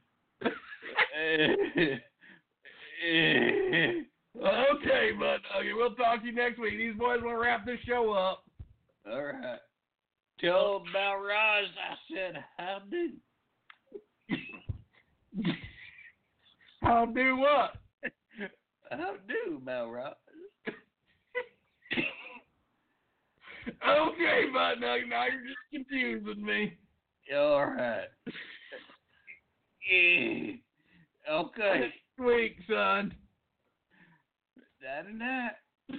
Speaker 6: Okay, butt nugget. We'll talk to you next week. These boys will wrap this show up.
Speaker 3: All right. Tell him about Roz I said, how do?
Speaker 6: (laughs) I'll do what?
Speaker 3: How do, Malroy?
Speaker 6: Okay, butt nugget. Now you're just confusing me.
Speaker 3: All right. Okay.
Speaker 6: week, son.
Speaker 3: That and that.
Speaker 6: (laughs)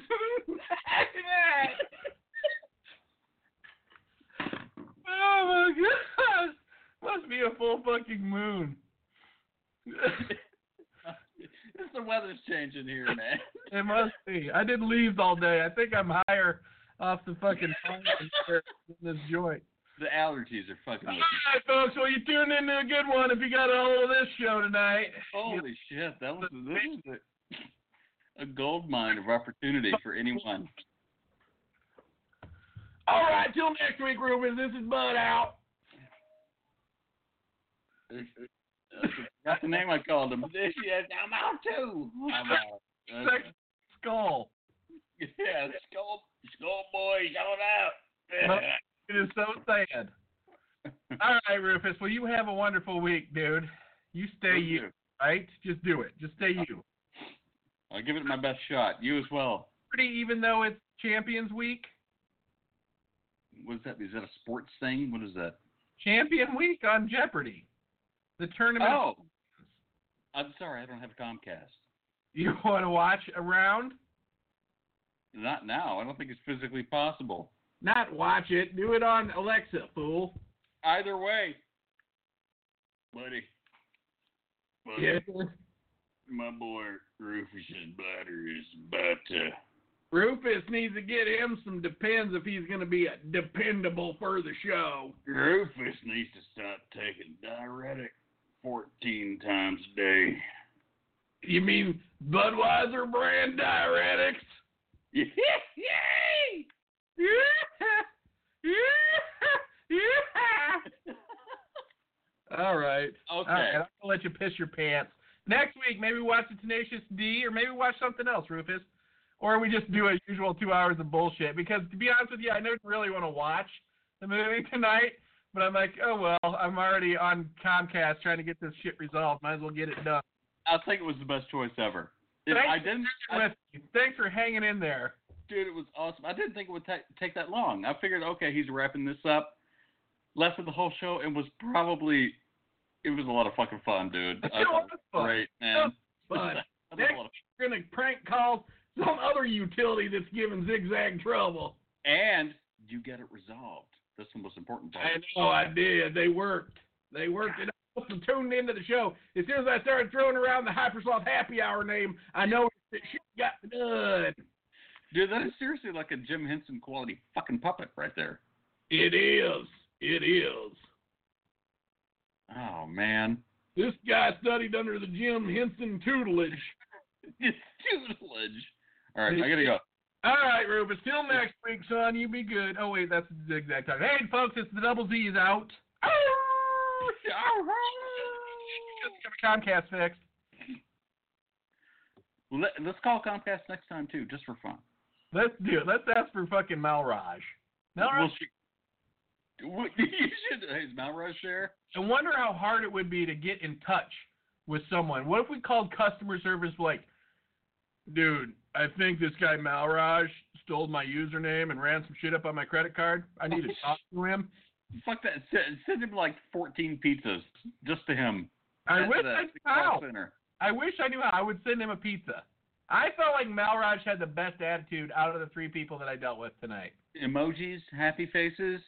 Speaker 6: oh my gosh. Must be a full
Speaker 3: (laughs)
Speaker 6: fucking moon.
Speaker 3: It's the weather's changing here,
Speaker 6: (laughs)
Speaker 3: man.
Speaker 6: it must be. I did leaves all day. I think I'm higher off the fucking planet than this joint.
Speaker 3: The allergies are fucking.
Speaker 6: All
Speaker 3: With me.
Speaker 6: right, folks. Well, you tuned into a good one if you got a hold of this show tonight.
Speaker 3: Holy shit! That was this is a, a gold mine of opportunity for anyone.
Speaker 6: All right, till next week, Rubens. This is Bud out.
Speaker 3: That's the name I called
Speaker 6: (laughs)
Speaker 3: him. Yes, I'm out too. I'm out.
Speaker 6: Sex skull.
Speaker 3: Yeah, skull, skull boys, on out.
Speaker 6: It is so sad. (laughs) All right, Rufus. Well, you have a wonderful week, dude. You stay you, right? Just do it. Just stay you.
Speaker 3: I'll give it my best shot. You as well.
Speaker 6: Pretty, even though it's Champions Week.
Speaker 3: What is that? Is that a sports thing? What is that?
Speaker 6: Champion Week on Jeopardy. The tournament.
Speaker 3: Oh, I'm sorry, I don't have a Comcast.
Speaker 6: You want to watch around?
Speaker 3: Not now. I don't think it's physically possible.
Speaker 6: Not watch it. Do it on Alexa, fool.
Speaker 3: Either way, buddy. buddy
Speaker 6: Yeah.
Speaker 3: My boy Rufus and Butter is about to.
Speaker 6: Rufus needs to get him some depends if he's going to be dependable for the show.
Speaker 3: Rufus needs to stop taking diuretic 14 times a day.
Speaker 6: You mean Budweiser brand diuretics?
Speaker 3: (laughs) Yeah.
Speaker 6: Yay! Yeah! Yeah! Yeah! All right. All
Speaker 3: Okay.
Speaker 6: right. I'm gonna let you piss your pants. Next week, maybe watch the Tenacious D, or maybe watch something else, Rufus. Or we just do a usual two hours of bullshit. Because to be honest with you, I don't really want to watch the movie (laughs) tonight. But I'm like, oh well, I'm already on Comcast trying to get this shit resolved. Might as well get it done.
Speaker 3: I think it was the best choice ever. If
Speaker 6: Thank
Speaker 3: I
Speaker 6: you.
Speaker 3: didn't, I,
Speaker 6: With you. Thanks for hanging in there.
Speaker 3: dude, it was awesome. I didn't think it would ta- take that long. I figured, okay, he's wrapping this up. Left with the whole show and was probably, it was a lot of fucking fun, dude. I thought it was great, man.
Speaker 6: But
Speaker 3: I thought (laughs) it was a lot of
Speaker 6: you're gonna prank call some other utility that's giving zigzag trouble.
Speaker 3: fun. And you get it resolved. That's the most important part.
Speaker 6: I know Oh, I did. They worked. They worked. And I also tuned into the show. As soon as I started throwing around the Hypersloth Happy Hour name, I know that shit got done.
Speaker 3: Dude, that is seriously like a Jim Henson quality fucking puppet right there.
Speaker 6: It is. It is.
Speaker 3: Oh man, (laughs)
Speaker 6: This guy studied under the Jim Henson tutelage.
Speaker 3: it's tutelage. All right, I gotta go.
Speaker 6: All right, Rufus. Till next week, son. You be good. Oh wait, that's the exact time. Hey, folks, it's the double Z is out. Just got a Comcast fixed.
Speaker 3: Well, Let, let's call Comcast next time too, just for fun.
Speaker 6: Let's do it. Let's ask for fucking Malraj. Malraj.
Speaker 3: We'll shoot- What, (laughs) you should. Hey, is Malraj there?
Speaker 6: I wonder how hard it would be to get in touch with someone. What if we called customer service like, dude, I think this guy Malraj stole my username and ran some shit up on my credit card. I need to talk to him.
Speaker 3: Fuck that. Send, send him like 14 pizzas just to him.
Speaker 6: I
Speaker 3: At
Speaker 6: wish
Speaker 3: the-
Speaker 6: I knew
Speaker 3: the call
Speaker 6: how.
Speaker 3: center.
Speaker 6: I wish I knew how. I would send him a pizza. I felt like Malraj had the best attitude out of the three people that I dealt with tonight.
Speaker 3: Emojis, happy faces,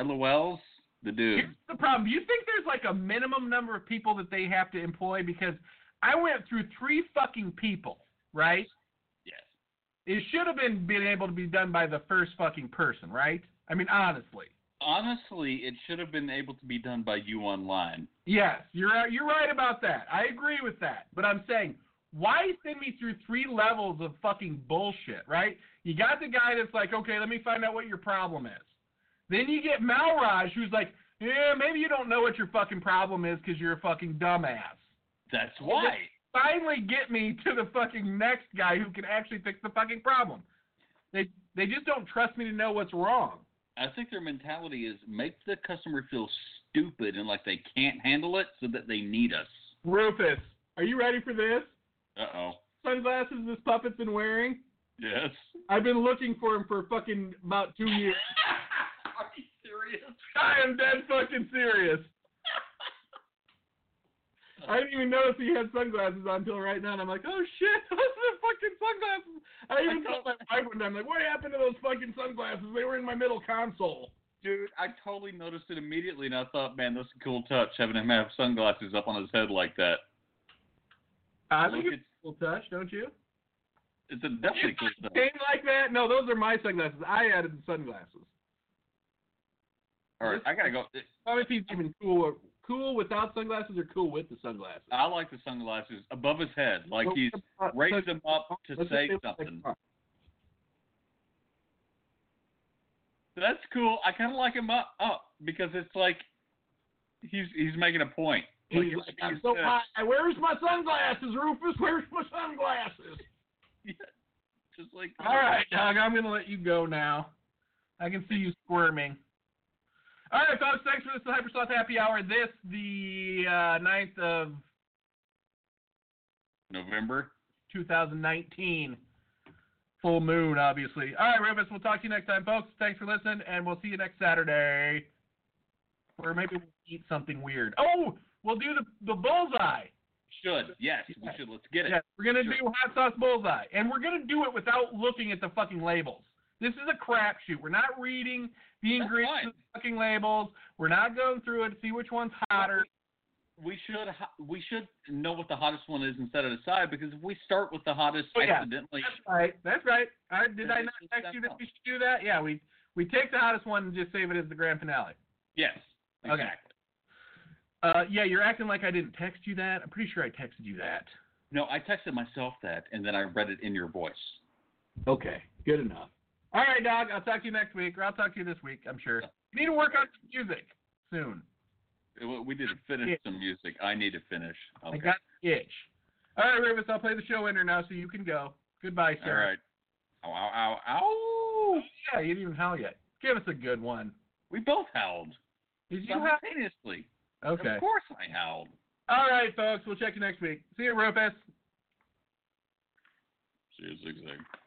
Speaker 3: LOLs. The
Speaker 6: Here's
Speaker 3: dude.
Speaker 6: the problem. Do you think there's like a minimum number of people that they have to employ? Because I went through three fucking people, right?
Speaker 3: Yes.
Speaker 6: It should have been been able to be done by the first fucking person, right? I mean, honestly.
Speaker 3: Honestly, it should have been able to be done by you online.
Speaker 6: Yes, you're you're right about that. I agree with that. But I'm saying, why send me through three levels of fucking bullshit, right? You got the guy that's like, okay, let me find out what your problem is. Then you get Malraj, who's like, yeah, maybe you don't know what your fucking problem is because you're a fucking dumbass.
Speaker 3: That's why.
Speaker 6: Finally, get me to the fucking next guy who can actually fix the fucking problem. They they just don't trust me to know what's wrong.
Speaker 3: I think their mentality is make the customer feel stupid and like they can't handle it so that they need us.
Speaker 6: Rufus, are you ready for this?
Speaker 3: Uh oh.
Speaker 6: Sunglasses this puppet's been wearing?
Speaker 3: Yes.
Speaker 6: I've been looking for him for fucking about two years.
Speaker 3: Are you serious?
Speaker 6: I am dead fucking serious. I didn't even notice he had sunglasses on until right now, and I'm like, oh shit, those are the fucking sunglasses. I even told my wife one time, like, what happened to those fucking sunglasses? They were in my middle console.
Speaker 3: Dude, I totally noticed it immediately, and I thought, man, that's a cool touch having him have sunglasses up on his head like that.
Speaker 6: I
Speaker 3: Look,
Speaker 6: think it's
Speaker 3: it's,
Speaker 6: a cool touch, don't you?
Speaker 3: it's a definitely cool touch.
Speaker 6: Same like that? No, those are my sunglasses. I added the sunglasses.
Speaker 3: All right, I gotta go.
Speaker 6: I don't know if he's even cool, cool without sunglasses or cool with the sunglasses.
Speaker 3: I like the sunglasses above his head, like
Speaker 6: Well,
Speaker 3: he's
Speaker 6: uh,
Speaker 3: raised them up to
Speaker 6: let's just
Speaker 3: say
Speaker 6: say it's like
Speaker 3: something.
Speaker 6: fun.
Speaker 3: That's cool. I kind of like him up, up because it's like he's he's making a point. Like,
Speaker 6: He's
Speaker 3: it's
Speaker 6: like,
Speaker 3: like
Speaker 6: I'm
Speaker 3: you
Speaker 6: so
Speaker 3: said.
Speaker 6: high. Where's my sunglasses, Rufus? Where's my sunglasses?
Speaker 3: Just like
Speaker 6: All right, Doug, I'm going to let you go now. I can see you squirming. All right, folks, thanks for this Hypersloth Happy Hour. This, the uh, 9th of
Speaker 3: November.
Speaker 6: 2019. Full moon, obviously. All right, Rufus, we'll talk to you next time, folks. Thanks for listening, and we'll see you next Saturday. Or maybe we'll eat something weird. Oh, we'll do the, the bullseye.
Speaker 3: Should yes, we
Speaker 6: Yeah.
Speaker 3: should. Let's get it.
Speaker 6: Yeah, we're gonna
Speaker 3: Sure.
Speaker 6: do hot sauce bullseye, and we're gonna do it without looking at the fucking labels. This is a crapshoot. We're not reading the
Speaker 3: That's
Speaker 6: ingredients
Speaker 3: fine.
Speaker 6: of the fucking labels. We're not going through it to see which one's hotter.
Speaker 3: We should ho- we should know what the hottest one is and set it aside because if we start with the hottest
Speaker 6: Oh, yeah.
Speaker 3: accidentally,
Speaker 6: That's right. That's right. I, did I
Speaker 3: Then
Speaker 6: not
Speaker 3: it's
Speaker 6: text you that
Speaker 3: just
Speaker 6: we should do that? Yeah, we we take the hottest one and just save it as the grand finale.
Speaker 3: yes,
Speaker 6: Okay.
Speaker 3: exactly.
Speaker 6: Uh, yeah, you're acting like I didn't text you that. I'm pretty sure I texted you that.
Speaker 3: No, I texted myself that and then I read it in your voice.
Speaker 6: Okay, good enough. All right, dog. I'll talk to you next week, or I'll talk to you this week. I'm sure. You need to work on some music soon.
Speaker 3: We- We did finish
Speaker 6: Yeah.
Speaker 3: some music. I need to finish.
Speaker 6: I
Speaker 3: Okay.
Speaker 6: got the itch. All right, Rivas, I'll play the show ender now, so you can go. Goodbye,
Speaker 3: All
Speaker 6: sir.
Speaker 3: right. Ow, ow, ow, ow.
Speaker 6: Yeah, you didn't even howl yet. Give us a good one.
Speaker 3: We both howled
Speaker 6: Did you howl?
Speaker 3: simultaneously.
Speaker 6: Okay.
Speaker 3: Of course I howled.
Speaker 6: All right, folks. We'll check you next week. See you, Rufus.
Speaker 3: See you, Zigzag.